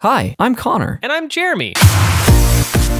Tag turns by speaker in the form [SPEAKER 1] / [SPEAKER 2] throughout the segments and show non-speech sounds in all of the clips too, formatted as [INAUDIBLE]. [SPEAKER 1] Hi, I'm Connor.
[SPEAKER 2] And I'm Jeremy.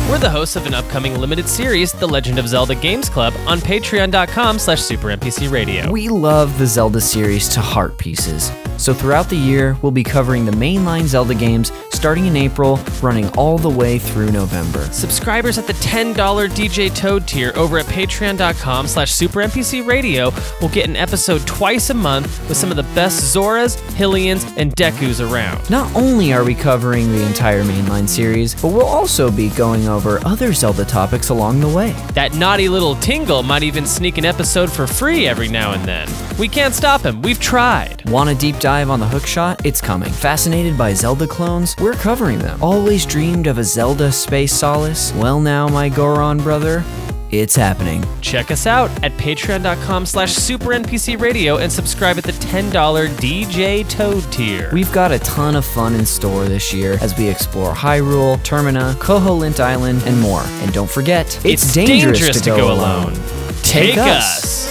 [SPEAKER 2] We're the hosts of an upcoming limited series, The Legend of Zelda Games Club, on patreon.com slash supernpcradio.
[SPEAKER 1] We love the Zelda series to heart pieces. So throughout the year, we'll be covering the mainline Zelda games starting in April, running all the way through November.
[SPEAKER 2] Subscribers at the $10 DJ Toad tier over at patreon.com slash supernpcradio will get an episode twice a month with some of the best Zoras, Hillians, and Dekus around.
[SPEAKER 1] Not only are we covering the entire mainline series, but we'll also be going over other Zelda topics along the way.
[SPEAKER 2] That naughty little Tingle might even sneak an episode for free every now and then. We can't stop him, we've tried.
[SPEAKER 1] Want a deep dive on the hookshot? It's coming. Fascinated by Zelda clones? We're covering them. Always dreamed of a Zelda space solace? Well, now, my Goron brother, it's happening.
[SPEAKER 2] Check us out at patreon.com slash supernpcradio and subscribe at the $10 DJ Toad tier.
[SPEAKER 1] We've got a ton of fun in store this year as we explore Hyrule, Termina, Koholint Island, and more. And don't forget, it's, dangerous, to, go alone.
[SPEAKER 2] Take,
[SPEAKER 1] Take us.
[SPEAKER 2] us.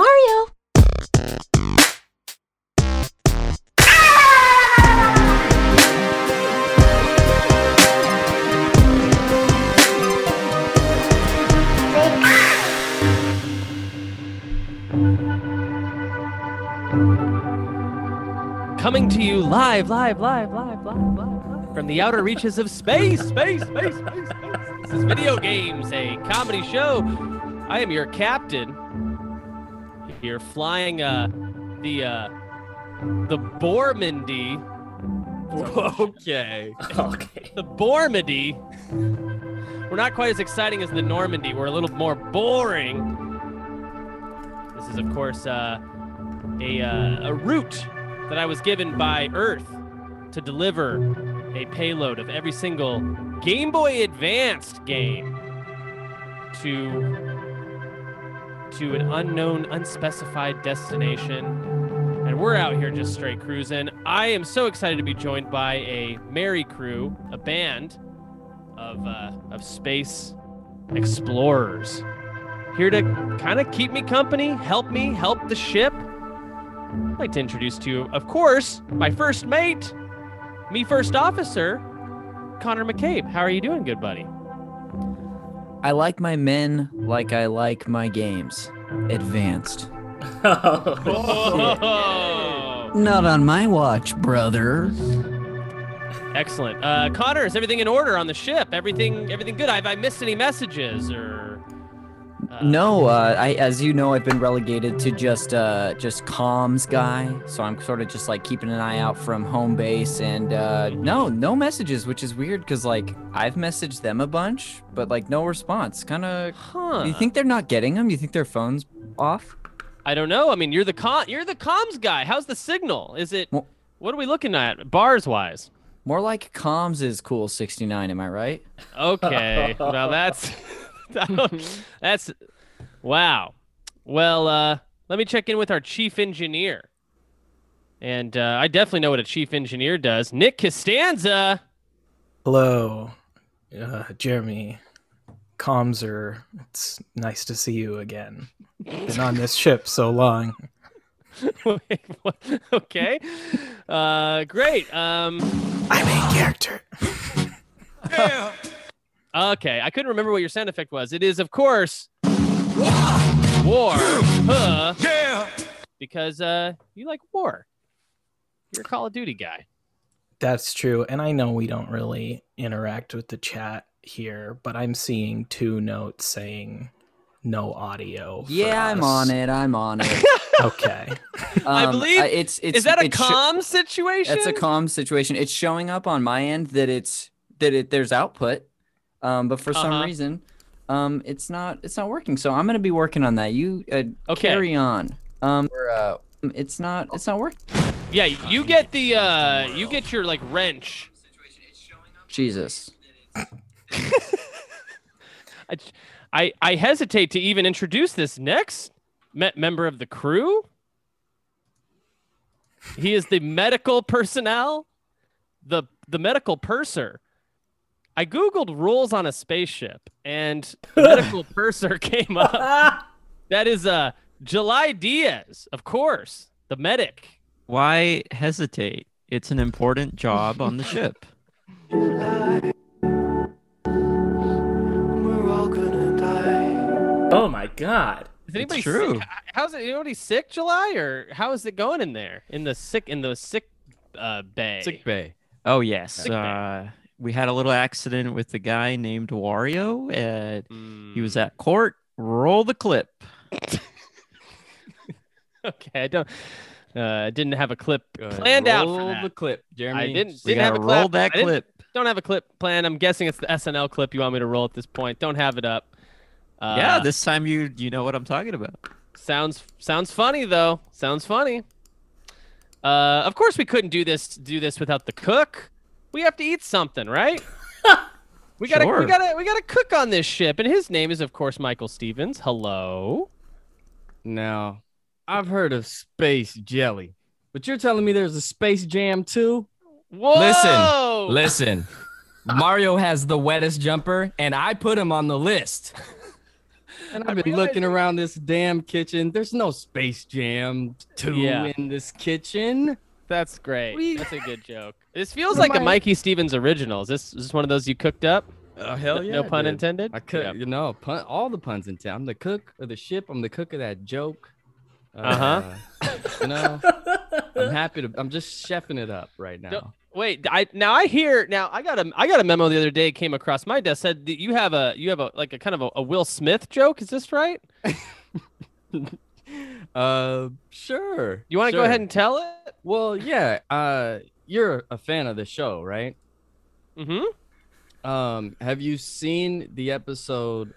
[SPEAKER 3] Mario!
[SPEAKER 2] Coming to you live, live, live, live, live, live, live from the outer reaches of space, space, space, space, space. This is Video Games, a comedy show. I am your captain. You're flying uh, the uh, the Bormandy. Okay.
[SPEAKER 4] Okay.
[SPEAKER 2] The Bormandy. We're not quite as exciting as the Normandy. We're a little more boring. This is, of course, uh, a, uh, a route that I was given by Earth to deliver a payload of every single Game Boy Advanced game to to an unknown, unspecified destination. And we're out here just straight cruising. I am so excited to be joined by a merry crew, a band of uh, of space explorers here to kind of keep me company, help me, help the ship. I'd like to introduce to you, of course, my first mate, me first officer, Connor McCabe. How are you doing, good buddy?
[SPEAKER 1] I like my men like I like my games. Advanced. Not on my watch, brother.
[SPEAKER 2] Excellent. Uh, Connor, is everything in order on the ship? Everything, everything good? Have I missed any messages or? uh,
[SPEAKER 1] No, uh, I, as you know, I've been relegated to just uh, just comms guy, so I'm sort of just like keeping an eye out from home base, and uh, no, no messages, which is weird because like I've messaged them a bunch, but like no response. Kind of.
[SPEAKER 2] Huh.
[SPEAKER 1] You think they're not getting them? You think their phones off?
[SPEAKER 2] I don't know. I mean, you're the com- you're the comms guy. How's the signal? Is it?
[SPEAKER 1] Well-
[SPEAKER 2] What are we looking at bars wise?
[SPEAKER 1] More like comms is cool 69. Am I right?
[SPEAKER 2] Okay. well, that's [LAUGHS]
[SPEAKER 1] [LAUGHS]
[SPEAKER 2] I don't- that's wow. Well, uh, let me check in with our chief engineer, and uh, I definitely know what a chief engineer does. Nick Costanza. [LAUGHS]
[SPEAKER 4] Hello, uh, Jeremy. Comzer, it's nice to see you again. Been on this ship so long.
[SPEAKER 2] Wait, what? okay. Uh, great. Um,
[SPEAKER 4] I'm a character.
[SPEAKER 2] okay. I couldn't remember what your sound effect was. It is, of course, war. Huh. Because uh, you like war. You're a Call of Duty guy.
[SPEAKER 4] That's true, and I know we don't really interact with the chat here, but I'm seeing two notes saying no
[SPEAKER 2] Oh,
[SPEAKER 4] audio. for
[SPEAKER 1] Yeah, I'm
[SPEAKER 4] us.
[SPEAKER 1] on it. I'm on it.
[SPEAKER 4] [LAUGHS] Okay.
[SPEAKER 2] [LAUGHS] I
[SPEAKER 1] Um,
[SPEAKER 2] believe-
[SPEAKER 1] I- it's, it's
[SPEAKER 2] is that a
[SPEAKER 1] it's sho-
[SPEAKER 2] calm situation?
[SPEAKER 1] That's a calm situation. It's showing up on my end that it's that it there's output, um, but for some
[SPEAKER 2] Uh-huh.
[SPEAKER 1] reason, um, it's not it's not working. So I'm gonna be working on that. You uh,
[SPEAKER 2] Okay.
[SPEAKER 1] carry on. Um, we're, uh, it's not it's not working.
[SPEAKER 2] Yeah, you get the uh you get your like wrench.
[SPEAKER 1] Jesus.
[SPEAKER 2] I I, I hesitate to even introduce this next me- member of the crew. He is the medical personnel, the the medical purser. I googled rules on a spaceship and medical purser came up. That is uh July Diaz, of course. the medic.
[SPEAKER 5] Why hesitate? It's an important job on the ship.
[SPEAKER 4] Oh my god.
[SPEAKER 2] Is anybody
[SPEAKER 5] true.
[SPEAKER 2] sick? H- How's it? Anybody sick, July, or how is it going in there in the sick in the sick uh, bay?
[SPEAKER 5] Sick bay. Oh yes.
[SPEAKER 2] Sick bay.
[SPEAKER 5] Uh, we had a little accident with a guy named Wario. And he was
[SPEAKER 2] Mm,
[SPEAKER 5] at court. Roll the clip.
[SPEAKER 2] [LAUGHS] okay. I don't. Uh, I didn't have a clip
[SPEAKER 6] Good.
[SPEAKER 2] planned out for
[SPEAKER 6] Roll
[SPEAKER 2] that.
[SPEAKER 6] the clip, Jeremy.
[SPEAKER 2] didn't-
[SPEAKER 5] We
[SPEAKER 2] have
[SPEAKER 5] gotta
[SPEAKER 2] a
[SPEAKER 5] roll
[SPEAKER 2] clap.
[SPEAKER 5] that
[SPEAKER 2] I didn't-
[SPEAKER 5] clip.
[SPEAKER 2] Don't have a clip planned. I'm guessing it's the SNL clip you want me to roll at this point. Don't have it up. Uh,
[SPEAKER 5] yeah, this time you you know what I'm talking about.
[SPEAKER 2] sounds sounds funny though. Sounds funny. Uh, of course we couldn't do this do this without the cook. We have to eat something,
[SPEAKER 6] [LAUGHS]
[SPEAKER 2] right? we gotta we
[SPEAKER 5] Sure.
[SPEAKER 2] gotta we gotta cook on this ship, and his name is of course Michael Stevens. Hello.
[SPEAKER 6] Now, I've heard of space jelly, but you're telling me there's a space jam too?
[SPEAKER 2] Whoa!
[SPEAKER 6] Listen, Mario has the wettest jumper, and I put him on the list. And I've been looking around this damn kitchen. There's no space jam two
[SPEAKER 2] Yeah.
[SPEAKER 6] in this kitchen.
[SPEAKER 2] That's great.
[SPEAKER 6] We-
[SPEAKER 2] That's a good joke. This feels
[SPEAKER 6] What
[SPEAKER 2] like a
[SPEAKER 6] am I-
[SPEAKER 2] Mikey Stevens original. Is this is this one of those you cooked up?
[SPEAKER 6] Oh hell
[SPEAKER 2] no pun intended.
[SPEAKER 6] I cook,
[SPEAKER 2] Yeah.
[SPEAKER 6] you know, pun, all the puns in town. I'm the cook of the ship. I'm the cook of that joke.
[SPEAKER 2] Uh-huh.
[SPEAKER 6] Uh, you know, I'm happy to. I'm just chefing it up right now.
[SPEAKER 2] Don't- Wait, I now I hear now I got a I got a memo the other day came across my desk said that you have a you have a like a kind of a, a Will Smith joke. Is this right?
[SPEAKER 6] Uh, sure.
[SPEAKER 2] You want to
[SPEAKER 6] sure.
[SPEAKER 2] go ahead and tell it?
[SPEAKER 6] Well, yeah. Uh, you're a fan of the show, right?
[SPEAKER 2] Mm-hmm.
[SPEAKER 6] Um, have you seen the episode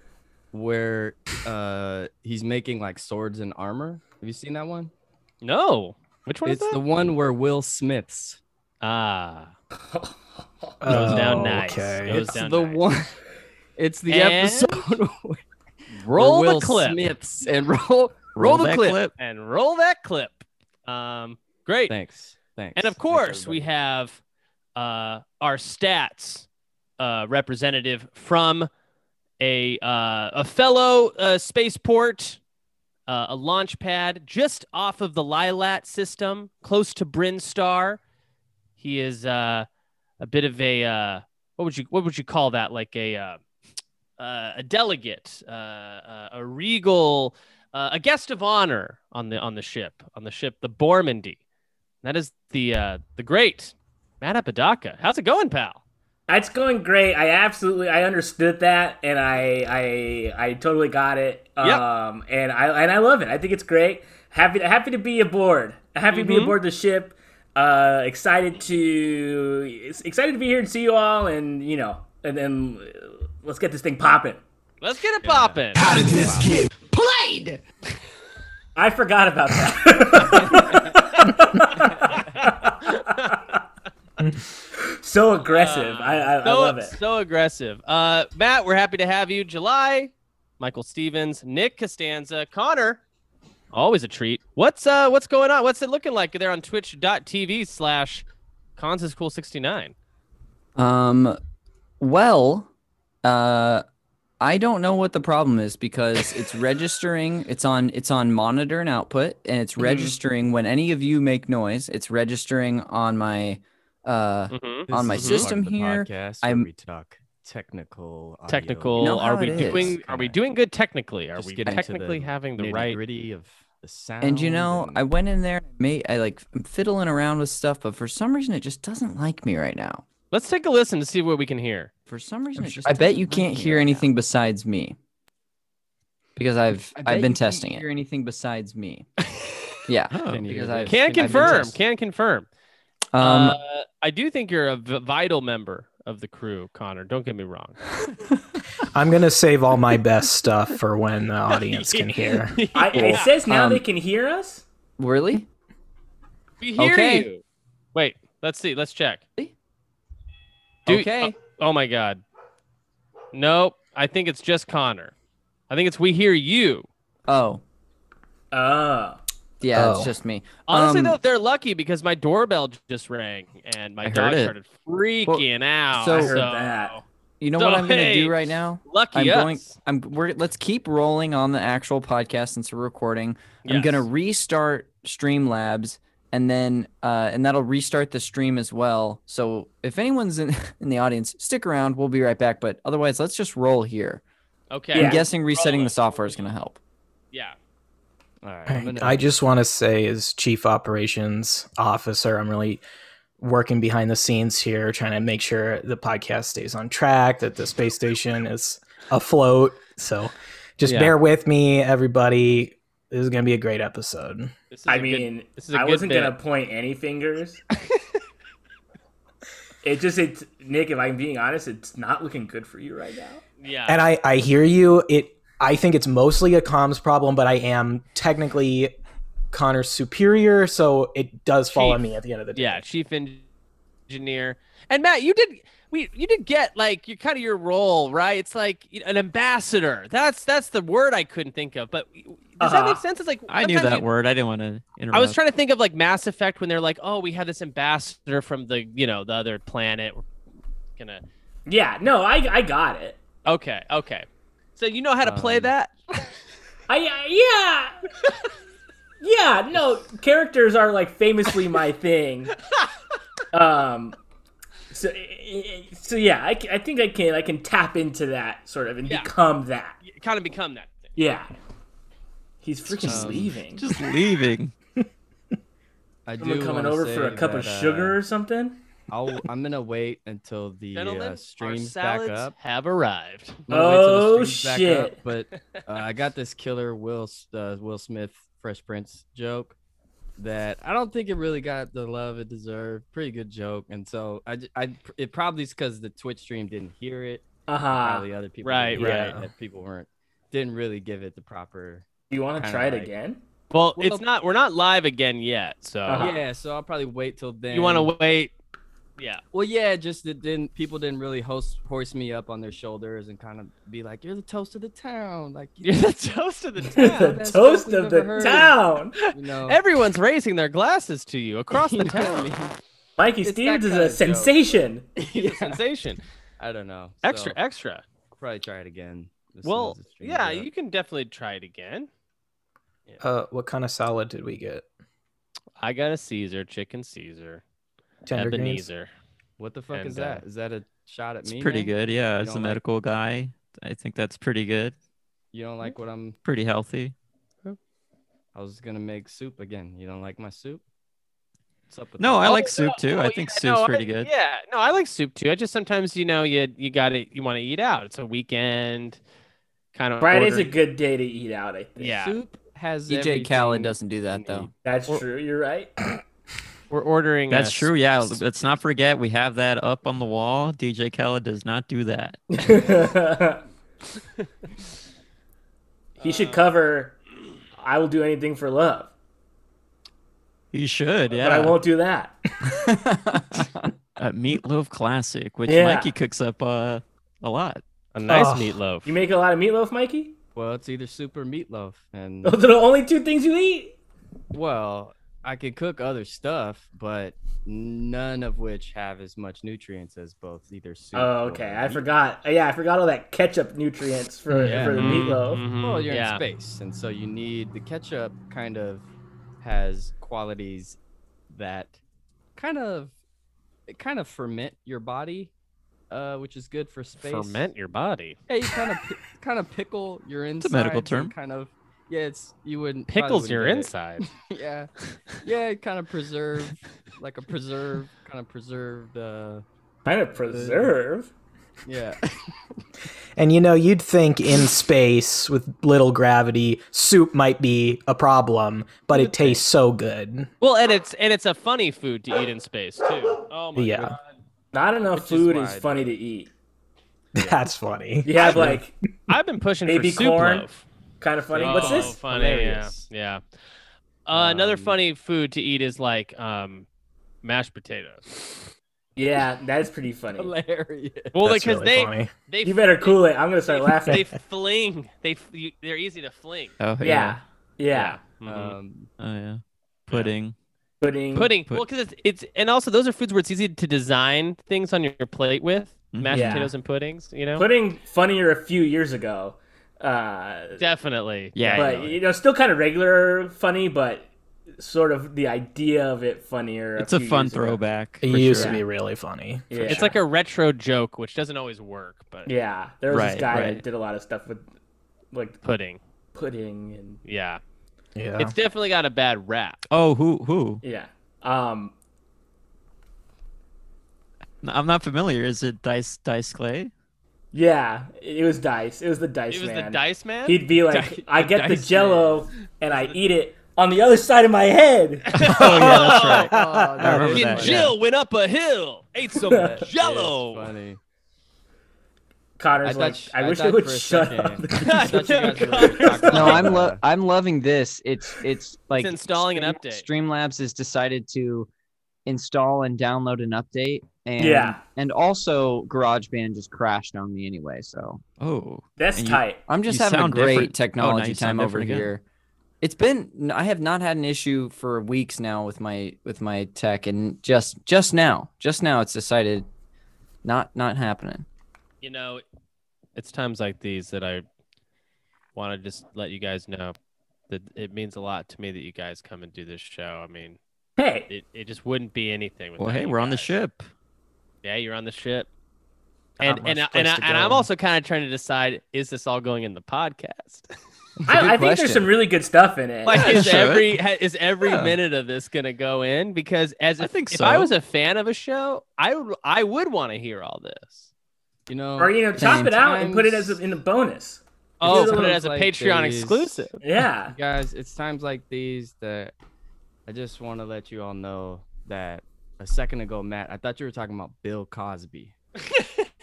[SPEAKER 6] where uh he's making like swords and armor? Have you seen that one?
[SPEAKER 2] No. Which one
[SPEAKER 6] it's
[SPEAKER 2] is
[SPEAKER 6] the
[SPEAKER 2] that?
[SPEAKER 6] one where Will Smith's.
[SPEAKER 2] ah.
[SPEAKER 4] Oh,
[SPEAKER 2] down nice. Goes
[SPEAKER 6] It's
[SPEAKER 2] down
[SPEAKER 6] the
[SPEAKER 2] nice.
[SPEAKER 6] one. [LAUGHS] It's the
[SPEAKER 2] And-
[SPEAKER 6] episode [LAUGHS] where
[SPEAKER 2] Roll
[SPEAKER 6] Will
[SPEAKER 2] the clip
[SPEAKER 6] Smith's and [LAUGHS] roll. Roll the
[SPEAKER 5] that
[SPEAKER 6] clip.
[SPEAKER 2] and roll that clip. Um, great.
[SPEAKER 6] Thanks. Thanks.
[SPEAKER 2] And of
[SPEAKER 6] Thanks,
[SPEAKER 2] course, we
[SPEAKER 6] everybody.
[SPEAKER 2] have uh, our stats uh, representative from a uh, a fellow uh, spaceport, uh, a launch pad just off of the Lilat system, close to Bryn Star. He is uh, a bit of a uh, what would you what would you call that? Like a uh, uh, a delegate, uh, uh, a regal, uh, a guest of honor on the on the ship on the ship, the Bormandy. That is the uh, the great Matt Apodaca. How's it going, pal?
[SPEAKER 7] It's going great. I absolutely I understood that and I I I totally got it.
[SPEAKER 2] Yep.
[SPEAKER 7] Um and I and I love it. I think it's great. Happy happy to be aboard. Happy to be
[SPEAKER 2] Mhm.
[SPEAKER 7] aboard the ship. Uh excited to excited to be here and see you all and you know and then uh, let's get this thing popping.
[SPEAKER 2] Let's get it popping.
[SPEAKER 7] I forgot about that. [LAUGHS] so aggressive. I I, I
[SPEAKER 2] so,
[SPEAKER 7] love it.
[SPEAKER 2] So aggressive. Uh, Matt, we're happy to have you. July, Michael Stevens, Nick Costanza, Connor. Always a treat. What's uh what's going on? What's it looking like there on twitch.tv slash cool 69
[SPEAKER 1] Um, well, uh, I don't know what the problem is because [LAUGHS] it's registering. It's on. It's on monitor and output, and it's registering when any of you make noise. It's registering on my. Uh,
[SPEAKER 2] Mm-hmm.
[SPEAKER 1] on my
[SPEAKER 6] is
[SPEAKER 1] system
[SPEAKER 6] the
[SPEAKER 1] here,
[SPEAKER 6] podcast where
[SPEAKER 1] I'm-
[SPEAKER 6] we talk technical, audio.
[SPEAKER 2] Technical.
[SPEAKER 1] You know
[SPEAKER 2] are
[SPEAKER 1] how
[SPEAKER 2] we
[SPEAKER 1] it is.
[SPEAKER 2] doing are we doing good technically? Are
[SPEAKER 6] Just
[SPEAKER 2] we
[SPEAKER 6] get into
[SPEAKER 2] technically
[SPEAKER 6] the
[SPEAKER 2] having the right
[SPEAKER 6] gritty of the sound.
[SPEAKER 1] and you know,
[SPEAKER 6] and-
[SPEAKER 1] I went in there. and Made I like I'm fiddling around with stuff, but for some reason it just doesn't like me right now.
[SPEAKER 2] Let's take a listen to see what we can hear.
[SPEAKER 1] For some reason, it
[SPEAKER 6] sure-
[SPEAKER 1] just I bet you
[SPEAKER 6] doesn't like
[SPEAKER 1] can't
[SPEAKER 6] me
[SPEAKER 1] hear
[SPEAKER 6] right now.
[SPEAKER 1] anything besides me. Because I've
[SPEAKER 6] I bet
[SPEAKER 1] I've been
[SPEAKER 6] you can't
[SPEAKER 1] testing it.
[SPEAKER 6] hear
[SPEAKER 1] anything besides me? [GASPS] yeah.
[SPEAKER 6] Can you hear
[SPEAKER 1] because
[SPEAKER 6] this?
[SPEAKER 1] I've-
[SPEAKER 2] Can
[SPEAKER 1] I've been
[SPEAKER 2] confirm.
[SPEAKER 1] testing.
[SPEAKER 2] Can confirm.
[SPEAKER 1] Um,
[SPEAKER 2] uh, I do think you're a v- vital member of the crew, Connor. Don't get me wrong.
[SPEAKER 4] I'm gonna save all my best stuff for when the audience can hear.
[SPEAKER 7] I, it says now
[SPEAKER 1] Um,
[SPEAKER 7] they can hear us.
[SPEAKER 1] really?
[SPEAKER 2] we hear
[SPEAKER 1] okay.
[SPEAKER 2] you. Wait, let's see. Let's check. Do,
[SPEAKER 1] Really? Okay.
[SPEAKER 2] Oh, oh my God. Nope. I think it's just Connor. I think it's we hear you.
[SPEAKER 1] Oh,
[SPEAKER 7] Oh.
[SPEAKER 1] yeah,
[SPEAKER 4] Oh.
[SPEAKER 1] it's just me.
[SPEAKER 2] Honestly,
[SPEAKER 1] Um,
[SPEAKER 2] though, they're lucky because my doorbell just rang and my
[SPEAKER 5] I heard
[SPEAKER 2] dog
[SPEAKER 5] it.
[SPEAKER 2] started freaking out.
[SPEAKER 1] so- I
[SPEAKER 7] heard that.
[SPEAKER 1] You know
[SPEAKER 2] So,
[SPEAKER 1] what I'm gonna
[SPEAKER 2] hey,
[SPEAKER 1] do right now?
[SPEAKER 2] Lucky
[SPEAKER 1] I'm
[SPEAKER 2] us.
[SPEAKER 1] going. I'm. We're. Let's keep rolling on the actual podcast since we're recording. I'm
[SPEAKER 2] Yes.
[SPEAKER 1] gonna restart Streamlabs, and then uh, and that'll restart the stream as well. So if anyone's in [LAUGHS] in the audience, stick around. We'll be right back. But otherwise, let's just roll here.
[SPEAKER 2] Okay.
[SPEAKER 1] I'm
[SPEAKER 7] Yeah.
[SPEAKER 1] guessing resetting
[SPEAKER 2] Roll
[SPEAKER 1] the
[SPEAKER 2] it.
[SPEAKER 1] software is gonna help.
[SPEAKER 2] Yeah.
[SPEAKER 6] All right,
[SPEAKER 4] All
[SPEAKER 6] I'm
[SPEAKER 4] right.
[SPEAKER 6] gonna-
[SPEAKER 4] I just want to say, as chief operations officer, I'm really working behind the scenes here, trying to make sure the podcast stays on track, that the space station is afloat. So just
[SPEAKER 6] Yeah.
[SPEAKER 4] bear with me, everybody. This is going to be a great episode.
[SPEAKER 2] This is
[SPEAKER 7] I
[SPEAKER 2] a good-
[SPEAKER 7] mean,
[SPEAKER 2] this is a
[SPEAKER 7] I
[SPEAKER 2] good
[SPEAKER 7] wasn't
[SPEAKER 2] bit.
[SPEAKER 7] gonna point any [LAUGHS] fingers. it just it's Nick. If I'm being honest, it's not looking good for you right now.
[SPEAKER 2] yeah.
[SPEAKER 4] And I, I hear you. It, I think it's mostly a comms problem, but I am technically Connor's superior, so it does fall on
[SPEAKER 2] Chief.
[SPEAKER 4] me at the end of the day.
[SPEAKER 2] yeah, chief en- engineer. And Matt, you did we you did get like you kind of your role, right? It's like you- an ambassador. That's that's the word I couldn't think of. But does that
[SPEAKER 7] Uh-huh.
[SPEAKER 2] make sense? It's like
[SPEAKER 5] I knew
[SPEAKER 2] sometimes
[SPEAKER 5] that
[SPEAKER 2] you-
[SPEAKER 5] word. I didn't want to interrupt.
[SPEAKER 2] I was trying to think of like Mass Effect when they're like, oh, we have this ambassador from the you know the other planet. We're gonna
[SPEAKER 7] Yeah, no, I I got it.
[SPEAKER 2] okay, okay. So you know how to play
[SPEAKER 5] Um,
[SPEAKER 2] that?
[SPEAKER 7] I, I yeah, yeah. No, characters are like famously my thing. Um, so so yeah, I, c- I think I can I can tap into that sort of and
[SPEAKER 2] Yeah.
[SPEAKER 7] become that.
[SPEAKER 2] kind of become that. Thing.
[SPEAKER 7] Yeah, he's freaking
[SPEAKER 5] Um,
[SPEAKER 7] leaving.
[SPEAKER 5] just leaving.
[SPEAKER 6] I do
[SPEAKER 7] Someone coming
[SPEAKER 6] wanna
[SPEAKER 7] over for a
[SPEAKER 6] say
[SPEAKER 7] cup of
[SPEAKER 6] that, uh,
[SPEAKER 7] sugar or something.
[SPEAKER 6] I'll, I'm gonna wait until the
[SPEAKER 2] Gentlemen,
[SPEAKER 6] uh,
[SPEAKER 2] our
[SPEAKER 6] streams back
[SPEAKER 2] salads
[SPEAKER 6] up.
[SPEAKER 2] have arrived.
[SPEAKER 6] I'm gonna wait till the
[SPEAKER 7] Oh,
[SPEAKER 6] stream's back
[SPEAKER 7] shit.
[SPEAKER 6] up,
[SPEAKER 7] [LAUGHS]
[SPEAKER 6] but uh, I got this killer Will S- uh, Will Smith Fresh Prince joke that I don't think it really got the love it deserved. Pretty good joke, and so I, j- I- it probably is because the Twitch stream didn't hear it.
[SPEAKER 7] Uh huh.
[SPEAKER 6] Probably other people
[SPEAKER 2] right,
[SPEAKER 6] didn't hear
[SPEAKER 4] right.
[SPEAKER 6] it, that people weren't didn't really give it the proper.
[SPEAKER 7] You want to
[SPEAKER 6] kinda
[SPEAKER 7] try it
[SPEAKER 6] like- [LAUGHS]
[SPEAKER 7] again?
[SPEAKER 2] Well,
[SPEAKER 6] Well,
[SPEAKER 2] it's not. We're not live again yet, so
[SPEAKER 7] Uh-huh.
[SPEAKER 6] Yeah, so I'll probably wait till then.
[SPEAKER 2] you want to wait. Yeah.
[SPEAKER 6] Well, yeah, just it didn't. People didn't really host horse me up on their shoulders and kind of be like, "You're the toast of the town." Like
[SPEAKER 2] You're the toast [LAUGHS] of the town.
[SPEAKER 7] the
[SPEAKER 6] best
[SPEAKER 7] [LAUGHS] toast
[SPEAKER 6] joke we've
[SPEAKER 7] of the
[SPEAKER 6] ever heard.
[SPEAKER 7] town.
[SPEAKER 6] you know.
[SPEAKER 2] Everyone's raising their glasses to you across the town.
[SPEAKER 7] Mikey
[SPEAKER 6] It's that
[SPEAKER 7] Stevens is
[SPEAKER 6] kinda
[SPEAKER 7] a
[SPEAKER 6] joke.
[SPEAKER 7] sensation.
[SPEAKER 2] It's a sensation.
[SPEAKER 6] I don't know.
[SPEAKER 2] Extra,
[SPEAKER 6] So,
[SPEAKER 2] extra.
[SPEAKER 6] I'll probably try it again. as soon
[SPEAKER 2] Well,
[SPEAKER 6] as the stream
[SPEAKER 2] yeah,
[SPEAKER 6] is up.
[SPEAKER 2] you can definitely try it again.
[SPEAKER 4] Uh, what kind of salad did we get?
[SPEAKER 2] I got a Caesar, chicken Caesar,
[SPEAKER 4] Tender greens?
[SPEAKER 2] Ebenezer.
[SPEAKER 6] What the fuck is
[SPEAKER 2] and, uh,
[SPEAKER 6] that? Is that a shot at
[SPEAKER 5] It's
[SPEAKER 6] me?
[SPEAKER 5] pretty
[SPEAKER 6] man?
[SPEAKER 5] good. Yeah, as a
[SPEAKER 6] don't like-
[SPEAKER 5] medical guy, I think that's pretty good.
[SPEAKER 6] You don't like what I'm?
[SPEAKER 5] Pretty healthy.
[SPEAKER 6] I was gonna make soup again. You don't like my soup? What's up with
[SPEAKER 5] No,
[SPEAKER 6] that?
[SPEAKER 5] I
[SPEAKER 2] Oh,
[SPEAKER 5] like
[SPEAKER 2] no,
[SPEAKER 5] soup too.
[SPEAKER 2] oh,
[SPEAKER 5] I think
[SPEAKER 2] yeah,
[SPEAKER 5] soup's
[SPEAKER 2] no, I-
[SPEAKER 5] pretty good.
[SPEAKER 2] Yeah, no, I like soup too. I just sometimes, you know, you you got to you want to eat out. It's a weekend kind of.
[SPEAKER 7] Friday's a
[SPEAKER 2] order.
[SPEAKER 7] good day to eat out. I think.
[SPEAKER 2] yeah.
[SPEAKER 6] Soup has
[SPEAKER 1] DJ E Khaled
[SPEAKER 6] everything
[SPEAKER 1] doesn't do
[SPEAKER 6] you
[SPEAKER 1] that though.
[SPEAKER 6] need.
[SPEAKER 7] That's
[SPEAKER 2] Or-
[SPEAKER 7] true. You're
[SPEAKER 6] [LAUGHS]
[SPEAKER 7] right.
[SPEAKER 2] We're ordering.
[SPEAKER 5] That's
[SPEAKER 2] a s-
[SPEAKER 5] true. Yeah, let's not forget we have that up on the wall. DJ Khaled does not do that.
[SPEAKER 7] he should cover I will do anything for love.
[SPEAKER 5] He should. Yeah.
[SPEAKER 7] But I won't do that.
[SPEAKER 5] [LAUGHS] A meatloaf classic, which
[SPEAKER 7] Yeah.
[SPEAKER 5] Mikey cooks up uh, a lot.
[SPEAKER 2] A nice
[SPEAKER 4] Ugh.
[SPEAKER 2] meatloaf.
[SPEAKER 7] You make a lot of meatloaf, Mikey?
[SPEAKER 6] Well, it's either soup or meatloaf,
[SPEAKER 7] [LAUGHS]
[SPEAKER 6] and
[SPEAKER 7] Those are the only two things you eat?
[SPEAKER 6] well, I could cook other stuff, but none of which have as much nutrients as both either soup.
[SPEAKER 7] Oh,
[SPEAKER 6] or
[SPEAKER 7] okay. I
[SPEAKER 6] meat-
[SPEAKER 7] forgot. Oh, Yeah, I forgot all that ketchup nutrients for,
[SPEAKER 6] Oh, Yeah. Mm-hmm.
[SPEAKER 7] for the meatloaf.
[SPEAKER 6] Well, Oh, you're
[SPEAKER 2] Mm, Mm-hmm. yeah.
[SPEAKER 6] in space, and so you need the ketchup. Kind of has qualities that kind of it kind of ferment your body, uh, which is good for space.
[SPEAKER 2] Ferment your body.
[SPEAKER 6] Yeah, you kind of pi- kind of pickle your insides.
[SPEAKER 5] a medical
[SPEAKER 6] and
[SPEAKER 5] term.
[SPEAKER 6] Kind of. Yeah, it's you wouldn't probably
[SPEAKER 2] Pickles
[SPEAKER 6] wouldn't
[SPEAKER 2] your
[SPEAKER 6] get it.
[SPEAKER 2] inside.
[SPEAKER 6] [LAUGHS] Yeah, yeah, it kind of preserve, like a preserve, kind of preserved. Uh,
[SPEAKER 7] Kind of preserve.
[SPEAKER 6] yeah. [LAUGHS]
[SPEAKER 4] And you know, you'd think in space with little gravity, soup might be a problem, but it tastes so good. [LAUGHS]
[SPEAKER 2] Well, and it's and it's a funny food to eat in space too. Oh my
[SPEAKER 4] Yeah.
[SPEAKER 2] god.
[SPEAKER 7] Not enough
[SPEAKER 6] Which is
[SPEAKER 7] food
[SPEAKER 6] why
[SPEAKER 7] is
[SPEAKER 6] I
[SPEAKER 7] funny to eat.
[SPEAKER 4] That's funny.
[SPEAKER 7] You have like
[SPEAKER 2] I've been pushing
[SPEAKER 7] Baby
[SPEAKER 2] for soup
[SPEAKER 7] corn.
[SPEAKER 2] loaf.
[SPEAKER 7] kind of funny.
[SPEAKER 2] Oh,
[SPEAKER 7] What's this?
[SPEAKER 2] Funny, yeah.
[SPEAKER 6] Hilarious.
[SPEAKER 2] yeah. Uh, another
[SPEAKER 6] Um,
[SPEAKER 2] funny food to eat is like um, mashed
[SPEAKER 7] [LAUGHS]
[SPEAKER 2] potatoes.
[SPEAKER 7] Yeah, that's pretty funny.
[SPEAKER 6] Hilarious.
[SPEAKER 2] [LAUGHS] Well,
[SPEAKER 4] That's
[SPEAKER 2] because
[SPEAKER 4] really
[SPEAKER 2] they
[SPEAKER 4] funny.
[SPEAKER 2] they
[SPEAKER 7] You better cool it. I'm gonna start
[SPEAKER 2] they,
[SPEAKER 7] laughing.
[SPEAKER 2] fling they f- you- they're easy to fling.
[SPEAKER 5] Oh yeah.
[SPEAKER 7] Yeah. Yeah.
[SPEAKER 2] Mhm.
[SPEAKER 6] Um,
[SPEAKER 5] Oh yeah. Pudding.
[SPEAKER 7] Pudding.
[SPEAKER 2] Pudding.
[SPEAKER 5] Put-
[SPEAKER 2] well, because it's, it's and also those are foods where it's easy to design things on your plate with.
[SPEAKER 5] Mm-hmm.
[SPEAKER 2] mashed
[SPEAKER 7] Yeah.
[SPEAKER 2] potatoes and puddings. You know,
[SPEAKER 7] Putting funnier a few years ago. Uh,
[SPEAKER 2] definitely.
[SPEAKER 5] Yeah,
[SPEAKER 7] but you know, still kind of regular funny, but sort of the idea of it funnier.
[SPEAKER 5] it's a
[SPEAKER 7] few
[SPEAKER 5] fun
[SPEAKER 7] years ago.
[SPEAKER 5] throwback.
[SPEAKER 4] It
[SPEAKER 5] for
[SPEAKER 4] used
[SPEAKER 5] sure.
[SPEAKER 4] to be really funny.
[SPEAKER 7] Yeah.
[SPEAKER 2] It's like a retro joke, which doesn't always work, but
[SPEAKER 7] yeah, there was this
[SPEAKER 5] Right,
[SPEAKER 7] guy that
[SPEAKER 5] right.
[SPEAKER 7] did a lot of stuff with like
[SPEAKER 2] pudding.
[SPEAKER 7] pudding and
[SPEAKER 2] Yeah.
[SPEAKER 4] Yeah.
[SPEAKER 2] It's definitely got a bad rap.
[SPEAKER 5] Oh, who who?
[SPEAKER 7] yeah. Um,
[SPEAKER 5] No, I'm not familiar. Is it Dice Dice Clay?
[SPEAKER 7] yeah, it was dice. It was the dice
[SPEAKER 2] It was
[SPEAKER 7] man.
[SPEAKER 2] the Dice Man. [LAUGHS]
[SPEAKER 7] He'd be like,
[SPEAKER 5] Di-
[SPEAKER 7] I get the
[SPEAKER 5] Dice
[SPEAKER 7] Jello and I eat it on the other side of my head.
[SPEAKER 2] [LAUGHS]
[SPEAKER 5] Oh yeah, that's right. [LAUGHS]
[SPEAKER 6] oh,
[SPEAKER 5] I remember
[SPEAKER 2] Me and
[SPEAKER 5] that. yeah.
[SPEAKER 2] Jill went up a hill, ate
[SPEAKER 5] [LAUGHS]
[SPEAKER 2] some
[SPEAKER 6] That is
[SPEAKER 2] Jello.
[SPEAKER 6] Funny.
[SPEAKER 7] Connor's
[SPEAKER 6] I thought
[SPEAKER 7] like,
[SPEAKER 6] sh-
[SPEAKER 7] I,
[SPEAKER 6] I
[SPEAKER 7] wish they
[SPEAKER 6] thought
[SPEAKER 7] would
[SPEAKER 6] for a
[SPEAKER 7] shut
[SPEAKER 6] second- I
[SPEAKER 7] [LAUGHS] up.
[SPEAKER 6] thought you guys were talking
[SPEAKER 8] no,
[SPEAKER 6] about,
[SPEAKER 8] I'm lo-
[SPEAKER 5] [LAUGHS]
[SPEAKER 6] uh,
[SPEAKER 8] I'm loving this. It's it's like
[SPEAKER 2] installing an update.
[SPEAKER 8] Streamlabs has decided to install and download an update, and
[SPEAKER 7] Yeah.
[SPEAKER 8] and also GarageBand just crashed on me anyway. So
[SPEAKER 5] Oh,
[SPEAKER 7] That's
[SPEAKER 5] And you-
[SPEAKER 7] tight.
[SPEAKER 1] I'm just
[SPEAKER 5] You
[SPEAKER 1] having a
[SPEAKER 5] sound
[SPEAKER 1] great
[SPEAKER 5] different. Oh, now
[SPEAKER 1] technology
[SPEAKER 5] you sound
[SPEAKER 1] time over
[SPEAKER 5] different again.
[SPEAKER 1] here. It's been I have not had an issue for weeks now with my with my tech, and just just now, just now, it's decided not not happening.
[SPEAKER 2] You know, it's times like these that I want to just let you guys know that it means a lot to me that you guys come and do this show. I mean,
[SPEAKER 7] Hey,
[SPEAKER 2] it, it just wouldn't be anything. Without
[SPEAKER 5] well, hey,
[SPEAKER 2] you
[SPEAKER 5] we're on the
[SPEAKER 2] guys.
[SPEAKER 5] ship.
[SPEAKER 2] Yeah, you're on the ship.
[SPEAKER 4] Not
[SPEAKER 2] And and I-
[SPEAKER 4] much place
[SPEAKER 2] and, I,
[SPEAKER 4] to
[SPEAKER 2] and I'm
[SPEAKER 4] go.
[SPEAKER 2] also kind of trying to decide: is this all going in the podcast?
[SPEAKER 7] I, I think
[SPEAKER 1] question.
[SPEAKER 7] there's some really good stuff in it.
[SPEAKER 2] like,
[SPEAKER 5] Yeah,
[SPEAKER 2] is
[SPEAKER 5] sure.
[SPEAKER 2] every ha- is every
[SPEAKER 5] Yeah.
[SPEAKER 2] minute of this gonna go in? Because as
[SPEAKER 5] I
[SPEAKER 2] if,
[SPEAKER 5] think
[SPEAKER 2] if I
[SPEAKER 5] so.
[SPEAKER 2] was a fan of a show, I would I would want to hear all this.
[SPEAKER 6] you know,
[SPEAKER 7] or you know, chop it out and put it as
[SPEAKER 6] Sometimes-
[SPEAKER 7] a, in the bonus.
[SPEAKER 2] Oh,
[SPEAKER 6] is
[SPEAKER 2] put it
[SPEAKER 6] almost
[SPEAKER 2] as a
[SPEAKER 6] like
[SPEAKER 2] Patreon
[SPEAKER 6] these-
[SPEAKER 2] exclusive.
[SPEAKER 7] Yeah,
[SPEAKER 6] guys, it's times like these that I just want to let you all know that a second ago, Matt, I thought you were talking about Bill Cosby.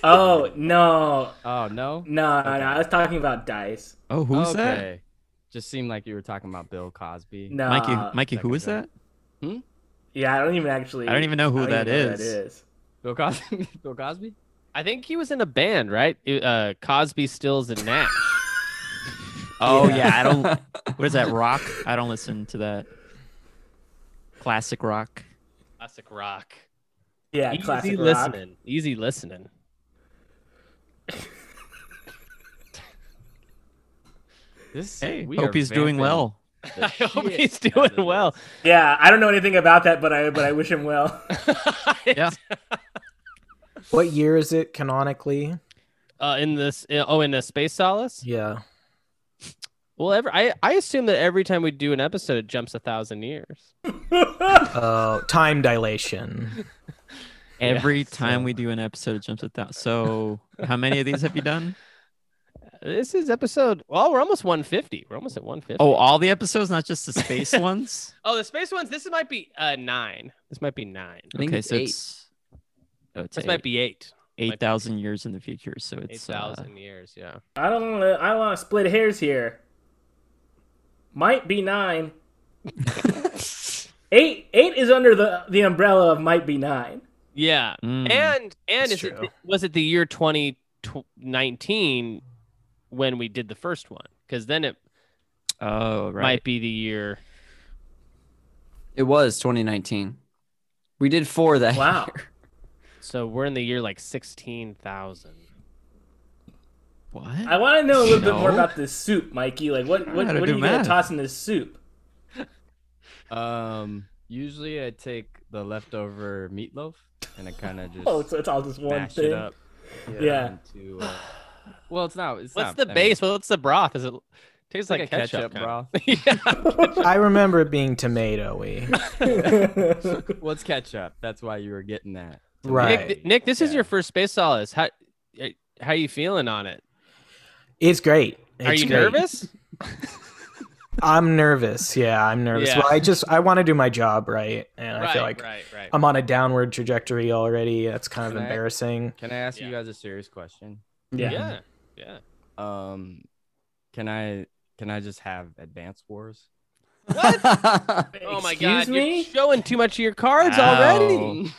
[SPEAKER 7] Oh no,
[SPEAKER 6] Oh no,
[SPEAKER 7] no, no, no! I was talking about dice.
[SPEAKER 5] Oh, who's that?
[SPEAKER 6] okay. Just seemed like you were talking about Bill Cosby.
[SPEAKER 7] No,
[SPEAKER 5] Mikey, Mikey,
[SPEAKER 7] Ah,
[SPEAKER 5] who
[SPEAKER 6] second
[SPEAKER 5] is that?
[SPEAKER 6] time.
[SPEAKER 7] Yeah, I don't even actually.
[SPEAKER 5] I don't even know who
[SPEAKER 7] I don't
[SPEAKER 5] that
[SPEAKER 7] even know
[SPEAKER 5] is.
[SPEAKER 6] Bill Cosby. [LAUGHS] Bill Cosby.
[SPEAKER 2] I think he was in a band, right? It- Uh, Cosby, Stills, and Nash.
[SPEAKER 5] Oh yeah, I don't.
[SPEAKER 7] [LAUGHS]
[SPEAKER 5] What is that? Rock? I don't listen to that. Classic rock.
[SPEAKER 2] Classic rock.
[SPEAKER 7] Yeah,
[SPEAKER 2] Easy
[SPEAKER 7] classic rock.
[SPEAKER 2] listening. Easy listening.
[SPEAKER 6] [LAUGHS] This.
[SPEAKER 5] Hey,
[SPEAKER 6] we
[SPEAKER 5] hope
[SPEAKER 6] are
[SPEAKER 5] he's doing
[SPEAKER 6] vamping
[SPEAKER 5] well.
[SPEAKER 6] the
[SPEAKER 2] [LAUGHS] I hope
[SPEAKER 6] shit
[SPEAKER 2] he's
[SPEAKER 6] out of
[SPEAKER 2] doing well.
[SPEAKER 6] this.
[SPEAKER 7] Yeah, I don't know anything about that, but I but I wish him well.
[SPEAKER 5] Yeah.
[SPEAKER 4] [LAUGHS] What year is it canonically?
[SPEAKER 2] [LAUGHS] Uh, in this, oh, in a space solace.
[SPEAKER 4] Yeah.
[SPEAKER 2] Well, ever I, I assume that every time we do an episode, it jumps a thousand years.
[SPEAKER 7] [LAUGHS]
[SPEAKER 4] Uh, time dilation.
[SPEAKER 2] [LAUGHS]
[SPEAKER 5] Every time
[SPEAKER 2] so-
[SPEAKER 5] we do an episode, it jumps a thousand. So, how many of these have you
[SPEAKER 2] [LAUGHS]
[SPEAKER 5] done?
[SPEAKER 2] This is episode. Well, we're almost 150. We're almost at 150.
[SPEAKER 5] Oh, all the episodes, not just the
[SPEAKER 2] [LAUGHS]
[SPEAKER 5] space ones.
[SPEAKER 2] oh, the space ones. This might be uh nine. This might be nine.
[SPEAKER 1] I think
[SPEAKER 5] okay,
[SPEAKER 1] it's
[SPEAKER 5] so
[SPEAKER 1] eight.
[SPEAKER 5] it's oh, it's
[SPEAKER 2] This might
[SPEAKER 5] eight
[SPEAKER 2] be eight.
[SPEAKER 5] eight thousand years in the future. So
[SPEAKER 2] Eight
[SPEAKER 5] it's uh,
[SPEAKER 2] thousand years. Yeah.
[SPEAKER 7] I don't want to. I don't want to split hairs here. Might be
[SPEAKER 5] [LAUGHS]
[SPEAKER 7] nine. eight. Eight is under the the umbrella of might be nine.
[SPEAKER 2] Yeah.
[SPEAKER 5] mm,
[SPEAKER 2] And and
[SPEAKER 4] That's
[SPEAKER 2] is it,
[SPEAKER 4] true.
[SPEAKER 2] was it the year 2019 when we did the first one? Because then it
[SPEAKER 5] oh right.
[SPEAKER 2] might be the year.
[SPEAKER 1] It was 2019. We did four that
[SPEAKER 7] Wow.
[SPEAKER 1] [LAUGHS] year.
[SPEAKER 2] So we're in the year like 16,000.
[SPEAKER 5] What?
[SPEAKER 2] Uh,
[SPEAKER 7] I want to know a little bit more
[SPEAKER 5] No.
[SPEAKER 7] about this soup, Mikey. Like, what
[SPEAKER 5] I
[SPEAKER 7] what,
[SPEAKER 5] gotta
[SPEAKER 7] what are
[SPEAKER 5] do
[SPEAKER 7] you gonna
[SPEAKER 5] math.
[SPEAKER 7] toss in this soup?
[SPEAKER 6] Um, usually I take the leftover meatloaf and I
[SPEAKER 7] [LAUGHS]
[SPEAKER 6] kind of just
[SPEAKER 7] Oh, so it's all just one
[SPEAKER 6] mash
[SPEAKER 7] thing.
[SPEAKER 6] it up.
[SPEAKER 7] Yeah.
[SPEAKER 6] into, uh,
[SPEAKER 7] [SIGHS]
[SPEAKER 6] well, it's not. It's
[SPEAKER 2] What's
[SPEAKER 6] not-
[SPEAKER 2] the
[SPEAKER 6] I mean,
[SPEAKER 2] base? What's the broth? Is it tastes
[SPEAKER 6] it's like, a ketchup,
[SPEAKER 2] kinda.
[SPEAKER 6] broth. [LAUGHS]
[SPEAKER 4] I remember it being tomatoey.
[SPEAKER 7] [LAUGHS]
[SPEAKER 6] What's ketchup? That's why you were getting that.
[SPEAKER 4] Right.
[SPEAKER 2] Nick, Nick, this is
[SPEAKER 6] Yeah.
[SPEAKER 2] your first space solace. How eh, how you feeling on it?
[SPEAKER 4] It's great.
[SPEAKER 2] Are
[SPEAKER 4] It's
[SPEAKER 2] you
[SPEAKER 4] great.
[SPEAKER 2] nervous?
[SPEAKER 4] I'm nervous. Yeah, I'm nervous.
[SPEAKER 2] Yeah.
[SPEAKER 4] Well, I just I want to do my job right, and I feel like
[SPEAKER 2] right, right.
[SPEAKER 4] I'm on a downward trajectory already. That's kind of
[SPEAKER 6] Can I-
[SPEAKER 4] embarrassing.
[SPEAKER 6] Can I ask
[SPEAKER 2] Yeah.
[SPEAKER 6] you guys a serious question?
[SPEAKER 7] yeah.
[SPEAKER 2] yeah, yeah.
[SPEAKER 6] Um, can I can I just have advanced wars?
[SPEAKER 1] [LAUGHS]
[SPEAKER 2] Oh my
[SPEAKER 7] Excuse
[SPEAKER 2] god,
[SPEAKER 7] me?
[SPEAKER 2] you're showing too much of your cards
[SPEAKER 5] Ow.
[SPEAKER 2] already.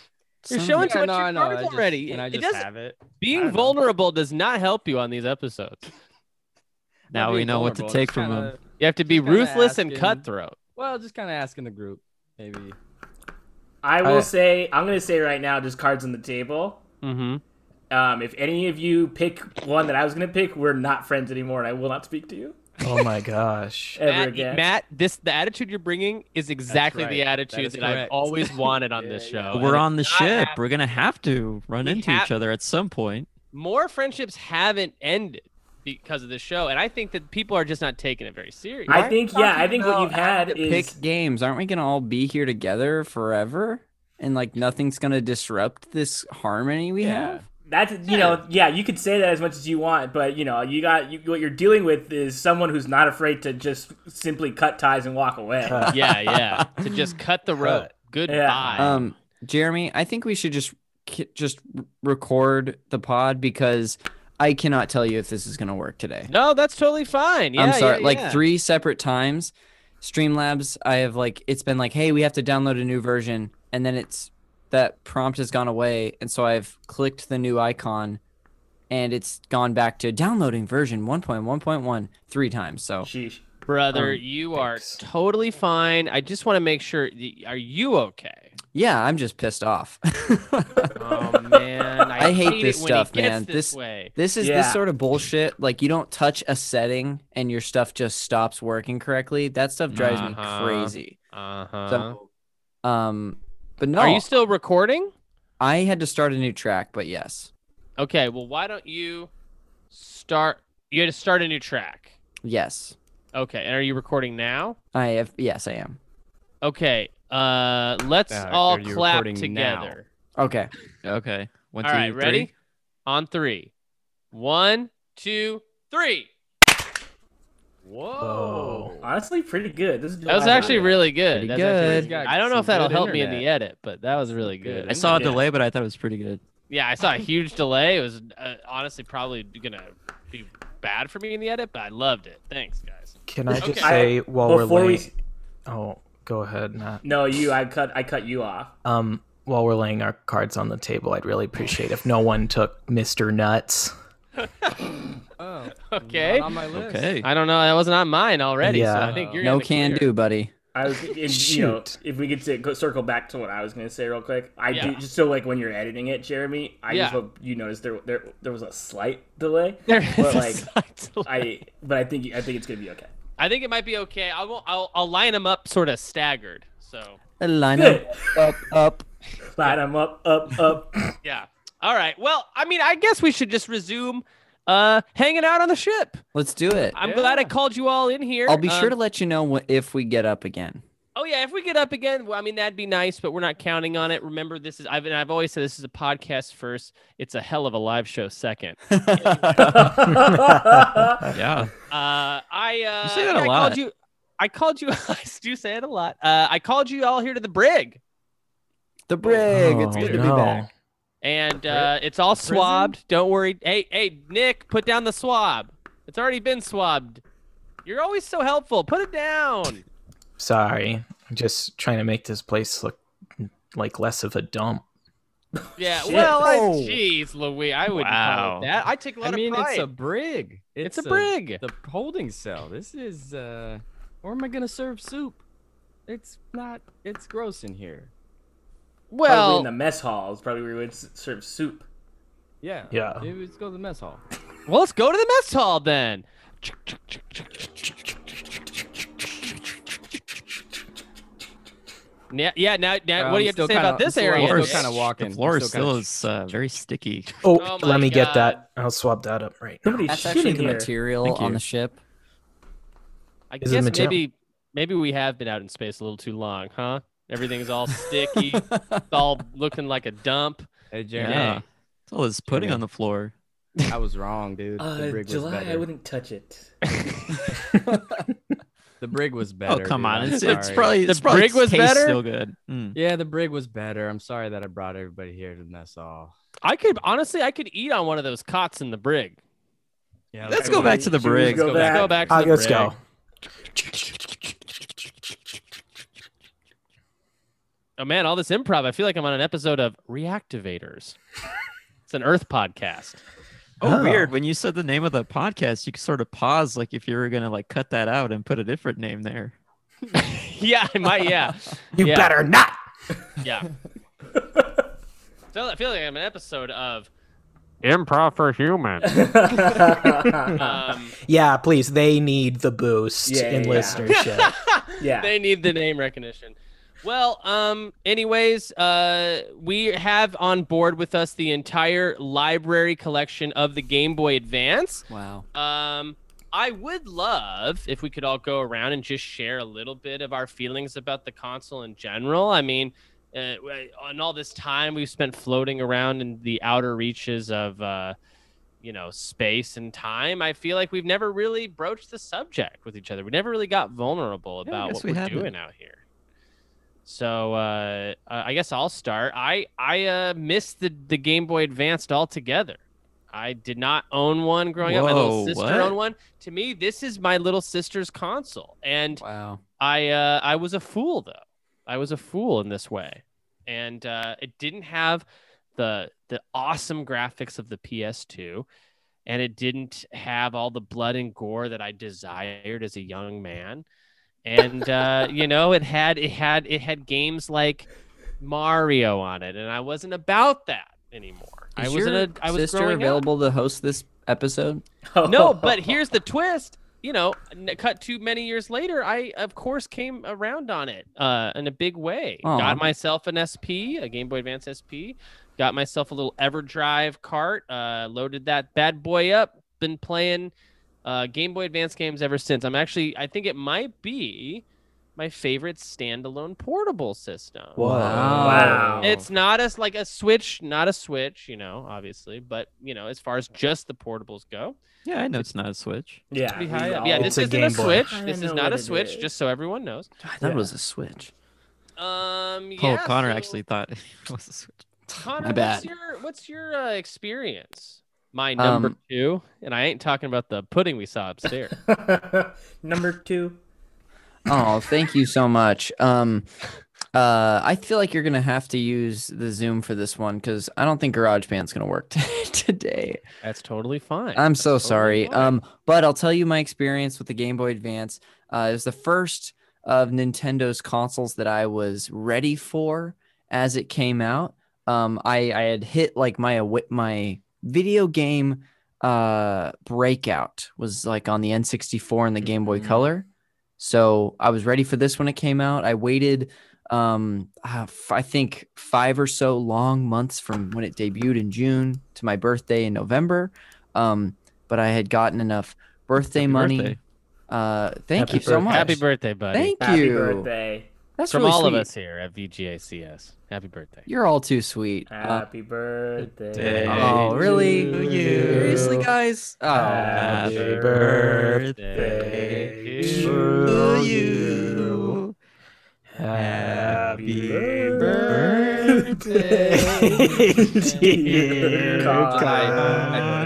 [SPEAKER 2] You're
[SPEAKER 5] Son of
[SPEAKER 2] showing
[SPEAKER 5] a-
[SPEAKER 2] too much of your cards
[SPEAKER 6] I just-
[SPEAKER 2] already.
[SPEAKER 6] can I
[SPEAKER 2] It
[SPEAKER 6] just
[SPEAKER 2] doesn't-
[SPEAKER 6] have it? I
[SPEAKER 2] Being
[SPEAKER 6] don't know.
[SPEAKER 2] vulnerable does not help you on these episodes.
[SPEAKER 5] now we know what to take from him.
[SPEAKER 2] You have to be
[SPEAKER 6] Just kinda
[SPEAKER 2] ruthless and
[SPEAKER 6] asking.
[SPEAKER 2] cutthroat.
[SPEAKER 6] Well, just kind of asking the group, maybe.
[SPEAKER 7] I will
[SPEAKER 4] I-
[SPEAKER 7] say. I'm gonna say right now, just cards on the table.
[SPEAKER 2] Mm-hmm.
[SPEAKER 7] Um, if any of you pick one that I was going to pick, we're not friends anymore, and I will not speak to you
[SPEAKER 4] Oh my gosh.
[SPEAKER 7] ever
[SPEAKER 2] Matt,
[SPEAKER 7] again.
[SPEAKER 2] Matt, this the attitude you're bringing is exactly the
[SPEAKER 6] right. That
[SPEAKER 2] attitude
[SPEAKER 6] is
[SPEAKER 2] that, I've
[SPEAKER 6] correct. [LAUGHS]
[SPEAKER 2] always wanted on this
[SPEAKER 6] Yeah,
[SPEAKER 2] show.
[SPEAKER 6] yeah.
[SPEAKER 2] Oh, and
[SPEAKER 5] We're
[SPEAKER 2] it's
[SPEAKER 5] on the
[SPEAKER 2] not
[SPEAKER 5] ship.
[SPEAKER 2] happening.
[SPEAKER 5] We're gonna have to run
[SPEAKER 2] We
[SPEAKER 5] into
[SPEAKER 2] have-
[SPEAKER 5] each other at some point.
[SPEAKER 2] More friendships haven't ended because of this show, and I think that people are just not taking it very serious.
[SPEAKER 7] I think, yeah, I think what
[SPEAKER 1] Talking
[SPEAKER 7] you've
[SPEAKER 1] about
[SPEAKER 7] had
[SPEAKER 1] having
[SPEAKER 7] is
[SPEAKER 1] to pick games. Aren't we gonna all be here together forever? And like nothing's gonna disrupt this harmony we
[SPEAKER 2] Yeah.
[SPEAKER 1] have.
[SPEAKER 7] That's you know, yeah, you could say that as much as you want, but you know, you got you, what you're dealing with is someone who's not afraid to just simply cut ties and walk away.
[SPEAKER 4] Uh,
[SPEAKER 2] yeah, yeah. To just cut the rope. Goodbye.
[SPEAKER 1] Um, Jeremy, I think we should just ki- just r- record the pod because I cannot tell you if this is gonna work today.
[SPEAKER 2] no, that's totally fine. Yeah,
[SPEAKER 1] I'm sorry.
[SPEAKER 2] yeah,
[SPEAKER 1] like
[SPEAKER 2] yeah.
[SPEAKER 1] three separate times, Streamlabs. I have like it's been like, hey, we have to download a new version, and then it's that prompt has gone away, and so I've clicked the new icon, and it's gone back to downloading version 1.1.1 three times. So
[SPEAKER 7] Oh. Sheesh.
[SPEAKER 2] brother.
[SPEAKER 1] um,
[SPEAKER 2] you are
[SPEAKER 4] thanks.
[SPEAKER 2] totally fine. I just want to make sure. Are you okay?
[SPEAKER 1] yeah, I'm just pissed off. [LAUGHS]
[SPEAKER 2] [LAUGHS] Oh man, I,
[SPEAKER 1] I hate this
[SPEAKER 2] it when
[SPEAKER 1] stuff,
[SPEAKER 2] it gets
[SPEAKER 1] man.
[SPEAKER 2] This,
[SPEAKER 1] This-
[SPEAKER 2] way.
[SPEAKER 1] This is
[SPEAKER 7] Yeah.
[SPEAKER 1] this sort of bullshit. Like you don't touch a setting and your stuff just stops working correctly. That stuff drives me
[SPEAKER 2] Uh-huh.
[SPEAKER 1] crazy.
[SPEAKER 2] Uh huh.
[SPEAKER 1] So, um, but no,
[SPEAKER 2] Are you still recording?
[SPEAKER 1] I had to start a new track. But yes,
[SPEAKER 2] Okay, well, why don't you start? You had to start a new track.
[SPEAKER 1] yes,
[SPEAKER 2] Okay, and are you recording now?
[SPEAKER 1] I have. Yes, I am.
[SPEAKER 2] Okay, uh, let's
[SPEAKER 6] Uh,
[SPEAKER 2] all
[SPEAKER 6] are you
[SPEAKER 2] clap
[SPEAKER 6] recording now?
[SPEAKER 2] together.
[SPEAKER 1] Okay.
[SPEAKER 5] Okay. One,
[SPEAKER 2] all
[SPEAKER 5] two,
[SPEAKER 2] right,
[SPEAKER 5] three.
[SPEAKER 2] ready? On three. One, two, three.
[SPEAKER 1] Oh.
[SPEAKER 2] Whoa.
[SPEAKER 7] Honestly, pretty good. This is
[SPEAKER 2] That was actually really good.
[SPEAKER 1] Pretty
[SPEAKER 2] That's actually really
[SPEAKER 1] good.
[SPEAKER 2] good. I don't know if
[SPEAKER 6] Some
[SPEAKER 2] that'll
[SPEAKER 6] good
[SPEAKER 2] help me in the
[SPEAKER 6] internet.
[SPEAKER 2] edit, but that was really good.
[SPEAKER 5] I saw a
[SPEAKER 7] Yeah.
[SPEAKER 5] delay, but I thought it was pretty good.
[SPEAKER 2] Yeah, I saw a huge delay. It was uh, honestly probably gonna be bad for me in the edit, but I loved it. Thanks, guys.
[SPEAKER 4] Can I just
[SPEAKER 2] Okay.
[SPEAKER 4] say while
[SPEAKER 7] Before
[SPEAKER 4] we're
[SPEAKER 7] we-
[SPEAKER 4] laying, oh, go ahead, Matt.
[SPEAKER 7] no. You, I cut, I cut you off.
[SPEAKER 4] Um, while we're laying our cards on the table, I'd really appreciate if no one took Mister Nuts.
[SPEAKER 6] Oh,
[SPEAKER 2] Okay.
[SPEAKER 6] Not on my list.
[SPEAKER 5] Okay.
[SPEAKER 2] I don't know. That wasn't on mine already. So I
[SPEAKER 4] Yeah.
[SPEAKER 2] think you're in
[SPEAKER 1] no
[SPEAKER 2] the
[SPEAKER 1] can
[SPEAKER 2] clear.
[SPEAKER 1] do, buddy.
[SPEAKER 7] I was, if, you know, if we could say, go, circle back to what I was going to say real quick, I
[SPEAKER 2] Yeah.
[SPEAKER 7] do just so like when you're editing it, Jeremy. I
[SPEAKER 2] Yeah.
[SPEAKER 7] just hope you noticed there, there, there was a slight delay.
[SPEAKER 2] There
[SPEAKER 7] But,
[SPEAKER 2] is a slight delay.
[SPEAKER 7] I, but I think, I think it's going to be okay.
[SPEAKER 2] I think it might be okay. I will. I'll, I'll line them up sort of staggered. So
[SPEAKER 1] Line
[SPEAKER 7] Good.
[SPEAKER 1] up, up, up.
[SPEAKER 7] Slide 'em up, up, up.
[SPEAKER 2] yeah. All right. Well, I mean, I guess we should just resume uh hanging out on the ship.
[SPEAKER 1] Let's do it.
[SPEAKER 2] I'm glad I called you all in here.
[SPEAKER 1] I'll be
[SPEAKER 2] Um,
[SPEAKER 1] sure to let you know wh- if we get up
[SPEAKER 2] [LAUGHS]
[SPEAKER 1] again.
[SPEAKER 2] Oh yeah, if we get up again, well, I mean that'd be nice, but we're not counting on it. Remember, this is I've and I've always said this is a podcast first. It's a hell of a live show second.
[SPEAKER 5] Yeah.
[SPEAKER 2] Uh, I uh,
[SPEAKER 5] You say that
[SPEAKER 2] yeah,
[SPEAKER 5] a
[SPEAKER 2] I called
[SPEAKER 5] lot.
[SPEAKER 2] you. I called you. [LAUGHS] I do say it a lot. Uh, I called you all here to the brig,
[SPEAKER 1] The brig. it's
[SPEAKER 4] Oh,
[SPEAKER 1] good to be
[SPEAKER 4] no.
[SPEAKER 1] back.
[SPEAKER 2] and uh, it's all swabbed. Don't worry. Hey, hey, Nick, put down the swab. It's already been swabbed. You're always so helpful. Put it down.
[SPEAKER 4] Sorry, I'm just trying to make this place look like less of a dump.
[SPEAKER 2] Yeah.
[SPEAKER 7] Shit.
[SPEAKER 2] Well, I-
[SPEAKER 1] Oh.
[SPEAKER 2] jeez, Louis, I wouldn't
[SPEAKER 5] Wow.
[SPEAKER 2] call it that. I take a lot
[SPEAKER 6] I mean,
[SPEAKER 2] of pride.
[SPEAKER 6] it's a brig.
[SPEAKER 2] It's a brig.
[SPEAKER 6] The holding cell. This is. uh Or am I gonna serve soup? It's not. It's gross in here.
[SPEAKER 7] Probably in
[SPEAKER 2] well,
[SPEAKER 7] the mess hall is probably where we would s- serve soup.
[SPEAKER 6] Yeah.
[SPEAKER 4] Yeah.
[SPEAKER 6] Maybe let's go to the mess hall.
[SPEAKER 2] well, let's go to the mess hall then. Yeah, yeah. Now, now, what do you have to say about this area?
[SPEAKER 5] Floor
[SPEAKER 6] We're
[SPEAKER 5] is-
[SPEAKER 2] Nick?
[SPEAKER 6] kind of walking.
[SPEAKER 5] Oh. The floor
[SPEAKER 6] we're
[SPEAKER 5] is still
[SPEAKER 6] kinda-
[SPEAKER 5] is uh, very sticky.
[SPEAKER 4] Oh,
[SPEAKER 2] Oh my
[SPEAKER 4] let me
[SPEAKER 2] God.
[SPEAKER 4] get that. I'll swap that up right now.
[SPEAKER 7] Nobody's
[SPEAKER 1] That's
[SPEAKER 7] shitting
[SPEAKER 1] actually the
[SPEAKER 7] here.
[SPEAKER 1] material
[SPEAKER 4] Thank
[SPEAKER 1] on
[SPEAKER 4] you.
[SPEAKER 1] the ship.
[SPEAKER 2] I
[SPEAKER 4] Is it
[SPEAKER 2] guess
[SPEAKER 4] material?
[SPEAKER 2] maybe maybe we have been out in space a little too long, huh? Everything's all sticky, it's all looking like a dump.
[SPEAKER 6] Hey, Jeremy.
[SPEAKER 5] Yeah. It's all this pudding
[SPEAKER 6] Yeah.
[SPEAKER 5] on the floor.
[SPEAKER 6] [LAUGHS] I was wrong, dude. The
[SPEAKER 7] Uh,
[SPEAKER 6] brig was
[SPEAKER 7] July, I
[SPEAKER 6] better.
[SPEAKER 7] wouldn't touch it.
[SPEAKER 6] The brig was better.
[SPEAKER 5] [LAUGHS] oh come
[SPEAKER 6] dude.
[SPEAKER 5] on!
[SPEAKER 6] I'm
[SPEAKER 5] It's, it's
[SPEAKER 6] sorry.
[SPEAKER 5] probably
[SPEAKER 2] The
[SPEAKER 5] it's probably
[SPEAKER 2] brig was
[SPEAKER 5] tastes
[SPEAKER 2] better?
[SPEAKER 5] Still good. Mm.
[SPEAKER 6] Yeah, the brig was better. I'm sorry that I brought everybody here to mess hall.
[SPEAKER 2] I could honestly, I could eat on one of those cots in the brig.
[SPEAKER 6] Yeah.
[SPEAKER 5] Let's go back to the
[SPEAKER 7] Should we
[SPEAKER 5] brig.
[SPEAKER 7] go
[SPEAKER 2] Let's
[SPEAKER 7] back?
[SPEAKER 2] go back. To
[SPEAKER 4] Ah,
[SPEAKER 2] the
[SPEAKER 4] let's
[SPEAKER 2] brig.
[SPEAKER 4] go.
[SPEAKER 2] Oh man, all this improv. I feel like I'm on an episode of Reactivators. it's an Earth podcast. [LAUGHS]
[SPEAKER 5] Oh,
[SPEAKER 4] Oh.
[SPEAKER 5] weird! When you said the name of the podcast, you sort of paused, like if you were gonna like cut that out and put a different name there.
[SPEAKER 2] yeah, I might. Yeah,
[SPEAKER 4] You
[SPEAKER 2] Yeah.
[SPEAKER 4] better not.
[SPEAKER 2] yeah. so I feel like I'm an episode of
[SPEAKER 9] Improv for human.
[SPEAKER 2] Um,
[SPEAKER 4] Yeah, please. They need the boost
[SPEAKER 7] Yeah,
[SPEAKER 4] in
[SPEAKER 2] [LAUGHS]
[SPEAKER 7] yeah.
[SPEAKER 4] listenership.
[SPEAKER 7] yeah.
[SPEAKER 2] they need the name recognition. Well, um, anyways, uh, we have on board with us the entire library collection of the Game Boy Advance.
[SPEAKER 1] Wow.
[SPEAKER 2] Um, I would love if we could all go around and just share a little bit of our feelings about the console in general. I mean, uh, w- on all this time we've spent floating around in the outer reaches of, uh, you know, space and time. I feel like we've never really broached the subject with each other. We never really got vulnerable
[SPEAKER 5] Yeah, I
[SPEAKER 2] about
[SPEAKER 5] guess
[SPEAKER 2] what
[SPEAKER 5] we
[SPEAKER 2] we are
[SPEAKER 5] haven't.
[SPEAKER 2] doing out here. So uh, I I guess I'll start. I I uh, missed the the Game Boy Advanced altogether. I did not own one growing up. My little
[SPEAKER 5] Whoa,
[SPEAKER 2] sister
[SPEAKER 5] what?
[SPEAKER 2] owned one. To me, this is my little sister's console, and
[SPEAKER 1] Wow.
[SPEAKER 2] I uh, I was a fool though. I was a fool in this way, and uh, it didn't have the the awesome graphics of the PS2, and it didn't have all the blood and gore that I desired as a young man, and
[SPEAKER 1] [LAUGHS]
[SPEAKER 2] uh, you know it had it had it had games like Mario on it, and I wasn't about that anymore. I
[SPEAKER 1] Is
[SPEAKER 2] was
[SPEAKER 1] your
[SPEAKER 2] not I was
[SPEAKER 1] sister
[SPEAKER 2] growing up
[SPEAKER 1] available to host this episode?
[SPEAKER 2] [LAUGHS]
[SPEAKER 7] [LAUGHS] Oh.
[SPEAKER 2] no, but here's the twist. You know, n- cut too many years later, I of course came around on it uh, in a big way.
[SPEAKER 1] Aw.
[SPEAKER 2] Got myself an SP, a Game Boy Advance SP. Got myself a little EverDrive cart. Uh, loaded that bad boy up. Been playing uh, Game Boy Advance games ever since. I'm actually, I think it might be my favorite standalone portable system. uh,
[SPEAKER 7] Wow.
[SPEAKER 2] It's not as like a Switch, not a Switch, you know, obviously, but you know, as far as just the portables go,
[SPEAKER 5] Yeah, I know it's not a Switch.
[SPEAKER 7] yeah.
[SPEAKER 2] pretty
[SPEAKER 7] we
[SPEAKER 2] high up.
[SPEAKER 7] all-
[SPEAKER 2] Oh, Yeah,
[SPEAKER 4] It's
[SPEAKER 2] this
[SPEAKER 4] a
[SPEAKER 2] isn't a
[SPEAKER 4] Game Boy.
[SPEAKER 2] Switch.
[SPEAKER 7] I don't
[SPEAKER 2] This is
[SPEAKER 7] know
[SPEAKER 2] not
[SPEAKER 7] what
[SPEAKER 2] a
[SPEAKER 7] it
[SPEAKER 2] Switch,
[SPEAKER 7] is.
[SPEAKER 2] just so everyone knows.
[SPEAKER 5] I thought
[SPEAKER 7] Yeah.
[SPEAKER 5] it was a Switch.
[SPEAKER 2] Um,
[SPEAKER 5] Paul
[SPEAKER 2] yeah,
[SPEAKER 5] Connor
[SPEAKER 2] so-
[SPEAKER 5] actually thought [LAUGHS] it was a Switch.
[SPEAKER 2] Connor,
[SPEAKER 1] My bad.
[SPEAKER 2] what's your what's your uh, experience? My number
[SPEAKER 1] Um,
[SPEAKER 2] two, and I ain't talking about the pudding we saw
[SPEAKER 5] [LAUGHS]
[SPEAKER 2] upstairs.
[SPEAKER 7] [LAUGHS] Number two.
[SPEAKER 1] Oh, thank you so much. Um, uh, I feel like you're gonna have to use the Zoom for this one because I don't think GarageBand's gonna work [LAUGHS] today.
[SPEAKER 2] That's totally fine.
[SPEAKER 1] I'm so
[SPEAKER 2] That's totally
[SPEAKER 1] sorry.
[SPEAKER 2] fine.
[SPEAKER 1] Um, but I'll tell you my experience with the Game Boy Advance. Uh, it was the first of Nintendo's consoles that I was ready for as it came out. Um, I, I had hit like my awa- my video game uh, breakout was like on the N64 and the Game Boy
[SPEAKER 2] Mm-hmm.
[SPEAKER 4] Mhm.
[SPEAKER 1] Color. So I was ready for this when it came out. I waited, um, uh, f- I think five or so long months from when it debuted in June to my birthday in November. Um, but I had gotten enough birthday
[SPEAKER 5] Happy
[SPEAKER 1] money.
[SPEAKER 5] birthday.
[SPEAKER 1] Uh, thank
[SPEAKER 4] Happy
[SPEAKER 1] you so
[SPEAKER 4] birthday.
[SPEAKER 1] much.
[SPEAKER 2] happy birthday, buddy.
[SPEAKER 1] Thank
[SPEAKER 7] Happy
[SPEAKER 1] you.
[SPEAKER 7] birthday.
[SPEAKER 1] That's
[SPEAKER 2] From
[SPEAKER 1] really
[SPEAKER 2] all of
[SPEAKER 1] sweet.
[SPEAKER 2] us here at VGACS. Happy birthday.
[SPEAKER 1] You're all too sweet. Uh,
[SPEAKER 7] Happy birthday.
[SPEAKER 5] Day
[SPEAKER 7] [LAUGHS]
[SPEAKER 1] oh, really?
[SPEAKER 5] to
[SPEAKER 7] you. Uh,
[SPEAKER 1] Seriously, guys? Oh,
[SPEAKER 7] Happy
[SPEAKER 4] Happy
[SPEAKER 7] birthday.
[SPEAKER 4] birthday
[SPEAKER 7] to
[SPEAKER 4] to
[SPEAKER 5] you.
[SPEAKER 4] Happy
[SPEAKER 7] birthday,
[SPEAKER 4] birthday, dear
[SPEAKER 7] dear
[SPEAKER 6] I, I, I'm a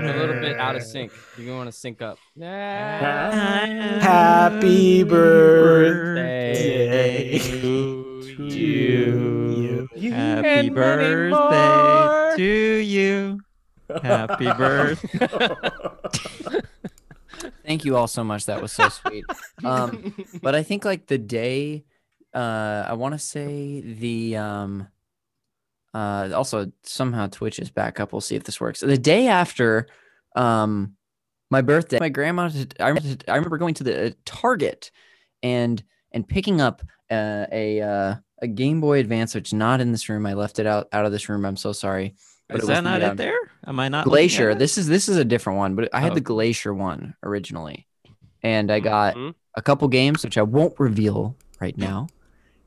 [SPEAKER 6] little
[SPEAKER 4] Connor.
[SPEAKER 6] bit out
[SPEAKER 5] [LAUGHS]
[SPEAKER 6] of sync. You're gonna want to sync up.
[SPEAKER 4] Happy
[SPEAKER 6] birthday
[SPEAKER 4] birthday
[SPEAKER 6] to
[SPEAKER 4] to you.
[SPEAKER 5] Happy birthday to you.
[SPEAKER 7] [LAUGHS]
[SPEAKER 5] Happy birthday.
[SPEAKER 1] Thank you all so much. That was so
[SPEAKER 7] [LAUGHS]
[SPEAKER 1] sweet. Um,
[SPEAKER 2] [LAUGHS]
[SPEAKER 1] but I think like the day, uh, I want to say the um, uh, also somehow Twitch is back up. We'll see if this works. The day after, um, my birthday, my grandma. did- I remember, I remember going to the uh, Target, and and picking up uh, a uh, a Game Boy Advance, which is not in this room. I left it out out of this room. I'm so sorry. But it
[SPEAKER 5] Is
[SPEAKER 1] was
[SPEAKER 5] that
[SPEAKER 1] the,
[SPEAKER 5] not
[SPEAKER 1] um,
[SPEAKER 5] it there? Am I not? looking at
[SPEAKER 1] Glacier.
[SPEAKER 5] it?
[SPEAKER 1] This is this is a different one, but I had
[SPEAKER 5] Oh. Hmm.
[SPEAKER 1] the Glacier one originally, and I got
[SPEAKER 2] Mhm.
[SPEAKER 1] a couple games which I won't reveal right now.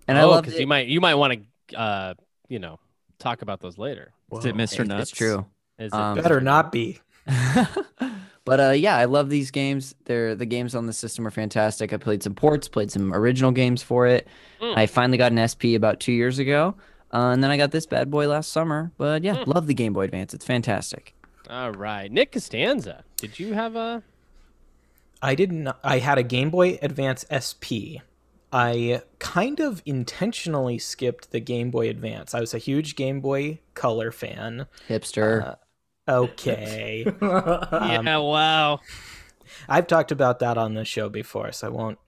[SPEAKER 1] And I
[SPEAKER 2] oh,
[SPEAKER 1] love
[SPEAKER 2] 'cause you might you might want to uh, you know talk about those later.
[SPEAKER 5] Is it Mr. Nuts?
[SPEAKER 1] It's true.
[SPEAKER 2] Is
[SPEAKER 1] Um,
[SPEAKER 4] Better not be.
[SPEAKER 1] but uh, yeah, I love these games. They're the games on the system are fantastic. I played some ports, played some original games for it.
[SPEAKER 2] Mm.
[SPEAKER 1] I finally got an SP about two years ago, uh, and then I got this bad boy last summer. But yeah, love the Game Boy Advance. It's fantastic.
[SPEAKER 2] All right, Nick Costanza. Did you have a?
[SPEAKER 4] I didn't. I had a Game Boy Advance SP. I kind of intentionally skipped the Game Boy Advance. I was a huge Game Boy Color fan.
[SPEAKER 1] Hipster.
[SPEAKER 4] Uh, Okay.
[SPEAKER 2] yeah. Wow.
[SPEAKER 4] Um, I've talked about that on the show before, so I won't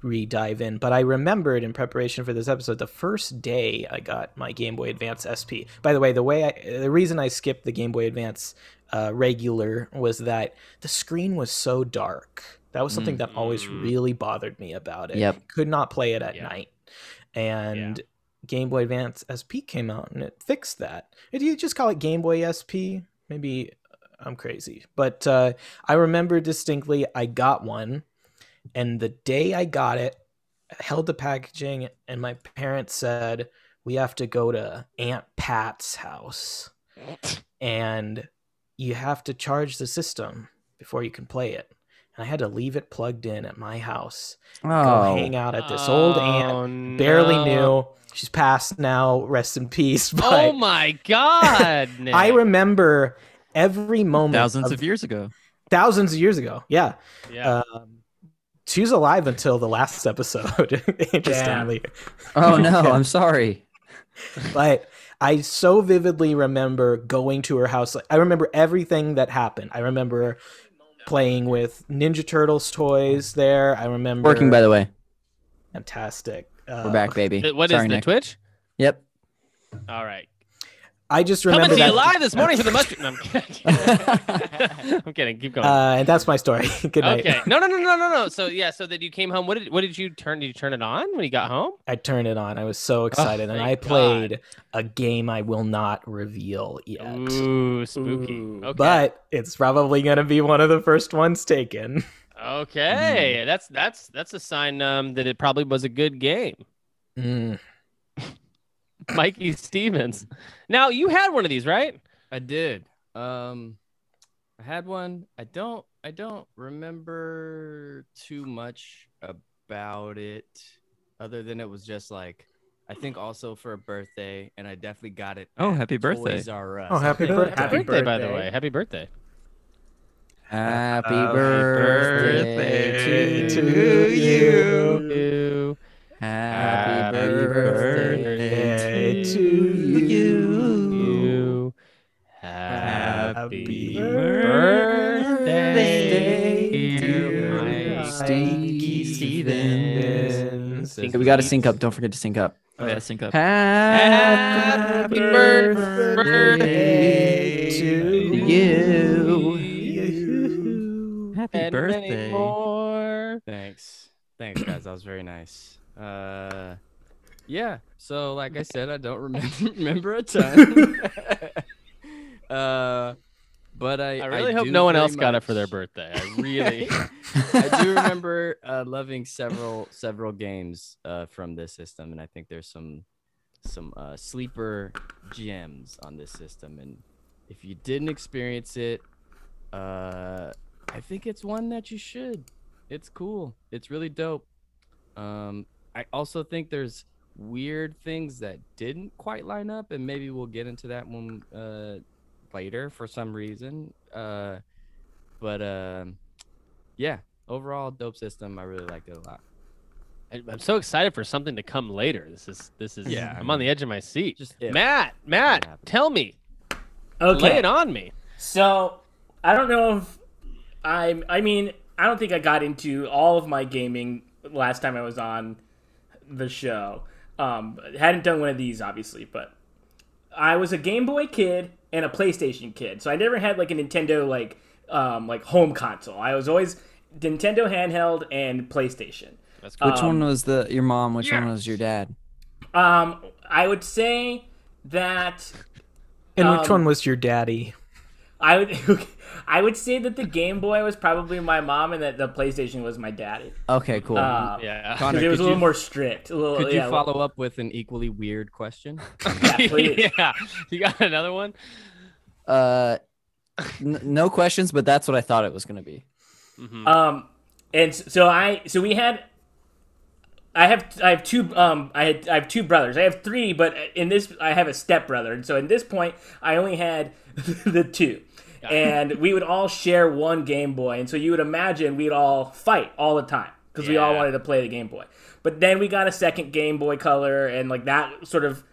[SPEAKER 4] re dive in, but I remembered in preparation for this episode the first day I got my Game Boy Advance SP. By the way, the way I, the reason I skipped the Game Boy Advance uh, regular was that the screen was so dark. That was something that always
[SPEAKER 2] Mm.
[SPEAKER 4] really bothered me about it.
[SPEAKER 8] Yep.
[SPEAKER 4] Could not play it at
[SPEAKER 2] Yeah.
[SPEAKER 4] night. And Game Boy Advance SP came out and it fixed that. Or Do you just call it Game Boy SP? Maybe uh, I'm crazy. But uh, I remember distinctly I got one. And the day I got it, I held the packaging, and my parents said, We have to go to Aunt Pat's house. And you have to charge the system before you can play it. And I had to leave it plugged in at my house
[SPEAKER 1] Oh.
[SPEAKER 4] go hang out at this old
[SPEAKER 2] Oh,
[SPEAKER 4] aunt. Barely knew. She's passed now. Rest in peace. [LAUGHS] But
[SPEAKER 2] Oh my god!
[SPEAKER 4] [LAUGHS] I remember every moment.
[SPEAKER 5] Thousands of years
[SPEAKER 1] [LAUGHS]
[SPEAKER 5] ago.
[SPEAKER 4] Thousands of years ago. Yeah.
[SPEAKER 2] Yeah.
[SPEAKER 4] Um, she was alive until the last [LAUGHS] episode, interestingly.
[SPEAKER 1] Oh no, I'm sorry.
[SPEAKER 4] But I so vividly remember going to her house. Like, I remember everything that happened. I remember playing with Ninja Turtles toys there. I remember
[SPEAKER 1] Working by the way.
[SPEAKER 4] fantastic. Uh,
[SPEAKER 1] We're back, baby.
[SPEAKER 2] Uh, What is
[SPEAKER 1] sorry,
[SPEAKER 2] the
[SPEAKER 1] Nick.
[SPEAKER 2] Twitch?
[SPEAKER 1] Yep.
[SPEAKER 2] All right.
[SPEAKER 4] I just
[SPEAKER 2] Coming
[SPEAKER 4] remember
[SPEAKER 2] to you
[SPEAKER 4] that.
[SPEAKER 2] live this morning for the mustard. No,
[SPEAKER 1] [LAUGHS]
[SPEAKER 2] I'm kidding. [LAUGHS] I'm kidding. Keep going.
[SPEAKER 4] Uh, and that's my story. [LAUGHS] Good night.
[SPEAKER 2] okay. No, no, no, no, no, no. So yeah. So then you came home. What did What did you turn? Did you turn it on when you got home?
[SPEAKER 4] I turned it on. I was so excited, and
[SPEAKER 2] thank
[SPEAKER 4] I played a game I will not reveal yet.
[SPEAKER 2] Ooh, spooky.
[SPEAKER 7] Ooh.
[SPEAKER 2] okay.
[SPEAKER 4] But it's probably going to be one of the first ones taken.
[SPEAKER 2] okay, that's that's that's a sign um, that it probably was a good game. [LAUGHS]
[SPEAKER 4] Mm.
[SPEAKER 2] Mikey Stevens. Now you had one of these, right?
[SPEAKER 6] I did. Um, I had one. I don't. I don't remember too much about it, other than it was just like I think also for a birthday, and I definitely got it.
[SPEAKER 5] Oh,
[SPEAKER 6] at
[SPEAKER 5] happy birthday.
[SPEAKER 6] Toys R Us.
[SPEAKER 4] Oh, happy birthday.
[SPEAKER 7] Happy
[SPEAKER 2] birthday, by the
[SPEAKER 7] birthday.
[SPEAKER 2] way. Happy birthday.
[SPEAKER 1] Happy
[SPEAKER 4] Happy
[SPEAKER 1] birthday
[SPEAKER 4] birthday
[SPEAKER 1] to
[SPEAKER 4] to you.
[SPEAKER 2] you.
[SPEAKER 1] Happy birthday.
[SPEAKER 4] Birthday to you.
[SPEAKER 2] you.
[SPEAKER 4] Happy
[SPEAKER 2] Happy birthday,
[SPEAKER 4] birthday,
[SPEAKER 2] dear
[SPEAKER 4] dear
[SPEAKER 2] Mike
[SPEAKER 1] Stinky
[SPEAKER 2] Stevens.
[SPEAKER 4] Stevens.
[SPEAKER 1] We gotta sync up. Don't forget to sync up.
[SPEAKER 5] Oh, yeah,
[SPEAKER 1] [LAUGHS]
[SPEAKER 5] sync up.
[SPEAKER 1] Happy
[SPEAKER 2] Happy birthday
[SPEAKER 4] to
[SPEAKER 5] Happy
[SPEAKER 2] And many
[SPEAKER 5] birthday.
[SPEAKER 2] more.
[SPEAKER 6] Thanks. Thanks, guys. That was very nice. Uh, yeah. So, like I said, I don't remember [LAUGHS] remember a ton.
[SPEAKER 4] [LAUGHS]
[SPEAKER 6] uh, but I.
[SPEAKER 2] I really hope no one else got it for their
[SPEAKER 6] birthday.
[SPEAKER 2] birthday. I really.
[SPEAKER 6] I do remember uh, loving several several games uh, from this system, and I think there's some some uh, sleeper gems on this system. And if you didn't experience it, uh, I think it's one that you should. It's cool. It's really dope. Um, I also think there's weird things that didn't quite line up, and maybe we'll get into that one uh, later for some reason. Uh, but um, yeah, overall dope system. I really liked it a lot.
[SPEAKER 2] I- I'm so excited for something to come later. This is this is.
[SPEAKER 6] Yeah,
[SPEAKER 2] I'm
[SPEAKER 6] I
[SPEAKER 2] on the edge of my seat.
[SPEAKER 6] Just if.
[SPEAKER 2] Matt, Matt,
[SPEAKER 6] happens.
[SPEAKER 2] tell me, lay
[SPEAKER 7] Okay.
[SPEAKER 2] it on me.
[SPEAKER 7] So I don't know if I'm. I mean, I don't think I got into all of my gaming last time I was on the show. Um, hadn't done one of these obviously, but I was a Game Boy kid and a PlayStation kid, so I never had like a Nintendo like um, like home console. I was always Nintendo handheld and PlayStation.
[SPEAKER 2] That's
[SPEAKER 7] Uh,
[SPEAKER 2] cool.
[SPEAKER 1] Which one was the your mom? Which one was your dad?
[SPEAKER 7] Um, I would say that
[SPEAKER 4] And which
[SPEAKER 7] Um,
[SPEAKER 4] one was your daddy?
[SPEAKER 7] I would [LAUGHS] I would say that the Game Boy was probably my mom and that the PlayStation was my daddy.
[SPEAKER 1] Okay, cool.
[SPEAKER 7] Uh,
[SPEAKER 2] yeah.
[SPEAKER 7] Because
[SPEAKER 6] Connor,
[SPEAKER 7] it was
[SPEAKER 6] could
[SPEAKER 7] a little
[SPEAKER 6] you-
[SPEAKER 7] more strict. A little,
[SPEAKER 6] Could
[SPEAKER 7] yeah,
[SPEAKER 6] you follow up with an equally weird question?
[SPEAKER 2] [LAUGHS]
[SPEAKER 7] yeah, please.
[SPEAKER 2] yeah. You got another one?
[SPEAKER 1] Uh, n- no questions, but that's what I thought it was gonna be.
[SPEAKER 7] Um, and s- so I, so we had. I have I have two um I had I have two brothers. I have three, but in this I have a stepbrother, and so at this point I only had [LAUGHS] the two, and we would all share one Game Boy, and so you would imagine we'd all fight all the time because we all
[SPEAKER 2] Yeah.
[SPEAKER 7] wanted to play the Game Boy. But then we got a second Game Boy Color, and like that sort of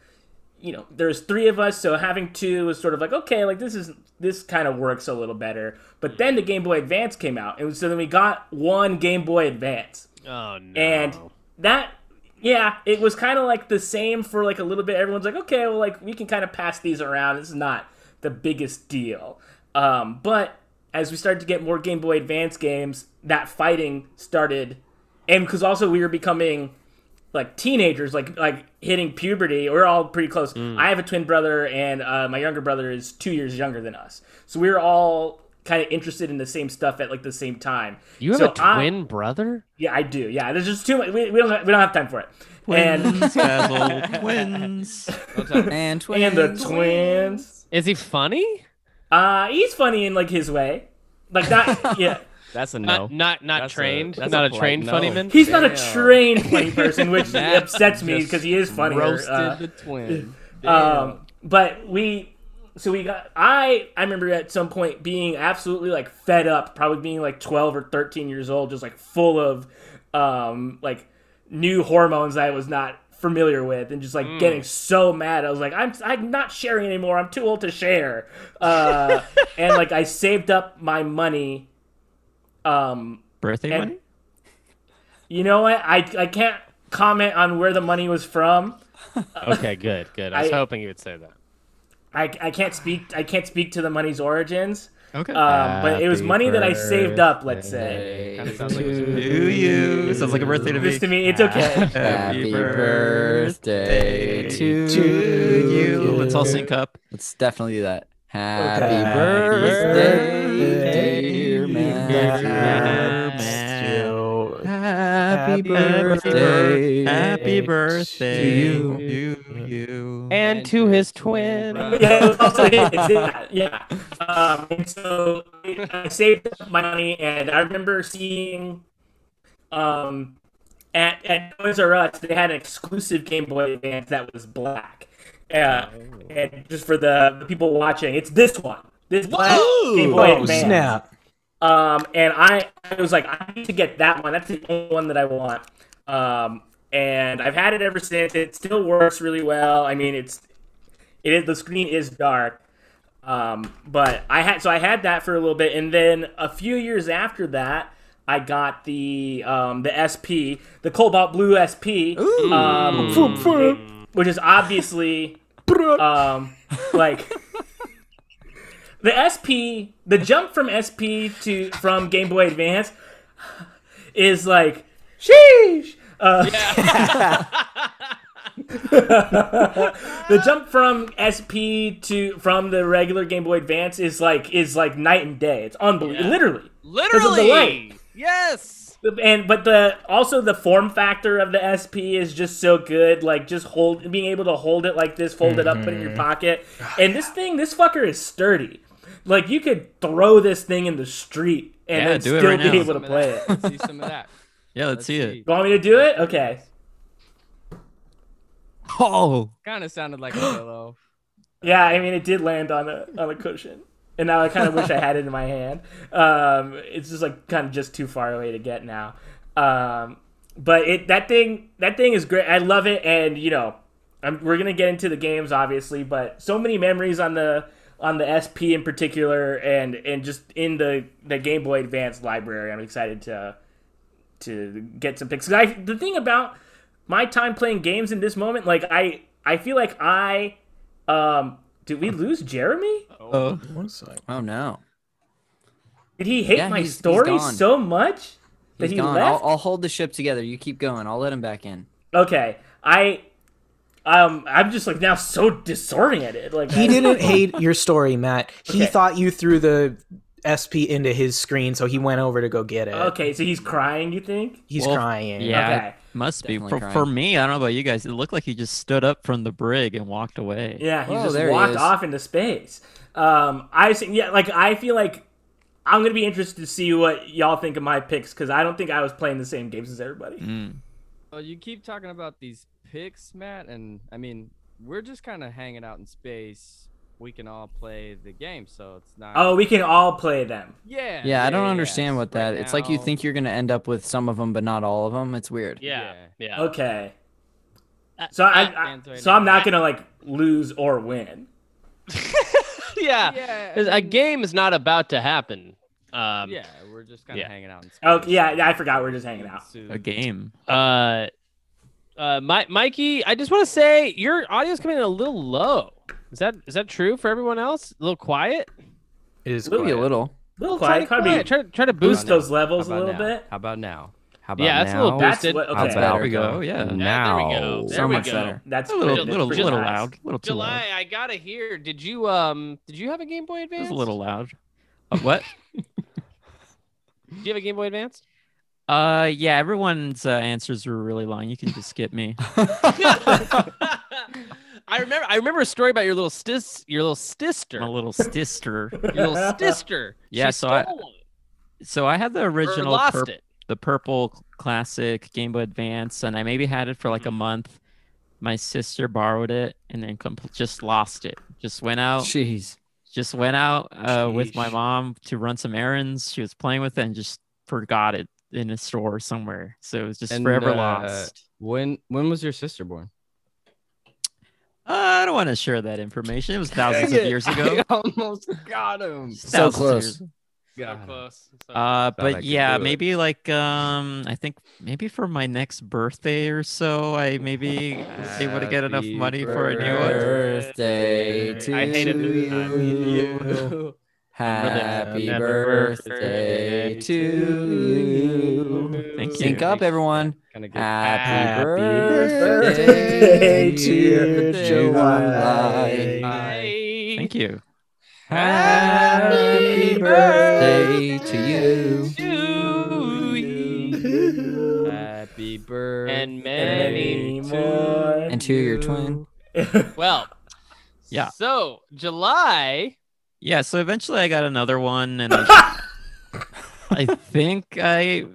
[SPEAKER 7] you know, there's three of us, so having two was sort of like, okay, like this is this kind of works a little better. But then the Game Boy Advance came out, and so then we got one Game Boy Advance.
[SPEAKER 2] Oh no.
[SPEAKER 7] And that yeah, it was kind of like the same for like a little bit. Everyone's like, okay, well, like we can kind of pass these around. It's not the biggest deal. Um, but as we started to get more Game Boy Advance games, that fighting started, and because also we were becoming like teenagers, like like hitting puberty. We're all pretty close.
[SPEAKER 2] Mm.
[SPEAKER 7] I have a twin brother, and uh, my younger brother is two years younger than us. So we were all kind of interested in the same stuff at like the same time.
[SPEAKER 2] you have
[SPEAKER 7] so
[SPEAKER 2] a
[SPEAKER 7] I-
[SPEAKER 2] twin brother?
[SPEAKER 7] Yeah, I do. Yeah, there's just too much. We, we don't have, we don't have time for it. And
[SPEAKER 5] Twins, Basil. Twins.
[SPEAKER 1] And
[SPEAKER 7] and the twins.
[SPEAKER 2] Is he funny?
[SPEAKER 7] Uh, he's funny in like his way,
[SPEAKER 6] [LAUGHS]
[SPEAKER 7] like that. yeah,
[SPEAKER 6] That's
[SPEAKER 7] [LAUGHS] Uh,
[SPEAKER 6] a no.
[SPEAKER 2] Not not not
[SPEAKER 6] That's a-
[SPEAKER 2] trained.
[SPEAKER 6] that's
[SPEAKER 2] not
[SPEAKER 6] a
[SPEAKER 2] a, trained
[SPEAKER 6] polite
[SPEAKER 2] funny
[SPEAKER 6] no.
[SPEAKER 2] man.
[SPEAKER 7] he's not a
[SPEAKER 6] Damn.
[SPEAKER 7] trained funny
[SPEAKER 6] [LAUGHS]
[SPEAKER 7] person, which
[SPEAKER 6] That
[SPEAKER 7] upsets me
[SPEAKER 6] just
[SPEAKER 7] because he is uh, funny.
[SPEAKER 6] roasted
[SPEAKER 7] [LAUGHS]
[SPEAKER 6] the twin.
[SPEAKER 7] Um, but we, so we got. I I remember at some point being absolutely like fed up, probably being like twelve or thirteen years old, just like full of, um, like new hormones I was not familiar with, and just like getting so mad. I was like, I'm I'm not sharing anymore. I'm too old to share. Uh, and like I saved up my money. Um,
[SPEAKER 5] Birthday
[SPEAKER 7] And-
[SPEAKER 5] money?
[SPEAKER 7] you know what? I I can't comment on where the money was from.
[SPEAKER 2] okay, good, good. I was
[SPEAKER 7] I-
[SPEAKER 2] hoping you would say that.
[SPEAKER 7] I, I can't speak I can't speak to the money's origins.
[SPEAKER 5] Okay.
[SPEAKER 7] Um, but it was money that I saved up, let's
[SPEAKER 6] Hey,
[SPEAKER 7] say.
[SPEAKER 2] Kinda sounds like
[SPEAKER 5] Do
[SPEAKER 2] a-
[SPEAKER 5] you? Sounds like a birthday to
[SPEAKER 7] This
[SPEAKER 5] me.
[SPEAKER 7] to me, it's
[SPEAKER 4] [LAUGHS]
[SPEAKER 7] okay. [LAUGHS]
[SPEAKER 1] Happy birthday to,
[SPEAKER 5] you.
[SPEAKER 1] you.
[SPEAKER 5] Let's all sync up.
[SPEAKER 1] Let's definitely do that. Happy
[SPEAKER 4] Okay.
[SPEAKER 1] birthday, dear Matt.
[SPEAKER 5] uh,
[SPEAKER 4] Matt.
[SPEAKER 1] Happy
[SPEAKER 5] birthday.
[SPEAKER 1] birthday.
[SPEAKER 5] Happy birthday
[SPEAKER 1] you.
[SPEAKER 5] you. you.
[SPEAKER 2] And to his twin.
[SPEAKER 7] yeah, it's also- it's that, yeah. Um, and so I saved up my money, and I remember seeing, um, at at Toys R Us they had an exclusive Game Boy Advance that was black.
[SPEAKER 4] Oh.
[SPEAKER 7] Yeah, and just for the people watching, it's this one. This black Game Boy
[SPEAKER 4] Oh,
[SPEAKER 7] Advance.
[SPEAKER 4] snap.
[SPEAKER 7] Um, and I, I was like, I need to get that one. That's the only one that I want. Um, and I've had it ever since. It still works really well. I mean, it's it is the screen is dark. Um, but I had so I had that for a little bit, and then a few years after that, I got the um, the SP, the Cobalt Blue SP, um, which is obviously um, like the SP, the jump from SP to from Game Boy Advance is like sheesh. Uh, [LAUGHS] the jump from SP to from the regular Game Boy Advance is like is like night and day. It's unbelievable, literally. Because of the
[SPEAKER 2] Literally.
[SPEAKER 7] light.
[SPEAKER 2] Yes.
[SPEAKER 7] And but the also the form factor of the SP is just so good. Like just hold being able to hold it like this, fold it up, put it in
[SPEAKER 5] Mm-hmm.
[SPEAKER 7] your pocket. And this thing, this fucker is sturdy. Like you could throw this thing in the street and
[SPEAKER 5] Yeah,
[SPEAKER 7] then
[SPEAKER 5] do it
[SPEAKER 7] still
[SPEAKER 5] right
[SPEAKER 7] be
[SPEAKER 5] now.
[SPEAKER 7] able to play it. You
[SPEAKER 6] Let's see some of that.
[SPEAKER 5] Yeah, let's see it.
[SPEAKER 7] want me to do it? Okay.
[SPEAKER 5] Oh,
[SPEAKER 6] Kind of sounded
[SPEAKER 7] [LAUGHS]
[SPEAKER 6] like a pillow.
[SPEAKER 7] Yeah, I mean, it did land on a on a cushion, and now I kind of wish I had it in my hand. Um, it's just like kind of just too far away to get now. Um, but it that thing that thing is great. I love it, and you know, I'm, we're gonna get into the games obviously, but so many memories on the on the SP in particular, and and just in the the Game Boy Advance library. I'm excited to to get some pics. 'Cause I, the thing about my time playing games in this moment, like I I feel like I um, did we lose Jeremy?
[SPEAKER 4] One sec.
[SPEAKER 1] Oh no.
[SPEAKER 7] Did he hate
[SPEAKER 1] Yeah,
[SPEAKER 7] my
[SPEAKER 1] he's- he's
[SPEAKER 7] story
[SPEAKER 1] gone.
[SPEAKER 7] so much that
[SPEAKER 1] He's
[SPEAKER 7] he
[SPEAKER 1] gone. I'll,
[SPEAKER 7] left?
[SPEAKER 1] I'll hold the ship together. You keep going. I'll let him back in.
[SPEAKER 7] Okay, I, um, I'm just like now so disoriented. Like
[SPEAKER 4] He [LAUGHS]
[SPEAKER 7] I-
[SPEAKER 4] didn't hate your story, Matt. He
[SPEAKER 7] Okay.
[SPEAKER 4] thought you threw the SP into his screen, so he went over to go get it.
[SPEAKER 7] Okay, so he's crying. You think?
[SPEAKER 4] He's
[SPEAKER 5] Well,
[SPEAKER 4] crying.
[SPEAKER 5] yeah,
[SPEAKER 7] Okay.
[SPEAKER 5] must be.
[SPEAKER 1] Definitely
[SPEAKER 5] For, for
[SPEAKER 1] crying.
[SPEAKER 5] me, I don't know about you guys. It looked like he just stood up from the brig and walked away.
[SPEAKER 7] Yeah, he
[SPEAKER 1] Whoa,
[SPEAKER 7] just
[SPEAKER 1] there he
[SPEAKER 7] walked
[SPEAKER 1] is.
[SPEAKER 7] off into space. Um, I see- yeah, like I feel like I'm gonna be interested to see what y'all think of my picks because I don't think I was playing the same games as everybody.
[SPEAKER 5] Mm.
[SPEAKER 6] Well, you keep talking about these picks, Matt, and I mean, we're just kind of hanging out in space. We can all play the game, so it's not.
[SPEAKER 7] Oh, we can all play them.
[SPEAKER 6] yeah.
[SPEAKER 1] Yeah, I don't understand what that. It's like you think you're gonna end up with some of them, but not all of them. It's weird.
[SPEAKER 2] Yeah. Yeah. [LAUGHS]
[SPEAKER 7] Okay. So I, I so I'm not gonna like lose or win.
[SPEAKER 2] yeah.
[SPEAKER 6] Yeah.
[SPEAKER 2] Is-
[SPEAKER 6] I
[SPEAKER 2] A
[SPEAKER 6] mean-
[SPEAKER 2] game is not about to happen. Um,
[SPEAKER 6] yeah, we're just kind of
[SPEAKER 2] yeah.
[SPEAKER 6] hanging out. In space.
[SPEAKER 7] Oh yeah, I forgot we're just hanging out.
[SPEAKER 6] Soon.
[SPEAKER 5] A game.
[SPEAKER 2] Uh, uh, Mi- Mikey, I just want to say your audio's coming in a little low. Is that is that true for everyone else? A little quiet.
[SPEAKER 4] It is
[SPEAKER 1] Maybe a
[SPEAKER 4] quiet.
[SPEAKER 1] little.
[SPEAKER 7] little
[SPEAKER 2] Try to
[SPEAKER 7] quiet, probably
[SPEAKER 2] quiet. Try, try to
[SPEAKER 7] boost
[SPEAKER 2] boost.
[SPEAKER 7] those
[SPEAKER 6] How
[SPEAKER 7] levels a
[SPEAKER 6] about
[SPEAKER 7] little
[SPEAKER 6] now?
[SPEAKER 7] bit.
[SPEAKER 6] How about now? How about
[SPEAKER 2] Yeah, that's a
[SPEAKER 6] now?
[SPEAKER 2] little
[SPEAKER 7] That's
[SPEAKER 2] boosted.
[SPEAKER 7] what.
[SPEAKER 6] How
[SPEAKER 7] Okay,
[SPEAKER 5] There
[SPEAKER 6] about
[SPEAKER 5] we go. Yeah.
[SPEAKER 2] There we
[SPEAKER 6] now?
[SPEAKER 2] go. There
[SPEAKER 1] so
[SPEAKER 2] we
[SPEAKER 1] much
[SPEAKER 2] go.
[SPEAKER 1] better.
[SPEAKER 7] that's
[SPEAKER 5] a little,
[SPEAKER 7] pretty-
[SPEAKER 5] little,
[SPEAKER 7] pretty
[SPEAKER 5] little
[SPEAKER 7] nice.
[SPEAKER 5] loud.
[SPEAKER 7] [LAUGHS]
[SPEAKER 5] A little too
[SPEAKER 2] July, I got to hear. Did you um? Did you have a Game Boy
[SPEAKER 5] loud. It
[SPEAKER 2] Advance?
[SPEAKER 5] was a little loud. Uh,
[SPEAKER 7] [LAUGHS]
[SPEAKER 5] what?
[SPEAKER 2] Do you have a Game Boy Advance?
[SPEAKER 5] Uh, yeah. Everyone's uh, answers were really long. You can just skip me.
[SPEAKER 2] [LAUGHS] I remember. I remember a story about your little stis, your little sister,
[SPEAKER 5] I'm a
[SPEAKER 2] your
[SPEAKER 5] little sister.
[SPEAKER 1] [LAUGHS]
[SPEAKER 2] little
[SPEAKER 7] [LAUGHS]
[SPEAKER 2] sister.
[SPEAKER 5] Yeah,
[SPEAKER 2] She
[SPEAKER 5] so I-
[SPEAKER 2] stole one,
[SPEAKER 5] So I had the
[SPEAKER 2] or
[SPEAKER 5] original
[SPEAKER 2] lost
[SPEAKER 5] purple.
[SPEAKER 2] it.
[SPEAKER 5] the purple classic Game Boy Advance, and I maybe had it for like a
[SPEAKER 2] Mm-hmm.
[SPEAKER 5] month. My sister borrowed it and then compl- just lost it. Just went out,
[SPEAKER 1] Jeez.
[SPEAKER 5] just went out uh, with my
[SPEAKER 4] Sheesh.
[SPEAKER 5] mom to run some errands. She was playing with it and just forgot it in a store somewhere. So it was just
[SPEAKER 6] And,
[SPEAKER 5] forever
[SPEAKER 6] uh,
[SPEAKER 5] lost.
[SPEAKER 6] When when was your sister born?
[SPEAKER 5] Uh, I don't want to share that information. It was thousands of years
[SPEAKER 6] [LAUGHS]
[SPEAKER 5] ago.
[SPEAKER 6] almost got him.
[SPEAKER 5] Just
[SPEAKER 1] So
[SPEAKER 5] thousands of
[SPEAKER 1] close.
[SPEAKER 5] years ago.
[SPEAKER 2] So close. So-
[SPEAKER 5] Uh,
[SPEAKER 6] I
[SPEAKER 5] but
[SPEAKER 6] could
[SPEAKER 5] yeah,
[SPEAKER 6] do it.
[SPEAKER 5] maybe like um, I think maybe for my next birthday or so, I maybe was able to get enough
[SPEAKER 6] Happy
[SPEAKER 5] money for a new one.
[SPEAKER 1] Birthday to
[SPEAKER 2] I hated it. I
[SPEAKER 1] you. Happy
[SPEAKER 5] Happy
[SPEAKER 1] birthday
[SPEAKER 5] birthday
[SPEAKER 1] to you.
[SPEAKER 5] Thank you.
[SPEAKER 1] Sync up, everyone.
[SPEAKER 6] Kinda good.
[SPEAKER 1] Happy
[SPEAKER 4] birthday
[SPEAKER 1] birthday
[SPEAKER 4] dear
[SPEAKER 1] to
[SPEAKER 4] July.
[SPEAKER 1] July.
[SPEAKER 5] Thank you.
[SPEAKER 1] Happy birthday to you.
[SPEAKER 2] To you.
[SPEAKER 6] Happy birthday.
[SPEAKER 2] And many.
[SPEAKER 7] Many more.
[SPEAKER 1] And to your twin.
[SPEAKER 2] Well.
[SPEAKER 5] Yeah.
[SPEAKER 2] So July.
[SPEAKER 5] Yeah, so eventually I got another one, and I, I think I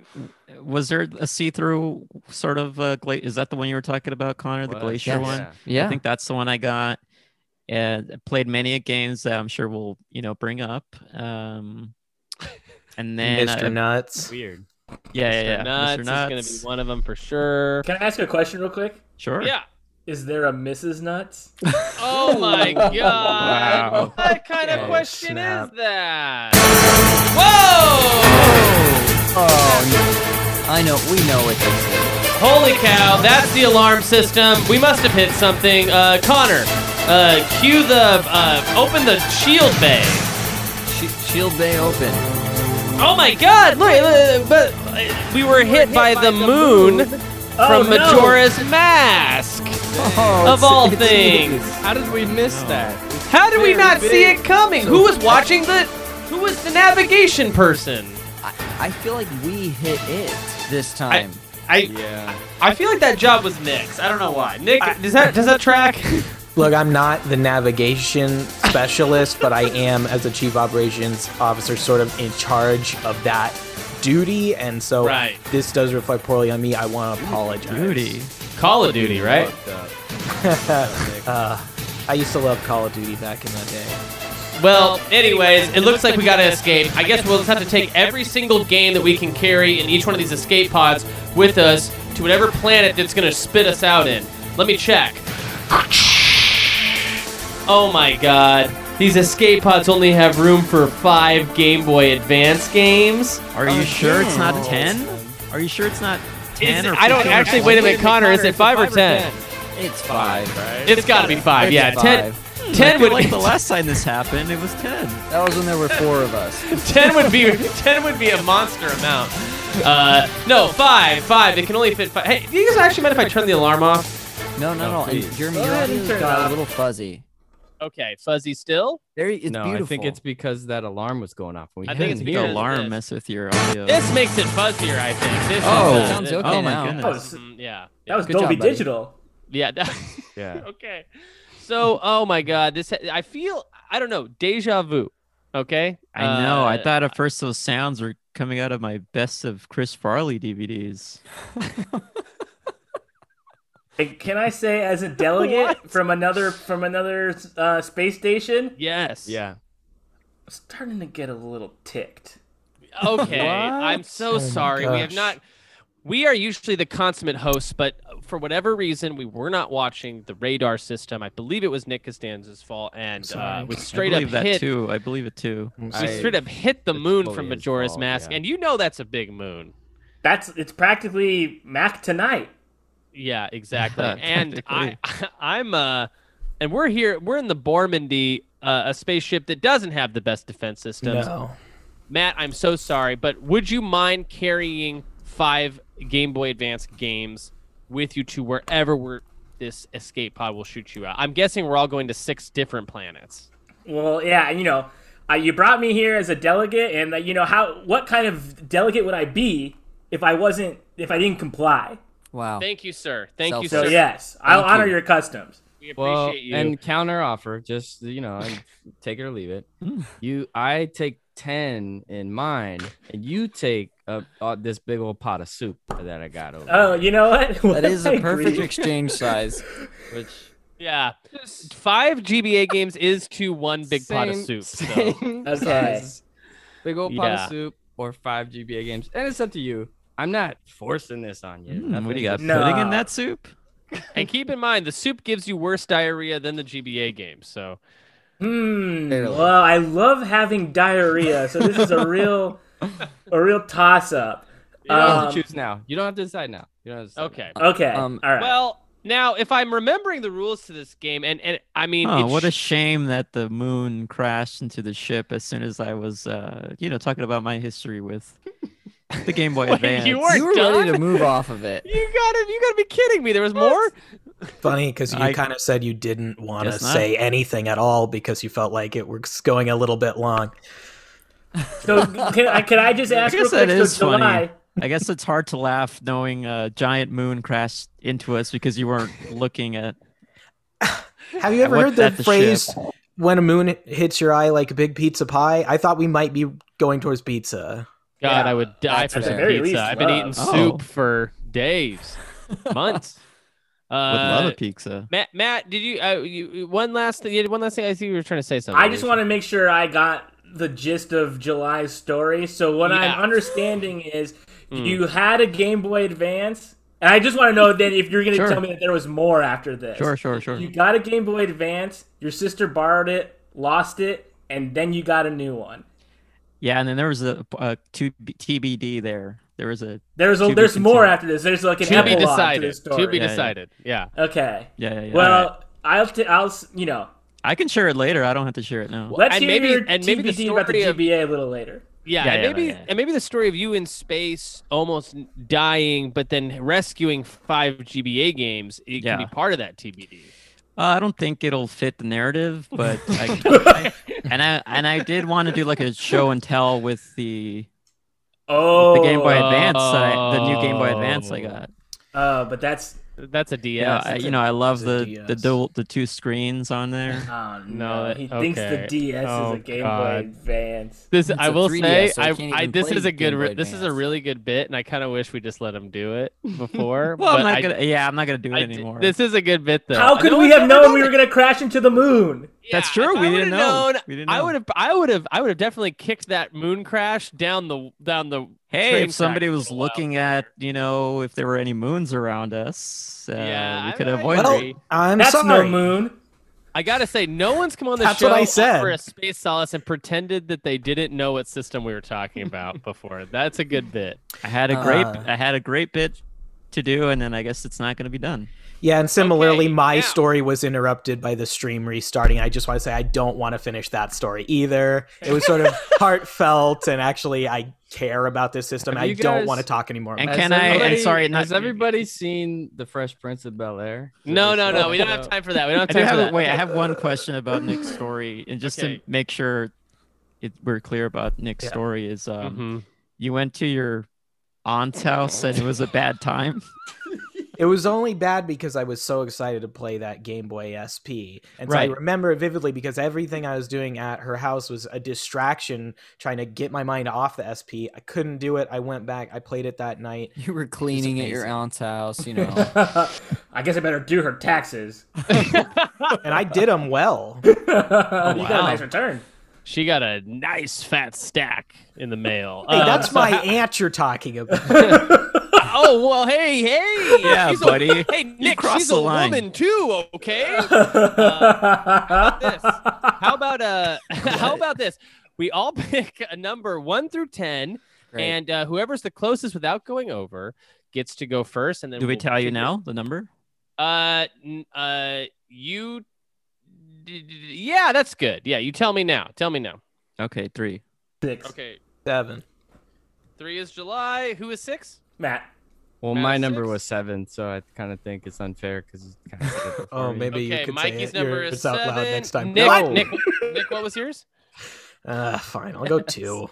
[SPEAKER 5] was there a see-through sort of uh, gla- is that the one you were talking about, Connor? The
[SPEAKER 6] What?
[SPEAKER 5] glacier
[SPEAKER 1] Yes.
[SPEAKER 5] one. I
[SPEAKER 1] Yeah.
[SPEAKER 5] think that's the one I got. And I played many games that I'm sure we'll you know bring up. Um, and then
[SPEAKER 4] Mr.
[SPEAKER 5] I-
[SPEAKER 4] Nuts.
[SPEAKER 6] Weird.
[SPEAKER 5] yeah, yeah, yeah,
[SPEAKER 2] Nuts,
[SPEAKER 5] Mr.
[SPEAKER 2] is gonna
[SPEAKER 5] Nuts.
[SPEAKER 2] be one of them for sure.
[SPEAKER 7] Can I ask a question real quick?
[SPEAKER 5] Sure.
[SPEAKER 2] Yeah.
[SPEAKER 7] Is there a Mrs. Nuts?
[SPEAKER 2] Oh [LAUGHS] my god.
[SPEAKER 5] Wow.
[SPEAKER 2] What kind
[SPEAKER 4] Oh,
[SPEAKER 2] of question
[SPEAKER 4] snap.
[SPEAKER 2] is that? Whoa!
[SPEAKER 1] Oh, no. I know. We know what this
[SPEAKER 2] Holy cow, that's the alarm system. We must have hit something. Uh, Connor, uh, cue the, uh, open the shield bay.
[SPEAKER 1] is. Sh- Shield Bay open.
[SPEAKER 2] Oh my god, look, look, but uh, we were hit, by, the, moon,
[SPEAKER 7] Oh,
[SPEAKER 2] from
[SPEAKER 7] no.
[SPEAKER 2] Majora's Mask,
[SPEAKER 1] Oh,
[SPEAKER 2] of all things.
[SPEAKER 6] How did we miss that?
[SPEAKER 2] How did we
[SPEAKER 6] Very
[SPEAKER 2] not see
[SPEAKER 6] big.
[SPEAKER 2] it coming? Who was watching the, who was the navigation person?
[SPEAKER 1] I, I feel like we hit it this time.
[SPEAKER 2] I,
[SPEAKER 6] Yeah.
[SPEAKER 2] I feel like that job was Nick's. I don't know why. Nick, does that does that track?
[SPEAKER 4] Look, I'm not the navigation specialist, but I am, as a chief operations officer, sort of in charge of that duty. And so
[SPEAKER 2] Right.
[SPEAKER 4] this does reflect poorly on me. I want to apologize.
[SPEAKER 5] Duty.
[SPEAKER 2] Call of Duty, right?
[SPEAKER 6] Fucked
[SPEAKER 4] [LAUGHS]
[SPEAKER 6] up.
[SPEAKER 4] Uh, I used to love Call of Duty back in the day.
[SPEAKER 2] Well, anyways, it looks like we gotta escape. I guess we'll just have to take every single game that we can carry in each one of these escape pods with us to whatever planet that's gonna spit us out in. Let me check. Oh my god. These escape pods only have room for five Game Boy Advance games.
[SPEAKER 5] Are you sure it's not ten? Are you sure it's not ten?
[SPEAKER 2] Is-
[SPEAKER 5] or
[SPEAKER 2] I don't
[SPEAKER 5] 15 or
[SPEAKER 2] actually. Wait a
[SPEAKER 5] 20?
[SPEAKER 2] minute, Connor. Is it five or ten?
[SPEAKER 1] It's five.
[SPEAKER 2] It's gotta be five. Yeah,
[SPEAKER 1] It's
[SPEAKER 2] ten.
[SPEAKER 1] five.
[SPEAKER 5] I
[SPEAKER 2] Ten
[SPEAKER 5] feel
[SPEAKER 2] would [LAUGHS]
[SPEAKER 5] like the last time this happened, it was ten.
[SPEAKER 1] That was when there were four of us.
[SPEAKER 2] 10 would be 10 would be a monster amount uh no five five it can only fit five hey do you guys actually mind if i turn the alarm off [LAUGHS]
[SPEAKER 1] No, no, no. And Jeremy, your
[SPEAKER 7] ahead and
[SPEAKER 1] audio's
[SPEAKER 7] turn it
[SPEAKER 1] got a
[SPEAKER 7] off.
[SPEAKER 1] little fuzzy.
[SPEAKER 2] okay fuzzy still
[SPEAKER 1] There, it's
[SPEAKER 6] no,
[SPEAKER 1] beautiful.
[SPEAKER 6] I think it's because that alarm was going off. when We
[SPEAKER 2] I
[SPEAKER 6] I
[SPEAKER 2] think
[SPEAKER 6] think
[SPEAKER 2] it's
[SPEAKER 6] it's
[SPEAKER 5] The
[SPEAKER 2] Here's
[SPEAKER 5] alarm
[SPEAKER 2] this.
[SPEAKER 5] mess with your audio.
[SPEAKER 2] this makes it fuzzier i think this
[SPEAKER 1] Oh,
[SPEAKER 2] is, uh,
[SPEAKER 1] sounds
[SPEAKER 2] this-
[SPEAKER 1] okay
[SPEAKER 5] oh my
[SPEAKER 1] now.
[SPEAKER 5] goodness.
[SPEAKER 7] That was,
[SPEAKER 2] Mhm, yeah
[SPEAKER 7] that was
[SPEAKER 1] Good
[SPEAKER 7] Dolby
[SPEAKER 1] job, buddy.
[SPEAKER 7] Digital.
[SPEAKER 2] yeah that- [LAUGHS]
[SPEAKER 6] Yeah.
[SPEAKER 2] okay so oh my god this i feel i don't know deja vu okay
[SPEAKER 5] I know. I
[SPEAKER 2] Uh,
[SPEAKER 5] thought at first those sounds were coming out of my best of Chris Farley DVDs.
[SPEAKER 7] Hey, Can I say, as a delegate from another from another uh, space station,
[SPEAKER 2] yes
[SPEAKER 6] Yeah.
[SPEAKER 7] I'm starting to get a little ticked.
[SPEAKER 2] okay i'm so
[SPEAKER 4] my
[SPEAKER 2] sorry we have
[SPEAKER 4] gosh.
[SPEAKER 2] not we are usually the consummate hosts, but for whatever reason, we were not watching the radar system. I believe it was Nick Costanza's fault, and uh,
[SPEAKER 4] Sorry.
[SPEAKER 2] we
[SPEAKER 5] I
[SPEAKER 2] straight up
[SPEAKER 5] believe that
[SPEAKER 2] hit. Mm,
[SPEAKER 5] too. I believe it too.
[SPEAKER 4] I'm
[SPEAKER 2] We
[SPEAKER 4] sorry.
[SPEAKER 6] I-
[SPEAKER 2] straight up hit the
[SPEAKER 6] it's
[SPEAKER 2] moon
[SPEAKER 6] totally
[SPEAKER 2] from
[SPEAKER 6] his
[SPEAKER 2] Majora's
[SPEAKER 6] fault,
[SPEAKER 2] Mask,
[SPEAKER 6] yeah.
[SPEAKER 2] and you know that's a big moon.
[SPEAKER 7] That's it's practically Mac tonight.
[SPEAKER 2] Yeah, exactly.
[SPEAKER 5] Yeah,
[SPEAKER 2] and I, [LAUGHS] I'm uh, and we're here. We're in the Bormandy, uh, a spaceship that doesn't have the best defense systems.
[SPEAKER 4] no.
[SPEAKER 2] Matt, I'm so sorry, but would you mind carrying five Game Boy Advance games with you to wherever we're, this escape pod will shoot you out? I'm guessing we're all going to six different planets.
[SPEAKER 7] Well, yeah, and you know, uh, you brought me here as a delegate, and uh, you know how what kind of delegate would I be if I wasn't if I didn't comply?
[SPEAKER 1] Wow.
[SPEAKER 2] Thank you, sir. Thank you,
[SPEAKER 1] Self-
[SPEAKER 7] So
[SPEAKER 2] sir.
[SPEAKER 7] yes, I'll
[SPEAKER 6] Thank
[SPEAKER 7] honor
[SPEAKER 6] you.
[SPEAKER 7] your customs.
[SPEAKER 2] We appreciate
[SPEAKER 6] Well,
[SPEAKER 2] you.
[SPEAKER 6] and counter offer, just you know, and take it or
[SPEAKER 1] [SIGHS]
[SPEAKER 6] leave it. you, I take ten in mine, and you take uh, uh, this big old pot of soup that I got over.
[SPEAKER 7] Oh, you know what? [LAUGHS]
[SPEAKER 1] That is
[SPEAKER 2] [LAUGHS]
[SPEAKER 7] I
[SPEAKER 1] a
[SPEAKER 7] agree.
[SPEAKER 1] perfect exchange
[SPEAKER 7] [LAUGHS]
[SPEAKER 1] size.
[SPEAKER 6] here, which
[SPEAKER 2] yeah, five GBA games is to one big pot of
[SPEAKER 6] same-
[SPEAKER 2] soup. so-
[SPEAKER 6] same
[SPEAKER 7] Okay.
[SPEAKER 6] size. big old pot
[SPEAKER 2] Yeah.
[SPEAKER 6] of soup or five GBA games, and it's up to you. I'm not forcing this on you.
[SPEAKER 5] Mm, what do
[SPEAKER 6] Nothing
[SPEAKER 5] you got?
[SPEAKER 6] is-
[SPEAKER 7] No.
[SPEAKER 5] Pudding in that soup?
[SPEAKER 2] And keep in mind, the soup gives you worse diarrhea than the GBA game. So
[SPEAKER 7] Hmm.
[SPEAKER 1] Barely.
[SPEAKER 7] Well, I love having diarrhea, so this is a real a real toss up.
[SPEAKER 6] You don't have
[SPEAKER 7] Um,
[SPEAKER 6] to choose now. You don't have to decide now. You don't have to decide
[SPEAKER 2] okay.
[SPEAKER 7] Okay.
[SPEAKER 8] Um,
[SPEAKER 7] All right.
[SPEAKER 2] Well, now if I'm remembering the rules to this game, and and I mean,
[SPEAKER 5] Oh,
[SPEAKER 2] it
[SPEAKER 5] what a
[SPEAKER 2] sh-
[SPEAKER 5] shame that the moon crashed into the ship as soon as I was, uh, you know, talking about my
[SPEAKER 2] [LAUGHS]
[SPEAKER 5] history with the Game Boy
[SPEAKER 2] Wait,
[SPEAKER 5] Advance.
[SPEAKER 2] you weren't
[SPEAKER 1] you were ready to
[SPEAKER 2] done?
[SPEAKER 1] move off of it.
[SPEAKER 2] You gotta, you gotta be kidding me. There was more.
[SPEAKER 4] Funny because you
[SPEAKER 5] I-
[SPEAKER 4] kind of said you didn't want to
[SPEAKER 5] Guess not.
[SPEAKER 4] say anything at all because you felt like it was going a little bit long.
[SPEAKER 7] so can I, can I just ask
[SPEAKER 5] guess that
[SPEAKER 7] real quick? So
[SPEAKER 5] is funny.
[SPEAKER 7] July,
[SPEAKER 5] I guess it's hard to laugh knowing a giant moon crashed into us because you weren't looking at.
[SPEAKER 4] Have you
[SPEAKER 5] I
[SPEAKER 4] ever
[SPEAKER 5] looked
[SPEAKER 4] heard the
[SPEAKER 5] at the
[SPEAKER 4] phrase
[SPEAKER 5] ship.
[SPEAKER 4] "when a moon hits your eye like a big pizza pie"? I thought we might be going towards pizza.
[SPEAKER 2] God,
[SPEAKER 7] Yeah,
[SPEAKER 2] I would die
[SPEAKER 1] that's
[SPEAKER 2] for
[SPEAKER 1] at
[SPEAKER 2] some
[SPEAKER 1] the
[SPEAKER 7] very
[SPEAKER 2] pizza.
[SPEAKER 7] least
[SPEAKER 2] I've been
[SPEAKER 7] love.
[SPEAKER 2] eating
[SPEAKER 5] Oh.
[SPEAKER 2] soup for [LAUGHS] days, months. Uh,
[SPEAKER 5] Would love a pizza.
[SPEAKER 2] Matt, Matt, did you, uh, you you- one last thing? You had one last thing. I see you were trying to say something.
[SPEAKER 7] I just want to make sure I got the gist of July's story. So what
[SPEAKER 2] Yeah.
[SPEAKER 7] I'm understanding is
[SPEAKER 2] Mm.
[SPEAKER 7] you had a Game Boy Advance, and I just want to
[SPEAKER 2] [LAUGHS]
[SPEAKER 7] know then if you're going to
[SPEAKER 5] Sure.
[SPEAKER 7] tell me that there was more after this.
[SPEAKER 5] Sure, sure, sure.
[SPEAKER 7] You got a Game Boy Advance. Your sister borrowed it, lost it, and then you got a new one.
[SPEAKER 5] Yeah, and then there was a, a two TBD there. There was a
[SPEAKER 7] There's
[SPEAKER 5] To
[SPEAKER 7] a,
[SPEAKER 5] be
[SPEAKER 7] there's more
[SPEAKER 5] continued.
[SPEAKER 7] after this. There's like an
[SPEAKER 2] to be
[SPEAKER 7] epilogue to
[SPEAKER 2] decided.
[SPEAKER 7] this
[SPEAKER 2] To,
[SPEAKER 7] story.
[SPEAKER 2] be
[SPEAKER 5] Yeah, yeah.
[SPEAKER 2] decided. Yeah.
[SPEAKER 7] okay.
[SPEAKER 5] yeah, yeah. yeah.
[SPEAKER 7] Well, I'll t- I'll s- you know
[SPEAKER 5] I can share it later. I don't have to share it now.
[SPEAKER 7] let's
[SPEAKER 2] and
[SPEAKER 7] hear
[SPEAKER 2] maybe-
[SPEAKER 7] your
[SPEAKER 2] and maybe the
[SPEAKER 7] TBD about the
[SPEAKER 2] story of-
[SPEAKER 7] GBA a little later.
[SPEAKER 2] Yeah,
[SPEAKER 5] Yeah,
[SPEAKER 2] and
[SPEAKER 5] yeah,
[SPEAKER 2] maybe
[SPEAKER 5] yeah, yeah.
[SPEAKER 2] and maybe the story of you in space almost n- dying, but then rescuing five GBA games, it
[SPEAKER 5] Yeah.
[SPEAKER 2] can be part of that TBD.
[SPEAKER 5] Uh, I don't think it'll fit the narrative, but
[SPEAKER 2] [LAUGHS]
[SPEAKER 5] I, [LAUGHS] and I and I did want to do like a show and tell with the
[SPEAKER 7] Oh,
[SPEAKER 5] the Game Boy Advance, that I, the new Game Boy Advance I
[SPEAKER 2] Oh.
[SPEAKER 5] got.
[SPEAKER 7] Oh, but that's
[SPEAKER 2] That's a DS.
[SPEAKER 5] Yeah, I, you know, I love
[SPEAKER 4] it's a
[SPEAKER 5] the the
[SPEAKER 4] DS.
[SPEAKER 5] dual, the two screens
[SPEAKER 2] [LAUGHS]
[SPEAKER 5] on there.
[SPEAKER 7] oh
[SPEAKER 2] No,
[SPEAKER 7] no.
[SPEAKER 2] that-
[SPEAKER 7] he thinks
[SPEAKER 2] okay.
[SPEAKER 7] the DS
[SPEAKER 2] Oh,
[SPEAKER 7] is a Game
[SPEAKER 2] God.
[SPEAKER 7] Boy Advance.
[SPEAKER 2] this I
[SPEAKER 1] a
[SPEAKER 2] will
[SPEAKER 1] 3DS,
[SPEAKER 2] say,
[SPEAKER 1] so I
[SPEAKER 2] I,
[SPEAKER 1] can't
[SPEAKER 2] I
[SPEAKER 1] even
[SPEAKER 2] this
[SPEAKER 1] play
[SPEAKER 2] is a good
[SPEAKER 1] Game
[SPEAKER 2] re-
[SPEAKER 1] Boy
[SPEAKER 2] this is a
[SPEAKER 1] Advance.
[SPEAKER 2] really good bit, and I kind of wish we just let him
[SPEAKER 1] [LAUGHS]
[SPEAKER 2] do it before.
[SPEAKER 5] Well, I'm
[SPEAKER 2] but
[SPEAKER 5] not
[SPEAKER 2] I-
[SPEAKER 5] gonna. Yeah, I'm not gonna do
[SPEAKER 2] I
[SPEAKER 5] it
[SPEAKER 2] d-
[SPEAKER 5] anymore.
[SPEAKER 2] This is a good bit though.
[SPEAKER 7] How
[SPEAKER 2] I
[SPEAKER 7] could
[SPEAKER 2] know
[SPEAKER 7] we
[SPEAKER 2] it's
[SPEAKER 7] have
[SPEAKER 2] never
[SPEAKER 7] known we
[SPEAKER 2] done
[SPEAKER 7] were going to crash into the moon?
[SPEAKER 2] Yeah,
[SPEAKER 5] That's true,
[SPEAKER 2] if I
[SPEAKER 5] we
[SPEAKER 2] would've
[SPEAKER 5] didn't know.
[SPEAKER 2] known,
[SPEAKER 5] We didn't
[SPEAKER 2] I
[SPEAKER 5] know.
[SPEAKER 2] would have. I would have. I would have definitely kicked that moon crash down the down the.
[SPEAKER 5] hey,
[SPEAKER 2] train
[SPEAKER 5] if somebody
[SPEAKER 2] tracks
[SPEAKER 5] was
[SPEAKER 2] for a while.
[SPEAKER 5] looking at, you know, if there were any moons around us, uh,
[SPEAKER 2] Yeah,
[SPEAKER 5] we
[SPEAKER 2] I-
[SPEAKER 5] could
[SPEAKER 2] I
[SPEAKER 5] avoid.
[SPEAKER 2] agree.
[SPEAKER 5] it.
[SPEAKER 2] Henry.
[SPEAKER 4] I'm
[SPEAKER 7] That's no
[SPEAKER 4] sorry.
[SPEAKER 7] moon.
[SPEAKER 2] I gotta say, no one's come on the
[SPEAKER 4] That's
[SPEAKER 2] show
[SPEAKER 4] what I
[SPEAKER 2] up
[SPEAKER 4] said.
[SPEAKER 2] for a space solace and pretended that they didn't know what system we were talking
[SPEAKER 5] [LAUGHS]
[SPEAKER 2] about before. That's a good bit.
[SPEAKER 5] I had a great,
[SPEAKER 4] Uh.
[SPEAKER 5] I had a great bit to do, and then I guess it's not gonna be done.
[SPEAKER 4] Yeah, and similarly,
[SPEAKER 2] Okay,
[SPEAKER 4] my
[SPEAKER 2] now-
[SPEAKER 4] story was interrupted by the stream restarting. I just want to say I don't want to finish that story either. It was
[SPEAKER 6] [LAUGHS]
[SPEAKER 4] sort of heartfelt, and actually, I care about this system.
[SPEAKER 6] Have
[SPEAKER 4] I
[SPEAKER 6] you
[SPEAKER 4] don't
[SPEAKER 6] guys-
[SPEAKER 4] want to talk anymore.
[SPEAKER 5] And
[SPEAKER 4] about
[SPEAKER 6] Has
[SPEAKER 5] can I- and
[SPEAKER 6] everybody-
[SPEAKER 5] sorry, not-
[SPEAKER 6] has everybody seen the Fresh Prince of Bel Air?
[SPEAKER 2] No, no, no. We don't have time for that. We
[SPEAKER 5] [LAUGHS]
[SPEAKER 2] don't have
[SPEAKER 5] I do
[SPEAKER 2] time for
[SPEAKER 5] have
[SPEAKER 2] that.
[SPEAKER 5] a, wait. I have one question about Nick's story, and just
[SPEAKER 2] Okay.
[SPEAKER 5] to make sure it, we're clear about Nick's
[SPEAKER 4] Yeah.
[SPEAKER 5] story is, um,
[SPEAKER 2] Mhm.
[SPEAKER 5] you went to your aunt's house and it was a bad
[SPEAKER 2] [LAUGHS]
[SPEAKER 5] time.
[SPEAKER 4] It was only bad because I was so excited to play that Game Boy SP. And so I
[SPEAKER 5] Right.
[SPEAKER 4] remember it vividly because everything I was doing at her house was a distraction trying to get my mind off the SP. I couldn't do it. I went back. I played it that night.
[SPEAKER 1] You were cleaning at your
[SPEAKER 4] amazing.
[SPEAKER 1] aunt's house, you know.
[SPEAKER 2] [LAUGHS]
[SPEAKER 7] I guess I better do her taxes. [LAUGHS]
[SPEAKER 4] And I did them well.
[SPEAKER 7] you got a
[SPEAKER 2] Oh, wow. [LAUGHS]
[SPEAKER 7] nice return.
[SPEAKER 2] She got a nice fat stack in the mail.
[SPEAKER 4] Hey,
[SPEAKER 2] Um,
[SPEAKER 4] that's
[SPEAKER 2] so-
[SPEAKER 4] my aunt you're talking about.
[SPEAKER 2] oh well, hey, hey,
[SPEAKER 5] [LAUGHS] Yeah,
[SPEAKER 2] she's a-
[SPEAKER 5] buddy.
[SPEAKER 2] hey, Nick,
[SPEAKER 5] crossed
[SPEAKER 2] she's
[SPEAKER 5] the
[SPEAKER 2] a
[SPEAKER 5] line.
[SPEAKER 2] woman too. Okay.
[SPEAKER 5] [LAUGHS]
[SPEAKER 2] Uh, this? How about uh? [LAUGHS] how about this? We all [LAUGHS] pick a number one through ten,
[SPEAKER 6] Great.
[SPEAKER 2] and uh, whoever's the closest without going over gets to go first. And then
[SPEAKER 5] Do we
[SPEAKER 2] we'll
[SPEAKER 5] tell you
[SPEAKER 2] figure-
[SPEAKER 5] now the number?
[SPEAKER 2] Uh, n- uh, you. d- d- d- Yeah, that's good. Yeah, you tell me now. Tell me now.
[SPEAKER 5] Okay, three.
[SPEAKER 7] Six.
[SPEAKER 2] Okay,
[SPEAKER 4] Seven.
[SPEAKER 2] three is July. Who is six?
[SPEAKER 7] Matt.
[SPEAKER 6] Well,
[SPEAKER 2] Out
[SPEAKER 6] my
[SPEAKER 2] of
[SPEAKER 6] number
[SPEAKER 2] six?
[SPEAKER 6] was seven, so I kind of think it's unfair because.
[SPEAKER 5] [LAUGHS]
[SPEAKER 4] Oh, maybe you
[SPEAKER 2] okay,
[SPEAKER 4] could say
[SPEAKER 2] Mikey's
[SPEAKER 4] it
[SPEAKER 2] number
[SPEAKER 4] yours
[SPEAKER 2] is
[SPEAKER 4] out
[SPEAKER 2] seven.
[SPEAKER 4] loud next time.
[SPEAKER 2] Nick,
[SPEAKER 4] What?
[SPEAKER 2] Nick, Nick, what was yours?
[SPEAKER 4] Uh, fine, I'll go two.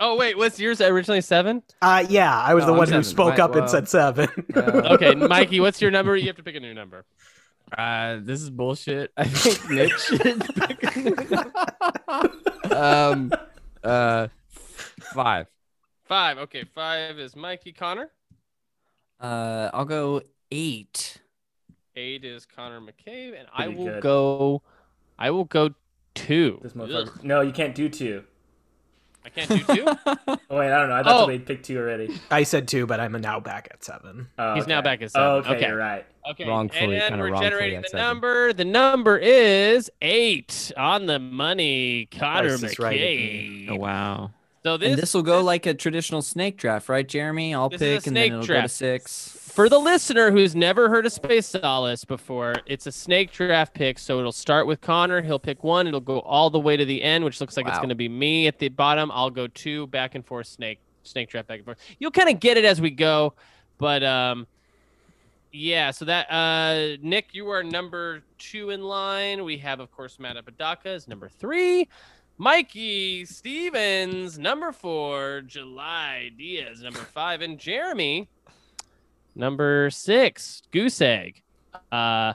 [SPEAKER 2] Oh wait, was yours originally seven?
[SPEAKER 4] Uh, yeah, I was
[SPEAKER 6] No,
[SPEAKER 4] the
[SPEAKER 6] I'm
[SPEAKER 4] one who
[SPEAKER 6] seven.
[SPEAKER 4] spoke
[SPEAKER 6] My-
[SPEAKER 4] up and
[SPEAKER 6] well,
[SPEAKER 4] said
[SPEAKER 6] [LAUGHS]
[SPEAKER 4] seven. [LAUGHS]
[SPEAKER 6] uh,
[SPEAKER 2] Okay, Mikey, what's your number? You have to pick a new number.
[SPEAKER 6] Uh, this is bullshit. I
[SPEAKER 4] [LAUGHS]
[SPEAKER 6] think Nick should. pick- [LAUGHS] um, uh, five.
[SPEAKER 2] Five. Okay, five is Mikey Connor.
[SPEAKER 1] Uh, I'll go eight.
[SPEAKER 2] Eight is Connor McCabe, and I
[SPEAKER 7] Pretty
[SPEAKER 2] will
[SPEAKER 7] good.
[SPEAKER 2] go. I will go two.
[SPEAKER 7] This
[SPEAKER 2] Ugh,
[SPEAKER 7] motherfucker. No, you can't do two.
[SPEAKER 2] I can't do
[SPEAKER 4] [LAUGHS]
[SPEAKER 2] two.
[SPEAKER 7] Oh wait, I don't know. I thought
[SPEAKER 2] Oh.
[SPEAKER 7] somebody picked two already.
[SPEAKER 4] I said two, but I'm now back at seven.
[SPEAKER 7] Oh,
[SPEAKER 2] He's now
[SPEAKER 7] okay.
[SPEAKER 2] back at seven.
[SPEAKER 7] Oh, okay,
[SPEAKER 2] Okay.
[SPEAKER 7] you're right.
[SPEAKER 2] Okay,
[SPEAKER 6] Wrongfully-
[SPEAKER 2] and
[SPEAKER 6] kinda
[SPEAKER 2] we're
[SPEAKER 6] wrongfully
[SPEAKER 2] generating
[SPEAKER 6] at
[SPEAKER 2] the
[SPEAKER 6] seven.
[SPEAKER 2] number. The number is eight on the money. Connor
[SPEAKER 4] Price is Right again.
[SPEAKER 2] McCabe.
[SPEAKER 5] Oh wow.
[SPEAKER 2] So
[SPEAKER 1] and
[SPEAKER 2] this
[SPEAKER 1] this will go like a traditional snake draft, right, Jeremy? I'll
[SPEAKER 2] This is a
[SPEAKER 1] pick, and then
[SPEAKER 2] snake
[SPEAKER 1] it'll go to
[SPEAKER 2] draft.
[SPEAKER 1] six.
[SPEAKER 2] For the listener who's never heard of Space Solace before, it's a snake draft pick. So it'll start with Connor. He'll pick one. It'll go all the way to the end, which looks like it's
[SPEAKER 1] Wow.
[SPEAKER 2] going to be me at the bottom. I'll go two back and forth snake snake draft back and forth. You'll kind of get it as we go, but um, yeah. So that uh, Nick, you are number two in line. We have, of course, Matt Apodaca is number three. Mikey Stevens, number four. July Diaz, number five, and Jeremy. Number six, goose egg. Uh,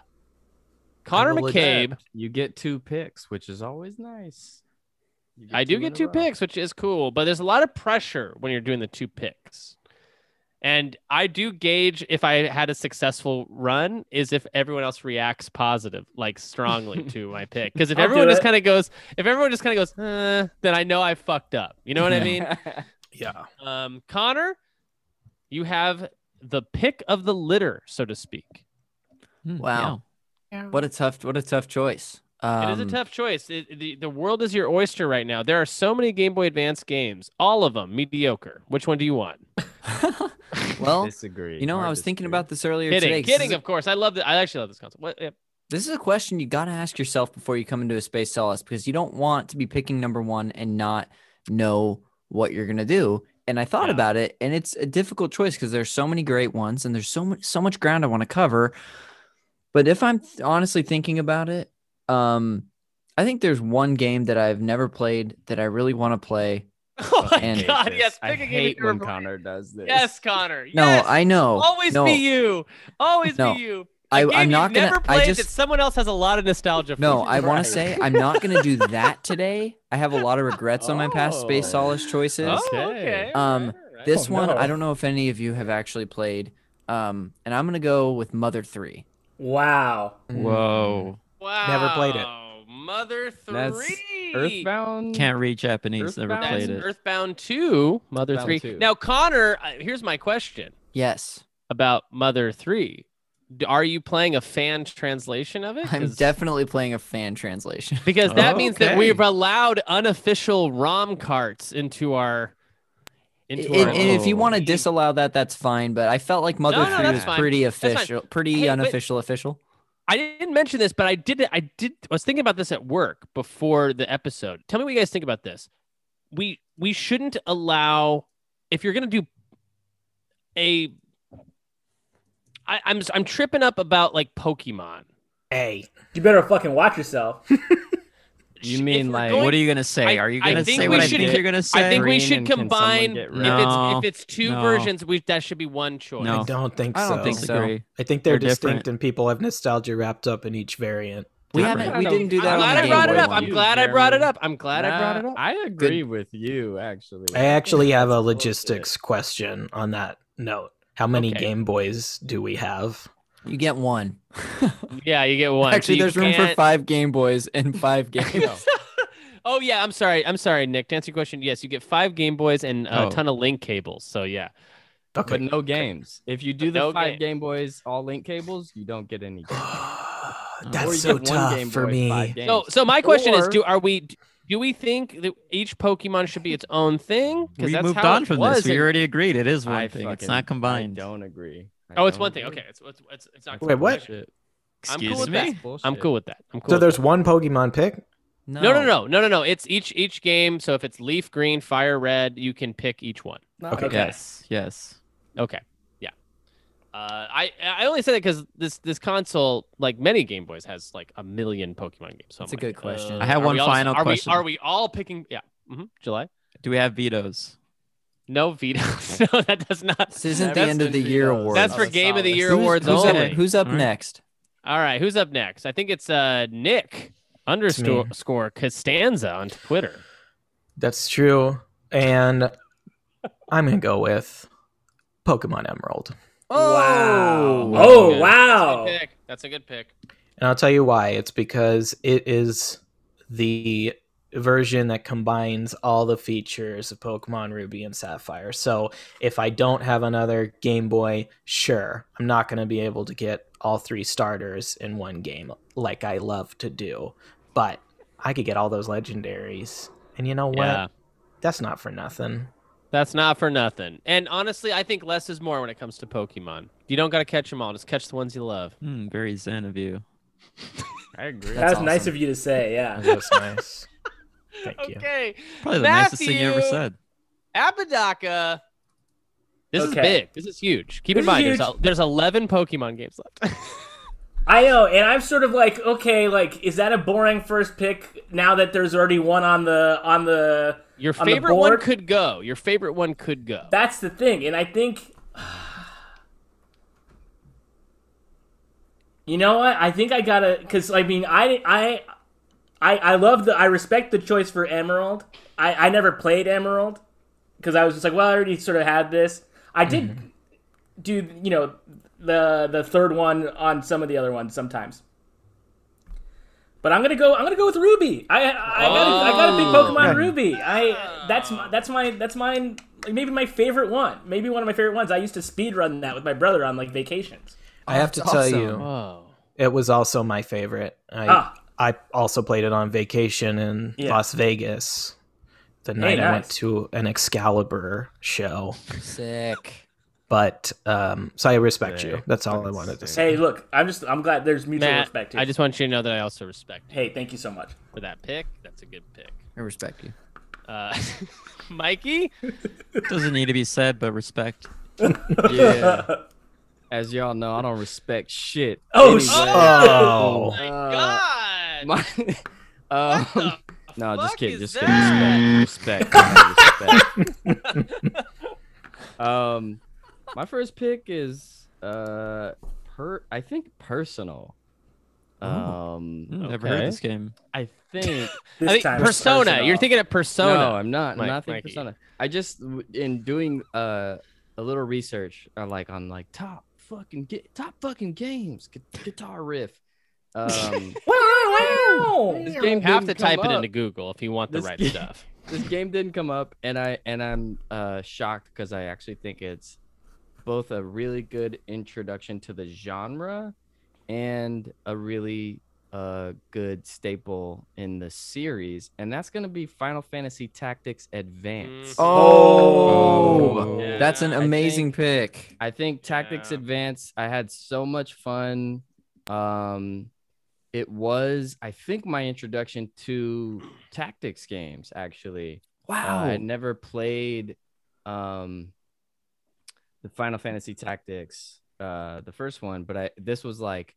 [SPEAKER 2] Connor
[SPEAKER 4] I will
[SPEAKER 2] McCabe.
[SPEAKER 6] You get two picks, which is always nice. You
[SPEAKER 2] I do
[SPEAKER 6] in
[SPEAKER 2] get
[SPEAKER 6] a
[SPEAKER 2] two
[SPEAKER 6] row.
[SPEAKER 2] picks, which is cool, but there's a lot of pressure when you're doing the two picks. And I do gauge if I had a successful run is if everyone else reacts positive, like strongly to
[SPEAKER 7] [LAUGHS]
[SPEAKER 2] my pick. Because if
[SPEAKER 7] I'll do
[SPEAKER 2] everyone just
[SPEAKER 7] it.
[SPEAKER 2] kind of goes, if everyone just kind of goes, uh, then I know I fucked up. You know what I mean?
[SPEAKER 1] [LAUGHS]
[SPEAKER 4] Yeah.
[SPEAKER 2] Um, Connor, you have the pick of the litter, so to speak.
[SPEAKER 5] Hmm,
[SPEAKER 1] Wow. What a tough, what a tough choice. Um,
[SPEAKER 2] It is a tough choice. It- the, the world is your oyster right now. There are so many Game Boy Advance games, all of them mediocre. Which one do you want?
[SPEAKER 6] [LAUGHS]
[SPEAKER 1] well,
[SPEAKER 6] Disagree.
[SPEAKER 1] you know,
[SPEAKER 6] Hard
[SPEAKER 1] I was thinking
[SPEAKER 6] disagree.
[SPEAKER 1] about this earlier
[SPEAKER 2] Kidding,
[SPEAKER 1] today. 'cause
[SPEAKER 2] kidding,
[SPEAKER 1] this,
[SPEAKER 2] of course. I love that. I actually love this console. What, yeah.
[SPEAKER 1] this is a question you got to ask yourself before you come into a space solace because you don't want to be picking number one and not know what you're gonna do. And I thought
[SPEAKER 2] Yeah.
[SPEAKER 1] about it, and it's a difficult choice because there's so many great ones, and there's so much, so much ground I want to cover. But if I'm th- honestly thinking about it, um, I think there's one game that I've never played that I really want to play.
[SPEAKER 2] [LAUGHS] Oh [LAUGHS] my
[SPEAKER 1] And-
[SPEAKER 2] God!
[SPEAKER 6] Hate
[SPEAKER 2] Yes,
[SPEAKER 6] this. I
[SPEAKER 2] pick a game
[SPEAKER 6] hate
[SPEAKER 2] you
[SPEAKER 6] when
[SPEAKER 2] remember. [LAUGHS]
[SPEAKER 6] Connor does this.
[SPEAKER 2] Yes, Connor.
[SPEAKER 1] [LAUGHS] No,
[SPEAKER 2] yes.
[SPEAKER 1] I know.
[SPEAKER 2] Always
[SPEAKER 1] no,
[SPEAKER 2] be you. Always
[SPEAKER 1] No.
[SPEAKER 2] be you. A
[SPEAKER 1] I,
[SPEAKER 2] game
[SPEAKER 1] I'm
[SPEAKER 2] you've
[SPEAKER 1] not gonna.
[SPEAKER 2] Never
[SPEAKER 1] I
[SPEAKER 2] played
[SPEAKER 1] just
[SPEAKER 2] that someone else has a lot of nostalgia. for.
[SPEAKER 1] No, I want
[SPEAKER 2] Right.
[SPEAKER 1] to say
[SPEAKER 2] [LAUGHS]
[SPEAKER 1] I'm not going to do that today. I have a lot of regrets on my past space
[SPEAKER 6] Oh.
[SPEAKER 1] solace choices.
[SPEAKER 2] Oh, okay.
[SPEAKER 1] Um,
[SPEAKER 2] Right, right.
[SPEAKER 1] This
[SPEAKER 7] Oh,
[SPEAKER 1] one,
[SPEAKER 7] no.
[SPEAKER 1] I don't know if any of you have actually played. Um, and I'm going to go with Mother 3.
[SPEAKER 7] Wow.
[SPEAKER 4] Mm.
[SPEAKER 5] Whoa.
[SPEAKER 2] Wow.
[SPEAKER 4] Never played it.
[SPEAKER 2] Mother three.
[SPEAKER 6] That's Earthbound.
[SPEAKER 5] Can't read Japanese. Never
[SPEAKER 6] Earthbound?
[SPEAKER 5] played
[SPEAKER 2] That's
[SPEAKER 5] it.
[SPEAKER 2] Earthbound two. Mother
[SPEAKER 6] Earthbound
[SPEAKER 2] three.
[SPEAKER 6] two.
[SPEAKER 2] Now, Connor, I- here's my question.
[SPEAKER 1] Yes.
[SPEAKER 2] about Mother 3. D- Are you playing a fan translation of it?
[SPEAKER 1] I'm
[SPEAKER 2] 'Cause-
[SPEAKER 1] definitely playing a fan translation.
[SPEAKER 2] because
[SPEAKER 6] Oh,
[SPEAKER 2] that means that
[SPEAKER 5] Okay.
[SPEAKER 2] we've allowed unofficial ROM carts into our
[SPEAKER 1] And,
[SPEAKER 2] into our
[SPEAKER 1] and if you want to
[SPEAKER 2] league.
[SPEAKER 1] disallow that, that's fine. But I felt like Mother
[SPEAKER 2] No, no,
[SPEAKER 1] 3
[SPEAKER 2] that's
[SPEAKER 1] was
[SPEAKER 2] fine.
[SPEAKER 1] pretty
[SPEAKER 2] fine.
[SPEAKER 1] official, pretty
[SPEAKER 2] Hey, but-
[SPEAKER 1] unofficial official.
[SPEAKER 2] I didn't mention this, but I did I did I was thinking about this at work before the episode. Tell me what you guys think about this. We we shouldn't allow if you're gonna do a I, I'm s- I'm tripping up about like Pokemon.
[SPEAKER 4] Hey.
[SPEAKER 7] You better fucking watch yourself.
[SPEAKER 6] You
[SPEAKER 2] If
[SPEAKER 6] mean
[SPEAKER 2] we're
[SPEAKER 6] like-
[SPEAKER 2] going
[SPEAKER 5] What are you gonna say?
[SPEAKER 2] I-
[SPEAKER 5] are you
[SPEAKER 2] I
[SPEAKER 5] gonna
[SPEAKER 2] think
[SPEAKER 5] say
[SPEAKER 2] we
[SPEAKER 5] what I
[SPEAKER 2] should
[SPEAKER 5] think
[SPEAKER 2] get-
[SPEAKER 5] you're gonna say?
[SPEAKER 2] I think we
[SPEAKER 6] green
[SPEAKER 2] should
[SPEAKER 6] and can someone
[SPEAKER 2] combine
[SPEAKER 6] get
[SPEAKER 5] red? No.
[SPEAKER 2] if it's if it's two
[SPEAKER 5] No.
[SPEAKER 2] versions, we that should be one choice.
[SPEAKER 5] No.
[SPEAKER 4] I don't think
[SPEAKER 1] I
[SPEAKER 4] so.
[SPEAKER 1] don't think so.
[SPEAKER 5] Disagree.
[SPEAKER 4] I think they're,
[SPEAKER 5] They're
[SPEAKER 4] distinct,
[SPEAKER 5] different.
[SPEAKER 4] and people have nostalgia wrapped up in each variant.
[SPEAKER 1] We
[SPEAKER 5] Different.
[SPEAKER 1] haven't, we
[SPEAKER 6] I
[SPEAKER 1] didn't do
[SPEAKER 2] I'm
[SPEAKER 1] that.
[SPEAKER 2] glad
[SPEAKER 1] on
[SPEAKER 2] I
[SPEAKER 1] the
[SPEAKER 2] brought
[SPEAKER 1] Game
[SPEAKER 2] it
[SPEAKER 1] Boy
[SPEAKER 2] up.
[SPEAKER 1] one.
[SPEAKER 2] I'm glad I brought it
[SPEAKER 6] Jeremy.
[SPEAKER 2] up. I'm glad I brought it
[SPEAKER 6] Nah,
[SPEAKER 2] up.
[SPEAKER 6] I agree with you, actually.
[SPEAKER 4] I actually have a
[SPEAKER 6] That's
[SPEAKER 4] logistics question on that note. How many
[SPEAKER 2] Okay.
[SPEAKER 4] Game Boys do we have?
[SPEAKER 1] You get one.
[SPEAKER 2] Yeah, you get one. So
[SPEAKER 1] Actually,
[SPEAKER 2] you
[SPEAKER 1] there's room for
[SPEAKER 2] can't-
[SPEAKER 1] five Game Boys and
[SPEAKER 2] [LAUGHS]
[SPEAKER 1] five
[SPEAKER 5] [LAUGHS]
[SPEAKER 1] games.
[SPEAKER 2] Oh yeah, I'm sorry. I'm sorry, Nick. To answer your question, yes, you get five Game Boys and a
[SPEAKER 5] Oh.
[SPEAKER 2] ton of link cables. So yeah,
[SPEAKER 4] Okay.
[SPEAKER 6] but no games. If you do the
[SPEAKER 2] No
[SPEAKER 6] five
[SPEAKER 2] game.
[SPEAKER 6] Game Boys all link cables, you don't get any. games. Or
[SPEAKER 4] [SIGHS] [SIGHS]
[SPEAKER 6] you
[SPEAKER 4] That's so
[SPEAKER 6] get one
[SPEAKER 4] tough
[SPEAKER 6] Game
[SPEAKER 4] for
[SPEAKER 6] Boy,
[SPEAKER 4] me.
[SPEAKER 6] five games.
[SPEAKER 2] So, so my question is:
[SPEAKER 6] Or-
[SPEAKER 2] Do are we? Do we think that each Pokemon should be its own thing? 'Cause
[SPEAKER 5] We
[SPEAKER 2] that's
[SPEAKER 5] moved
[SPEAKER 2] how
[SPEAKER 5] on
[SPEAKER 2] it
[SPEAKER 5] from
[SPEAKER 2] was
[SPEAKER 5] this. We
[SPEAKER 2] in-
[SPEAKER 5] already agreed. It is one
[SPEAKER 6] I
[SPEAKER 5] thing.
[SPEAKER 6] fucking-
[SPEAKER 5] it's not combined.
[SPEAKER 6] I don't agree. I
[SPEAKER 2] oh, it's
[SPEAKER 6] don't
[SPEAKER 2] one thing.
[SPEAKER 6] agree.
[SPEAKER 2] Okay, it's it's it's, it's not.
[SPEAKER 4] Wait, what?
[SPEAKER 6] Bullshit.
[SPEAKER 2] I'm
[SPEAKER 5] Excuse
[SPEAKER 2] cool with
[SPEAKER 5] me.
[SPEAKER 2] that. I'm cool with that. I'm cool.
[SPEAKER 4] So
[SPEAKER 2] with
[SPEAKER 4] there's
[SPEAKER 2] that.
[SPEAKER 4] one Pokemon pick.
[SPEAKER 1] No,
[SPEAKER 2] No, no, no, no, no, no. It's each each game. So if it's Leaf Green, Fire Red, you can pick each one.
[SPEAKER 4] Okay.
[SPEAKER 5] Yes. Yes.
[SPEAKER 2] Okay. Yeah. Uh, I I only say that because this this console, like many Game Boys, has like a million Pokemon games. So
[SPEAKER 1] That's a
[SPEAKER 2] I'm like,
[SPEAKER 1] good question.
[SPEAKER 2] uh,
[SPEAKER 5] I have
[SPEAKER 2] are
[SPEAKER 5] one
[SPEAKER 2] we all-
[SPEAKER 5] final
[SPEAKER 2] are
[SPEAKER 5] question.
[SPEAKER 2] We, are we all picking? Yeah. hmm July.
[SPEAKER 5] Do we have vetoes?
[SPEAKER 2] No vetoes. [LAUGHS] no, that does not.
[SPEAKER 1] This isn't the
[SPEAKER 2] that's-
[SPEAKER 1] end of the year award.
[SPEAKER 2] That's
[SPEAKER 6] Oh,
[SPEAKER 2] for
[SPEAKER 6] that's
[SPEAKER 2] Game of the
[SPEAKER 6] solid.
[SPEAKER 2] Year
[SPEAKER 6] [LAUGHS]
[SPEAKER 1] who's,
[SPEAKER 2] awards
[SPEAKER 1] who's
[SPEAKER 2] only.
[SPEAKER 1] Up, who's up
[SPEAKER 5] All right.
[SPEAKER 1] next?
[SPEAKER 2] all right, who's up next? I think it's uh Nick underscore Costanza on Twitter.
[SPEAKER 4] That's true. And I'm gonna go with Pokemon Emerald.
[SPEAKER 7] Wow.
[SPEAKER 2] That's
[SPEAKER 7] Oh,
[SPEAKER 2] Oh. good.
[SPEAKER 7] wow.
[SPEAKER 2] That's a good pick. That's a good pick.
[SPEAKER 4] And I'll tell you why. It's because it is the version that combines all the features of Pokemon Ruby and Sapphire. So if I don't have another Game Boy, sure, I'm not going to be able to get all three starters in one game like I love to do. But I could get all those legendaries. And you know what?
[SPEAKER 2] Yeah.
[SPEAKER 4] That's not for nothing.
[SPEAKER 2] That's not for nothing. And honestly, I think less is more when it comes to Pokemon. You don't got to catch them all. Just catch the ones you love.
[SPEAKER 5] Hmm, very zen of you.
[SPEAKER 2] I agree.
[SPEAKER 7] That was nice of you to say. Yeah.
[SPEAKER 4] That's nice. [LAUGHS] Thank you.
[SPEAKER 2] Okay.
[SPEAKER 5] Probably the nicest thing you ever
[SPEAKER 2] Matthew.
[SPEAKER 5] said.
[SPEAKER 2] Apodaca. This
[SPEAKER 7] Okay.
[SPEAKER 2] is big. This is huge. Keep
[SPEAKER 7] This
[SPEAKER 2] in
[SPEAKER 7] is
[SPEAKER 2] mind, there's,
[SPEAKER 7] huge.
[SPEAKER 2] a, there's 11 Pokemon games left.
[SPEAKER 7] I know, and I'm sort of like, okay, like, is that a boring first pick now that there's already one on the on the?
[SPEAKER 2] Your
[SPEAKER 7] [LAUGHS] On the
[SPEAKER 2] favorite one
[SPEAKER 7] board?
[SPEAKER 2] could go. Your favorite one could go.
[SPEAKER 7] That's the thing, and I think. [SIGHS] You know what? I think I gotta, cause I mean, I, I, I, I love the, I respect the choice for Emerald. I, I never played Emerald, cause I was just like, well, I already sort of had this. I did do, you know, the the third one on some of the other ones sometimes. But I'm gonna go. I'm gonna go with Ruby. I I, I gotta I gotta pick
[SPEAKER 2] Oh.
[SPEAKER 7] Pokemon Ruby. I that's my, that's my that's mine. Like maybe my favorite one. Maybe one of my favorite ones. I used to speed run that with my brother on like vacations.
[SPEAKER 4] I have to tell you.
[SPEAKER 2] Whoa.
[SPEAKER 4] It was also my favorite. I
[SPEAKER 7] Ah.
[SPEAKER 4] I also played it on vacation in
[SPEAKER 7] Yeah.
[SPEAKER 4] Las Vegas. The night I went
[SPEAKER 7] nice.
[SPEAKER 4] to an Excalibur show.
[SPEAKER 1] Sick.
[SPEAKER 4] But um so I respect
[SPEAKER 6] Sick.
[SPEAKER 4] you. That's all I wanted to say.
[SPEAKER 7] Hey, look, I'm just I'm glad there's mutual
[SPEAKER 2] Matt,
[SPEAKER 7] respect here.
[SPEAKER 2] I just want you to know that I also respect you
[SPEAKER 7] hey, thank you so much.
[SPEAKER 2] for that pick. That's a good pick.
[SPEAKER 1] I respect you.
[SPEAKER 2] Uh, [LAUGHS] Mikey?
[SPEAKER 5] Doesn't need to be said,
[SPEAKER 2] [LAUGHS]
[SPEAKER 5] but respect.
[SPEAKER 7] [LAUGHS]
[SPEAKER 6] Yeah. As y'all know, I don't respect shit.
[SPEAKER 7] Oh,
[SPEAKER 6] anyway.
[SPEAKER 7] shit.
[SPEAKER 4] Oh.
[SPEAKER 2] my
[SPEAKER 6] Uh,
[SPEAKER 2] God.
[SPEAKER 6] My, [LAUGHS] um, [LAUGHS] no,
[SPEAKER 2] fuck
[SPEAKER 6] just kidding.
[SPEAKER 2] is
[SPEAKER 6] Just kidding. Respect. Respect. man,
[SPEAKER 2] [LAUGHS]
[SPEAKER 6] respect. [LAUGHS] um, my first pick is uh, per. I think personal.
[SPEAKER 2] Oh.
[SPEAKER 6] Um,
[SPEAKER 5] Hmm, Never heard
[SPEAKER 2] Okay.
[SPEAKER 5] this game.
[SPEAKER 6] I think.
[SPEAKER 7] This
[SPEAKER 2] I think
[SPEAKER 7] time it's
[SPEAKER 2] persona. You're
[SPEAKER 7] personal.
[SPEAKER 2] thinking of [LAUGHS] persona.
[SPEAKER 6] No, I'm not.
[SPEAKER 2] Mike-
[SPEAKER 6] I'm not thinking
[SPEAKER 2] Mikey.
[SPEAKER 6] persona. I just w- in doing uh, a little research, I like on like top fucking get top fucking games, gu- guitar riff. Um,
[SPEAKER 7] Wow, wow.
[SPEAKER 6] this game
[SPEAKER 2] you have to
[SPEAKER 6] didn't
[SPEAKER 2] type
[SPEAKER 6] come
[SPEAKER 2] it
[SPEAKER 6] up.
[SPEAKER 2] into Google if you want the
[SPEAKER 6] This
[SPEAKER 2] right
[SPEAKER 6] game-
[SPEAKER 2] stuff.
[SPEAKER 6] this game didn't come up and i and i'm uh shocked because i actually think it's both a really good introduction to the genre and a really uh good staple in the series and that's going to be final fantasy tactics
[SPEAKER 1] Mm.
[SPEAKER 6] advance
[SPEAKER 1] Oh,
[SPEAKER 2] Yeah,
[SPEAKER 1] that's an
[SPEAKER 6] I
[SPEAKER 1] amazing
[SPEAKER 6] think-
[SPEAKER 1] pick.
[SPEAKER 6] I think Tactics
[SPEAKER 2] Yeah.
[SPEAKER 6] Advance, I had so much fun. Um it was I think my introduction to tactics games actually. Wow. I never played um the Final Fantasy Tactics uh the first one, but I this was like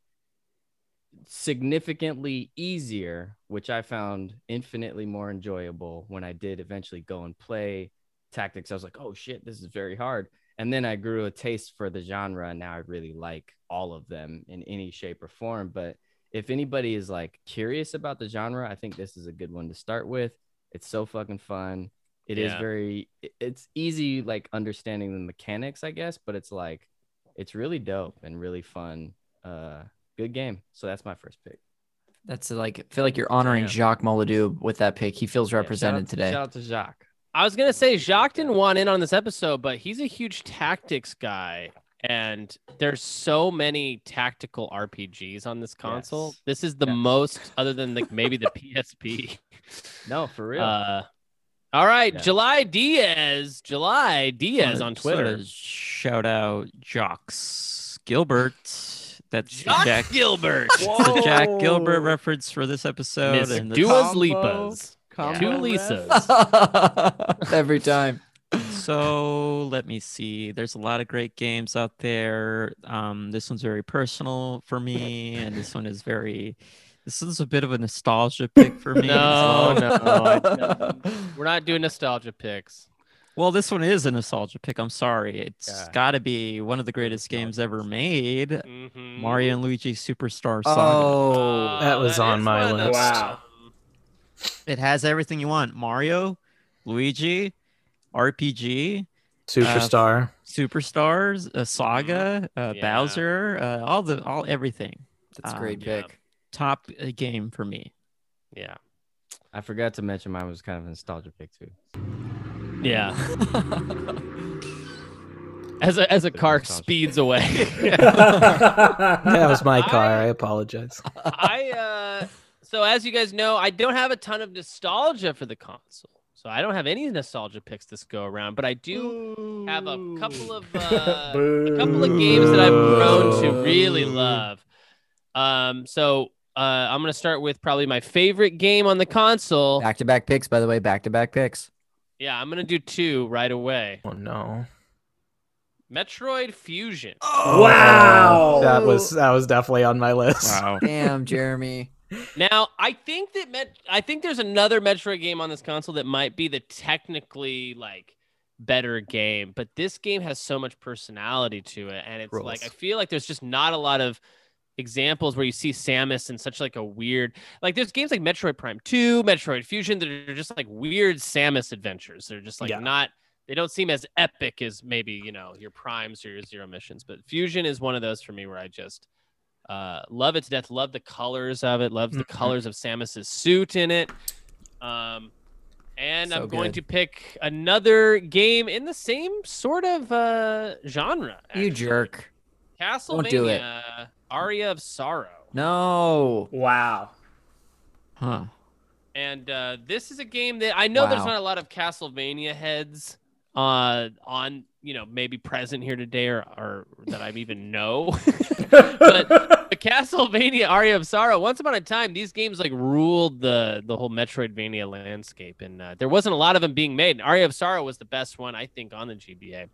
[SPEAKER 6] significantly easier, which I found infinitely more enjoyable when I did eventually go and play tactics. I was like, "Oh shit, this is very hard." and then I grew a taste for the genre, and now I really like all of them in any shape or form. But if anybody is like curious about the genre, I think this is a good one to start with. It's so fucking fun. It is
[SPEAKER 2] Yeah.
[SPEAKER 6] very. i- It's easy like understanding the mechanics, I guess, but it's like it's really dope and really fun. Uh, good game. So that's my first pick.
[SPEAKER 1] That's like I feel like you're honoring Jacques Moladu with that pick. He feels
[SPEAKER 6] Yeah,
[SPEAKER 1] represented
[SPEAKER 6] shout out-
[SPEAKER 1] today.
[SPEAKER 6] Shout out to Jacques.
[SPEAKER 2] I was gonna say Jacques didn't want in on this episode, but he's a huge tactics guy, and there's so many tactical RPGs on this console.
[SPEAKER 6] Yes.
[SPEAKER 2] This is the
[SPEAKER 6] Yes.
[SPEAKER 2] most, other than like maybe
[SPEAKER 6] [LAUGHS]
[SPEAKER 2] the PSP.
[SPEAKER 6] No, for real.
[SPEAKER 2] Uh, all right,
[SPEAKER 6] Yeah.
[SPEAKER 2] July Diaz, July Diaz on Twitter.
[SPEAKER 5] shout out Jocks Gilbert. That's
[SPEAKER 2] Jacques
[SPEAKER 5] Jack. [LAUGHS]
[SPEAKER 2] Gilbert,
[SPEAKER 5] It's a Jack Gilbert
[SPEAKER 7] Whoa.
[SPEAKER 5] reference for this episode.
[SPEAKER 2] [LAUGHS] Miss
[SPEAKER 5] and it's-
[SPEAKER 2] Duas
[SPEAKER 6] combo-
[SPEAKER 2] Lipas,
[SPEAKER 6] Combo
[SPEAKER 2] two
[SPEAKER 6] ref.
[SPEAKER 1] [LAUGHS]
[SPEAKER 2] Lisas.
[SPEAKER 1] Every time.
[SPEAKER 5] so let me see. There's a lot of great games out there. Um, this one's very personal for me, and this one is very. This is a bit of a nostalgia pick for me. as well.
[SPEAKER 2] No, no, we're not doing nostalgia picks.
[SPEAKER 5] Well, this one is a nostalgia pick. I'm sorry. It's got to be one of the greatest games ever made.
[SPEAKER 2] Mhm.
[SPEAKER 5] Mario and Luigi Superstar
[SPEAKER 2] Oh.
[SPEAKER 5] Saga.
[SPEAKER 1] oh.
[SPEAKER 4] That was on
[SPEAKER 2] is
[SPEAKER 4] my
[SPEAKER 2] one of
[SPEAKER 4] list.
[SPEAKER 7] Wow.
[SPEAKER 2] them.
[SPEAKER 5] It has everything you want. Mario, Luigi, RPG,
[SPEAKER 7] [LAUGHS]
[SPEAKER 4] Superstar.
[SPEAKER 5] Superstars, uh, Saga, uh,
[SPEAKER 2] Yeah.
[SPEAKER 5] Bowser, uh, all the all everything.
[SPEAKER 6] Ah,
[SPEAKER 1] That's a great
[SPEAKER 2] Yeah.
[SPEAKER 1] pick.
[SPEAKER 5] Top uh, game for me.
[SPEAKER 2] Yeah.
[SPEAKER 6] I forgot to mention mine was kind of a nostalgia pick too.
[SPEAKER 2] Yeah. as a as a car
[SPEAKER 6] nostalgia.
[SPEAKER 2] speeds away.
[SPEAKER 4] that was my car. I apologize.
[SPEAKER 2] I uh so as you guys know, I don't have a ton of nostalgia for the console. So I don't have any nostalgia picks this go around, but I do have a couple of [LAUGHS] uh [LAUGHS]
[SPEAKER 7] [LAUGHS]
[SPEAKER 2] a couple of games that I've grown to really love. Um so uh I'm going to start with probably my favorite game on the console.
[SPEAKER 1] Back to back picks, by the way. Back to back picks.
[SPEAKER 2] Yeah, I'm going to do two right away.
[SPEAKER 4] Oh no.
[SPEAKER 2] Metroid Fusion.
[SPEAKER 7] Wow.
[SPEAKER 4] That was that was definitely on my list.
[SPEAKER 6] [LAUGHS]
[SPEAKER 1] Damn, Jeremy.
[SPEAKER 2] Now, I think that Met- I think there's another Metroid game on this console that might be the technically like better game, but this game has so much personality to it, and it's like
[SPEAKER 4] Rules.
[SPEAKER 2] I feel like there's just not a lot of examples where you see Samus in such like a weird like there's games like Metroid Prime 2, Metroid Fusion that are just like weird Samus adventures. They're just like
[SPEAKER 4] Yeah.
[SPEAKER 2] not they don't seem as epic as maybe, you know, your primes or your zero missions, but Fusion is one of those for me where I just uh love it to death, love the colors of it, love the
[SPEAKER 1] Mm-hmm.
[SPEAKER 4] Mhm.
[SPEAKER 2] colors of Samus's suit in it. Um and
[SPEAKER 1] So
[SPEAKER 2] I'm going
[SPEAKER 1] good.
[SPEAKER 2] to pick another game in the same sort of uh genre.
[SPEAKER 1] You
[SPEAKER 2] actually.
[SPEAKER 1] jerk.
[SPEAKER 2] Castlevania
[SPEAKER 1] do it.
[SPEAKER 2] Aria of Sorrow.
[SPEAKER 1] No.
[SPEAKER 7] Wow.
[SPEAKER 5] Huh.
[SPEAKER 2] And uh, this is a game that I know there's
[SPEAKER 1] Wow.
[SPEAKER 2] not a lot of Castlevania heads uh, on, you know, maybe present here today or, or that I even know. [LAUGHS] But- but Castlevania Aria of Sorrow, once upon a time, these games like ruled the the whole Metroidvania landscape. And uh, there wasn't a lot of them being made. And Aria of Sorrow was the best one, I think, on the GBA.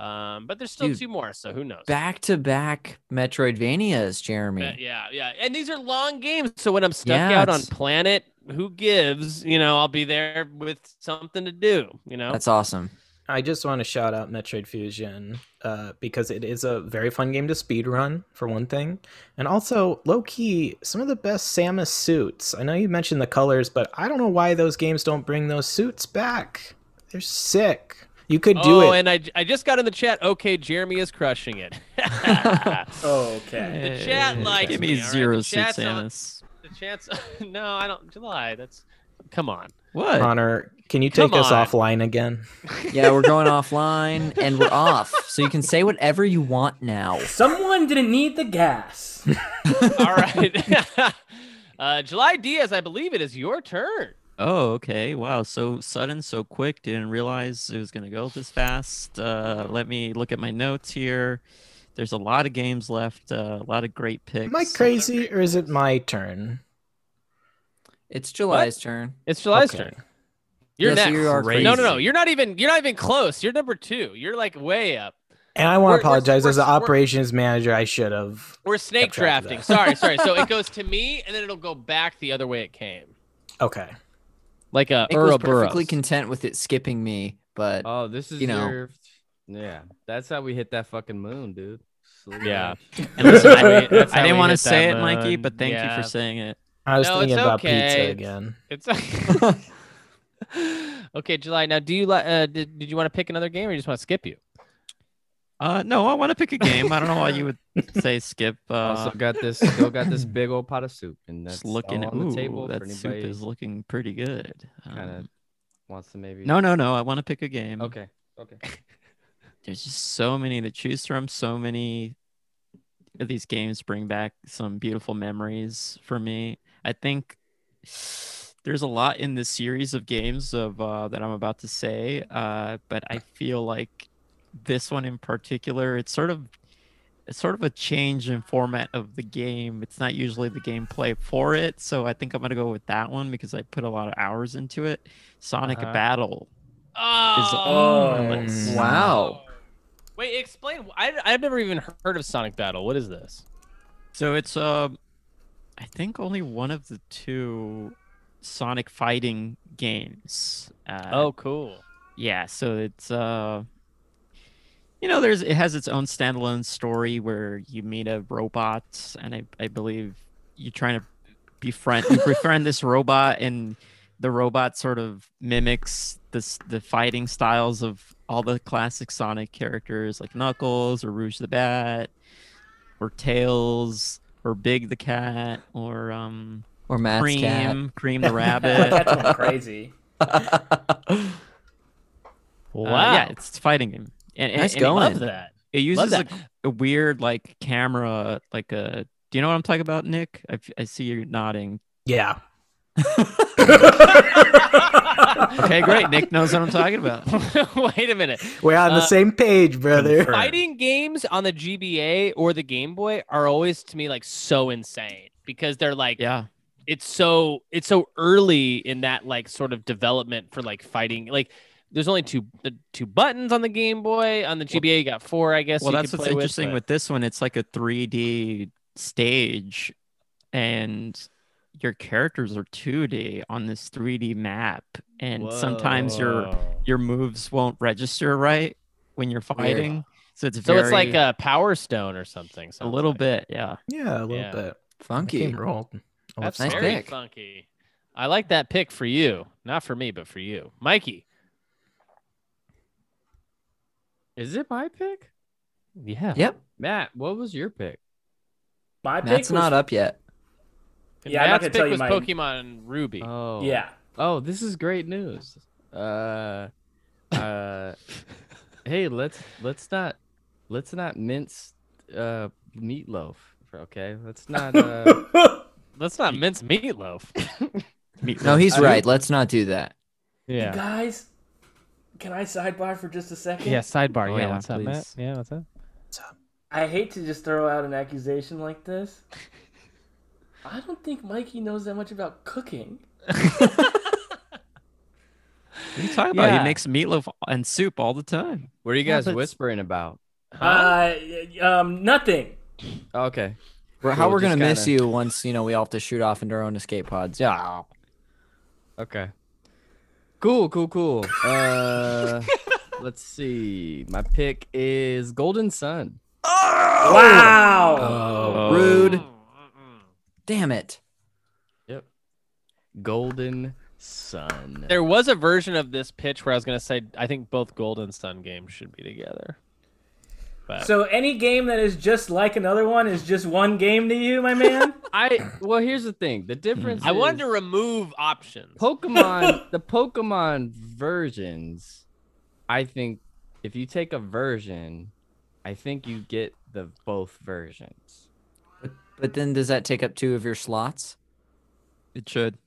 [SPEAKER 2] Um, but there's still
[SPEAKER 1] Dude,
[SPEAKER 2] two more, so who knows?
[SPEAKER 1] Back to back Metroidvanias, Jeremy.
[SPEAKER 2] But yeah, yeah. And these are long games. So when I'm stuck
[SPEAKER 1] Yeah,
[SPEAKER 2] out on
[SPEAKER 1] it's-
[SPEAKER 2] planet, who gives? You know, I'll be there with something to do, you know?
[SPEAKER 1] That's awesome.
[SPEAKER 4] I just want to shout out Metroid Fusion uh, because it is a very fun game to speedrun, for one thing. And also, low key, some of the best Samus suits. I know you mentioned the colors, but I don't know why those games don't bring those suits back. They're sick. You could do
[SPEAKER 2] oh,
[SPEAKER 4] it.
[SPEAKER 2] and I, I just got in the chat. Okay, Jeremy is crushing it.
[SPEAKER 7] [LAUGHS]
[SPEAKER 2] [LAUGHS]
[SPEAKER 7] okay.
[SPEAKER 2] The chat
[SPEAKER 5] Hey,
[SPEAKER 2] likes
[SPEAKER 5] Give
[SPEAKER 2] me,
[SPEAKER 5] me
[SPEAKER 2] all right?
[SPEAKER 5] zero
[SPEAKER 2] The
[SPEAKER 5] suits,
[SPEAKER 2] chat's on-
[SPEAKER 5] Samus.
[SPEAKER 2] the chance. [LAUGHS] no, I don't. July. That's. Come on.
[SPEAKER 5] What?
[SPEAKER 4] Connor, can you take
[SPEAKER 2] Come
[SPEAKER 4] us
[SPEAKER 2] on.
[SPEAKER 4] offline again?
[SPEAKER 1] Yeah, we're
[SPEAKER 6] [LAUGHS]
[SPEAKER 1] going offline and we're off. So you can say whatever you want now.
[SPEAKER 7] Someone didn't need the gas.
[SPEAKER 2] Um, All right. [LAUGHS] uh, July Diaz, I believe it is your turn.
[SPEAKER 5] Oh, okay. Wow. So sudden, so quick. Didn't realize it was going to go this fast. Uh, let me look at my notes here. There's a lot of games left, uh, a lot of great picks.
[SPEAKER 4] Am I crazy or is it my turn?
[SPEAKER 1] It's July's turn.
[SPEAKER 2] It's July's
[SPEAKER 4] Okay.
[SPEAKER 2] turn. You're
[SPEAKER 1] Yeah, so
[SPEAKER 2] next.
[SPEAKER 1] you are
[SPEAKER 2] No, no, no.
[SPEAKER 1] crazy.
[SPEAKER 2] You're not even. You're not even close. You're number two. You're like way up.
[SPEAKER 4] And I want
[SPEAKER 2] We're-
[SPEAKER 4] to
[SPEAKER 2] we're-
[SPEAKER 4] apologize. As
[SPEAKER 2] we're-
[SPEAKER 4] an
[SPEAKER 2] we're-
[SPEAKER 4] operations manager, I should have.
[SPEAKER 2] We're snake
[SPEAKER 4] Kept track of
[SPEAKER 2] drafting.
[SPEAKER 4] that.
[SPEAKER 2] Sorry, sorry. So it goes to me, and then it'll go back the other way it came.
[SPEAKER 4] Okay.
[SPEAKER 2] Like a
[SPEAKER 1] Nick was
[SPEAKER 2] Ouroboros.
[SPEAKER 1] perfectly content with it skipping me, but
[SPEAKER 6] Oh, this is
[SPEAKER 1] You know.
[SPEAKER 6] your yeah. That's how we hit that fucking moon, dude. Slow
[SPEAKER 2] Yeah.
[SPEAKER 6] down.
[SPEAKER 5] And listen, I,
[SPEAKER 7] That's
[SPEAKER 2] how
[SPEAKER 5] I
[SPEAKER 2] we
[SPEAKER 5] didn't want to
[SPEAKER 2] hit that
[SPEAKER 5] say it, Mikey,
[SPEAKER 2] moon.
[SPEAKER 5] but thank you
[SPEAKER 2] Yeah.
[SPEAKER 5] for saying it.
[SPEAKER 4] I was
[SPEAKER 2] No,
[SPEAKER 4] thinking
[SPEAKER 2] it's
[SPEAKER 4] about
[SPEAKER 2] okay.
[SPEAKER 4] pizza again.
[SPEAKER 2] It's [LAUGHS] okay, July. Now, do you like? Uh, did, did you want to pick another game, or you just want to skip you?
[SPEAKER 5] Uh, no, I want to pick a game. I don't know why you would say skip. Uh,
[SPEAKER 6] also got this still got
[SPEAKER 1] [CLEARS THROAT]
[SPEAKER 6] this big old pot of soup and that's
[SPEAKER 5] just looking
[SPEAKER 6] all
[SPEAKER 5] at
[SPEAKER 6] on
[SPEAKER 5] ooh,
[SPEAKER 6] the table
[SPEAKER 5] that
[SPEAKER 6] for
[SPEAKER 5] soup
[SPEAKER 6] anybody
[SPEAKER 5] is looking pretty good.
[SPEAKER 6] kinda
[SPEAKER 5] Um,
[SPEAKER 6] wants to maybe.
[SPEAKER 5] No, no, no. I want to pick a game.
[SPEAKER 6] Okay. Okay.
[SPEAKER 5] There's just so many to choose from. So many of these games bring back some beautiful memories for me. I think there's a lot in this series of games of uh, that I'm about to say, uh, but I feel like this one in particular, it's sort of it's sort of a change in format of the game. It's not usually the gameplay for it, so I think I'm gonna go with that one because I put a lot of hours into it. Sonic
[SPEAKER 4] Uh-huh.
[SPEAKER 5] Battle.
[SPEAKER 2] Oh,
[SPEAKER 7] Oh,
[SPEAKER 5] Nice.
[SPEAKER 1] Wow.
[SPEAKER 2] Wait, explain. I, I've never even heard of Sonic Battle. What is this?
[SPEAKER 5] So it's um, I think only one of the two Sonic fighting games. Uh,
[SPEAKER 2] Oh, cool. [LAUGHS]
[SPEAKER 5] yeah so it's uh you know there's it has its own standalone story where you meet a robot and i, I believe you're trying to befriend you befriend this robot and the robot sort of mimics this the fighting styles of all the classic sonic characters like knuckles or rouge the bat or tails or big the cat or um
[SPEAKER 1] Or Matt's
[SPEAKER 5] cream
[SPEAKER 1] cat. [LAUGHS]
[SPEAKER 5] cream the rabbit [LAUGHS]
[SPEAKER 7] That's going crazy.
[SPEAKER 5] Uh,
[SPEAKER 2] Wow.
[SPEAKER 5] yeah it's a fighting game and, and,
[SPEAKER 1] Nice
[SPEAKER 5] and it-
[SPEAKER 1] going.
[SPEAKER 2] Love that.
[SPEAKER 5] It uses a,
[SPEAKER 2] that.
[SPEAKER 5] a weird like camera, like a. Do you know what I'm talking about, Nick? I, f- I see you nodding.
[SPEAKER 4] Yeah.
[SPEAKER 5] Okay, great. Nick knows [LAUGHS] what I'm talking about.
[SPEAKER 2] Wait a minute.
[SPEAKER 4] We're on the
[SPEAKER 2] Uh,
[SPEAKER 4] same page, brother. [LAUGHS]
[SPEAKER 2] Fighting games on the GBA or the Game Boy are always to me like so insane because they're like
[SPEAKER 5] Yeah,
[SPEAKER 2] it's so it's so early in that like sort of development for like fighting like there's only two the two buttons on the Game Boy on the GBA you got four I guess
[SPEAKER 5] well,
[SPEAKER 2] you
[SPEAKER 5] that's
[SPEAKER 2] could
[SPEAKER 5] what's
[SPEAKER 2] play
[SPEAKER 5] interesting
[SPEAKER 2] but-
[SPEAKER 5] with, this one. It's like a 3D stage, and your characters are 2D on this 3D map, and sometimes your
[SPEAKER 2] Whoa.
[SPEAKER 5] your moves won't register right when you're fighting. So it's uh,
[SPEAKER 2] so
[SPEAKER 5] very,
[SPEAKER 2] it's like a Power Stone or something
[SPEAKER 5] a
[SPEAKER 2] sounds
[SPEAKER 5] little
[SPEAKER 2] like.
[SPEAKER 5] bit, yeah.
[SPEAKER 4] yeah, a little
[SPEAKER 2] Yeah.
[SPEAKER 4] bit. I
[SPEAKER 1] Funky.
[SPEAKER 4] came rolled. I
[SPEAKER 2] That's
[SPEAKER 4] love
[SPEAKER 1] nice
[SPEAKER 4] Sonic.
[SPEAKER 2] very
[SPEAKER 1] pick.
[SPEAKER 2] funky. I like that pick for you. Not for me, but for you. Mikey.
[SPEAKER 6] Is it my pick?
[SPEAKER 2] Yeah.
[SPEAKER 1] Yep.
[SPEAKER 6] Matt, what was your pick?
[SPEAKER 7] My pick
[SPEAKER 1] Matt's
[SPEAKER 7] was-
[SPEAKER 1] not up yet.
[SPEAKER 7] Yeah, I'm not
[SPEAKER 2] Matt's
[SPEAKER 7] gonna
[SPEAKER 2] pick
[SPEAKER 7] tell you
[SPEAKER 2] was
[SPEAKER 7] mine.
[SPEAKER 2] Pokemon Ruby.
[SPEAKER 5] Uh,
[SPEAKER 6] Oh.
[SPEAKER 7] Yeah.
[SPEAKER 5] [LAUGHS]
[SPEAKER 6] Oh, this is great news. Uh uh Hey, let's let's not let's not mince uh meatloaf, okay?
[SPEAKER 1] [LAUGHS]
[SPEAKER 6] Let's not uh
[SPEAKER 2] Let's not mince meatloaf.
[SPEAKER 5] [LAUGHS]
[SPEAKER 1] No, he's
[SPEAKER 6] I-
[SPEAKER 1] right. Let's not do that.
[SPEAKER 7] You guys, can I sidebar for just a second?
[SPEAKER 2] sidebar.
[SPEAKER 5] Oh, yeah, please.
[SPEAKER 2] Yeah, what's up?
[SPEAKER 7] I hate to just throw out an accusation
[SPEAKER 5] [LAUGHS]
[SPEAKER 7] like this. I don't think Mikey knows that much about cooking.
[SPEAKER 5] What are you talking about?
[SPEAKER 2] Yeah.
[SPEAKER 5] He makes meatloaf and soup all the time.
[SPEAKER 6] What are you
[SPEAKER 5] Yeah,
[SPEAKER 6] guys
[SPEAKER 5] but-
[SPEAKER 6] whispering about?
[SPEAKER 7] Uh, y- um, nothing.
[SPEAKER 6] Oh, Okay.
[SPEAKER 1] We're, how
[SPEAKER 6] Cool,
[SPEAKER 1] we're gonna
[SPEAKER 6] just
[SPEAKER 1] miss
[SPEAKER 6] kinda-
[SPEAKER 1] you once you know we all have to shoot off into our own escape pods. Yeah.
[SPEAKER 6] Okay. Cool, cool, cool.
[SPEAKER 1] [LAUGHS]
[SPEAKER 6] Uh let's see. My pick is Golden Sun. Uh,
[SPEAKER 7] Wow.
[SPEAKER 5] Oh.
[SPEAKER 1] Rude. Damn it.
[SPEAKER 6] Golden Sun.
[SPEAKER 2] There was a version of this pitch where I was going to say, I think both Gold and Sun games should be together.
[SPEAKER 5] Uh.
[SPEAKER 2] But
[SPEAKER 7] So any game that is just like another one is just one game to you,
[SPEAKER 5] [LAUGHS]
[SPEAKER 7] my man.
[SPEAKER 6] I well, here's the thing. The difference
[SPEAKER 2] I wanted
[SPEAKER 6] is-
[SPEAKER 2] to remove options.
[SPEAKER 6] Pokemon, [LAUGHS] the Pokemon versions, I think if you take a version, I think you get the both versions.
[SPEAKER 1] But then does that take up two of your slots?
[SPEAKER 5] It should.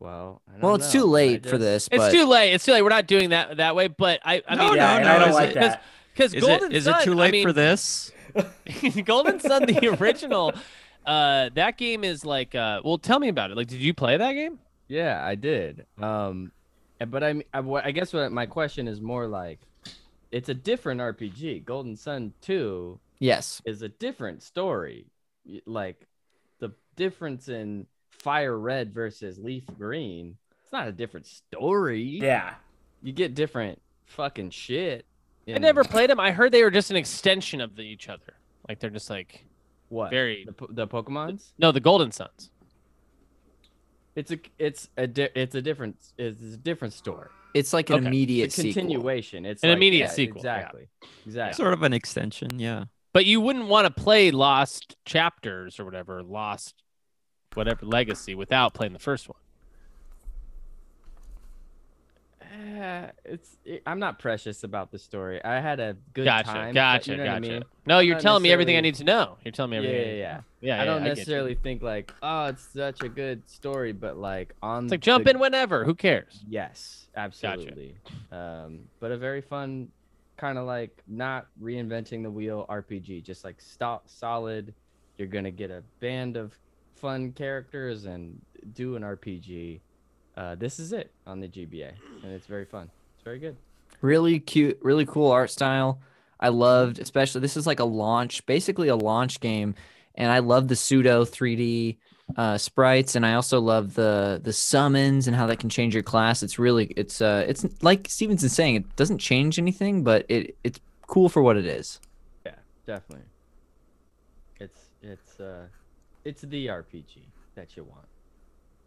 [SPEAKER 6] Well, I don't
[SPEAKER 1] Well, it's
[SPEAKER 6] know.
[SPEAKER 1] too
[SPEAKER 6] I
[SPEAKER 1] late for
[SPEAKER 6] just-
[SPEAKER 1] this.
[SPEAKER 2] It's
[SPEAKER 1] but
[SPEAKER 2] too late. It's too late. We're not doing that that way. But I, I
[SPEAKER 5] No,
[SPEAKER 2] mean,
[SPEAKER 7] yeah,
[SPEAKER 5] Oh, no,
[SPEAKER 7] and
[SPEAKER 5] no,
[SPEAKER 7] I don't
[SPEAKER 5] is
[SPEAKER 7] like
[SPEAKER 5] it-
[SPEAKER 7] that.
[SPEAKER 2] Because
[SPEAKER 5] Is
[SPEAKER 2] Golden
[SPEAKER 5] it, is
[SPEAKER 2] Sun,
[SPEAKER 5] it too late
[SPEAKER 2] I mean,
[SPEAKER 5] for this?
[SPEAKER 2] [LAUGHS] Golden Sun, the original, uh, that game is like, uh, well, tell me about it. Like, did you play that game?
[SPEAKER 6] Yeah, I did. Um, and- but I, I, what- I guess what my question is more like, it's a different RPG. Golden Sun Two
[SPEAKER 1] yes.
[SPEAKER 6] is a different story. Y- Like the difference in Fire Red versus Leaf Green, it's not a different story.
[SPEAKER 7] yeah.
[SPEAKER 6] you get different fucking shit.
[SPEAKER 2] I never played them. I heard they were just an extension of the, each other. Like they're just like
[SPEAKER 6] what
[SPEAKER 2] very
[SPEAKER 6] the, po- the Pokemon's.
[SPEAKER 2] no, the Golden Suns.
[SPEAKER 6] It's a it's a di- it's a different it's a different story.
[SPEAKER 1] It's like an
[SPEAKER 2] Okay.
[SPEAKER 1] immediate
[SPEAKER 6] It's a
[SPEAKER 1] sequel.
[SPEAKER 6] continuation. It's
[SPEAKER 2] An
[SPEAKER 6] like-
[SPEAKER 2] immediate
[SPEAKER 6] yeah,
[SPEAKER 2] sequel, yeah.
[SPEAKER 6] Exactly. Exactly.
[SPEAKER 5] Sort of an extension, yeah.
[SPEAKER 2] But you wouldn't want to play Lost Chapters or whatever, Lost whatever Legacy without playing the first one.
[SPEAKER 6] yeah, Uh, it's. It, I'm not precious about the story. I had a good
[SPEAKER 2] gotcha,
[SPEAKER 6] time. but
[SPEAKER 2] gotcha,
[SPEAKER 6] you know what I
[SPEAKER 2] gotcha.
[SPEAKER 6] mean?
[SPEAKER 2] No, you're
[SPEAKER 6] Not
[SPEAKER 2] telling me everything I
[SPEAKER 6] necessarily-
[SPEAKER 2] need to know. You're telling me
[SPEAKER 6] Yeah,
[SPEAKER 2] everything.
[SPEAKER 6] yeah, yeah.
[SPEAKER 2] yeah.
[SPEAKER 6] I don't
[SPEAKER 2] yeah, get you.
[SPEAKER 6] necessarily think like, oh, it's such a good story, but like on
[SPEAKER 2] It's like jump
[SPEAKER 6] the-
[SPEAKER 2] in whenever. Who cares?
[SPEAKER 6] Yes, absolutely. Um, but a very fun kind of like not reinventing the wheel RPG, just like stop solid. You're gonna get a band of fun characters and do an RPG. Uh, this is it on the GBA, and it's very fun. It's very good.
[SPEAKER 1] really cute, really cool art style. I loved, especially this is like a launch, basically a launch game, and I love the pseudo 3D uh, sprites, and I also love the the summons and how that can change your class. It's really, it's uh, it's like Stevenson's saying, it doesn't change anything, but it it's cool for what it is. [LAUGHS]
[SPEAKER 6] Yeah, definitely. It's it's uh, it's the RPG that you want.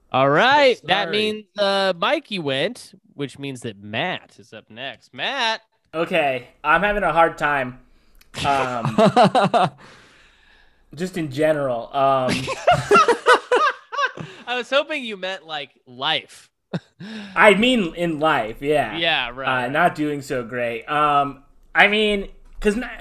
[SPEAKER 2] All right. That
[SPEAKER 6] Sorry.
[SPEAKER 2] means uh, Mikey went, which means that Matt is up next. Matt.
[SPEAKER 7] Okay, I'm having a hard time.
[SPEAKER 5] [LAUGHS]
[SPEAKER 7] Um, just in general. Um,
[SPEAKER 2] I was hoping you meant like life.
[SPEAKER 7] I mean, in life, yeah.
[SPEAKER 2] Yeah, right.
[SPEAKER 7] Uh, not doing so great. Um, I mean, cause not,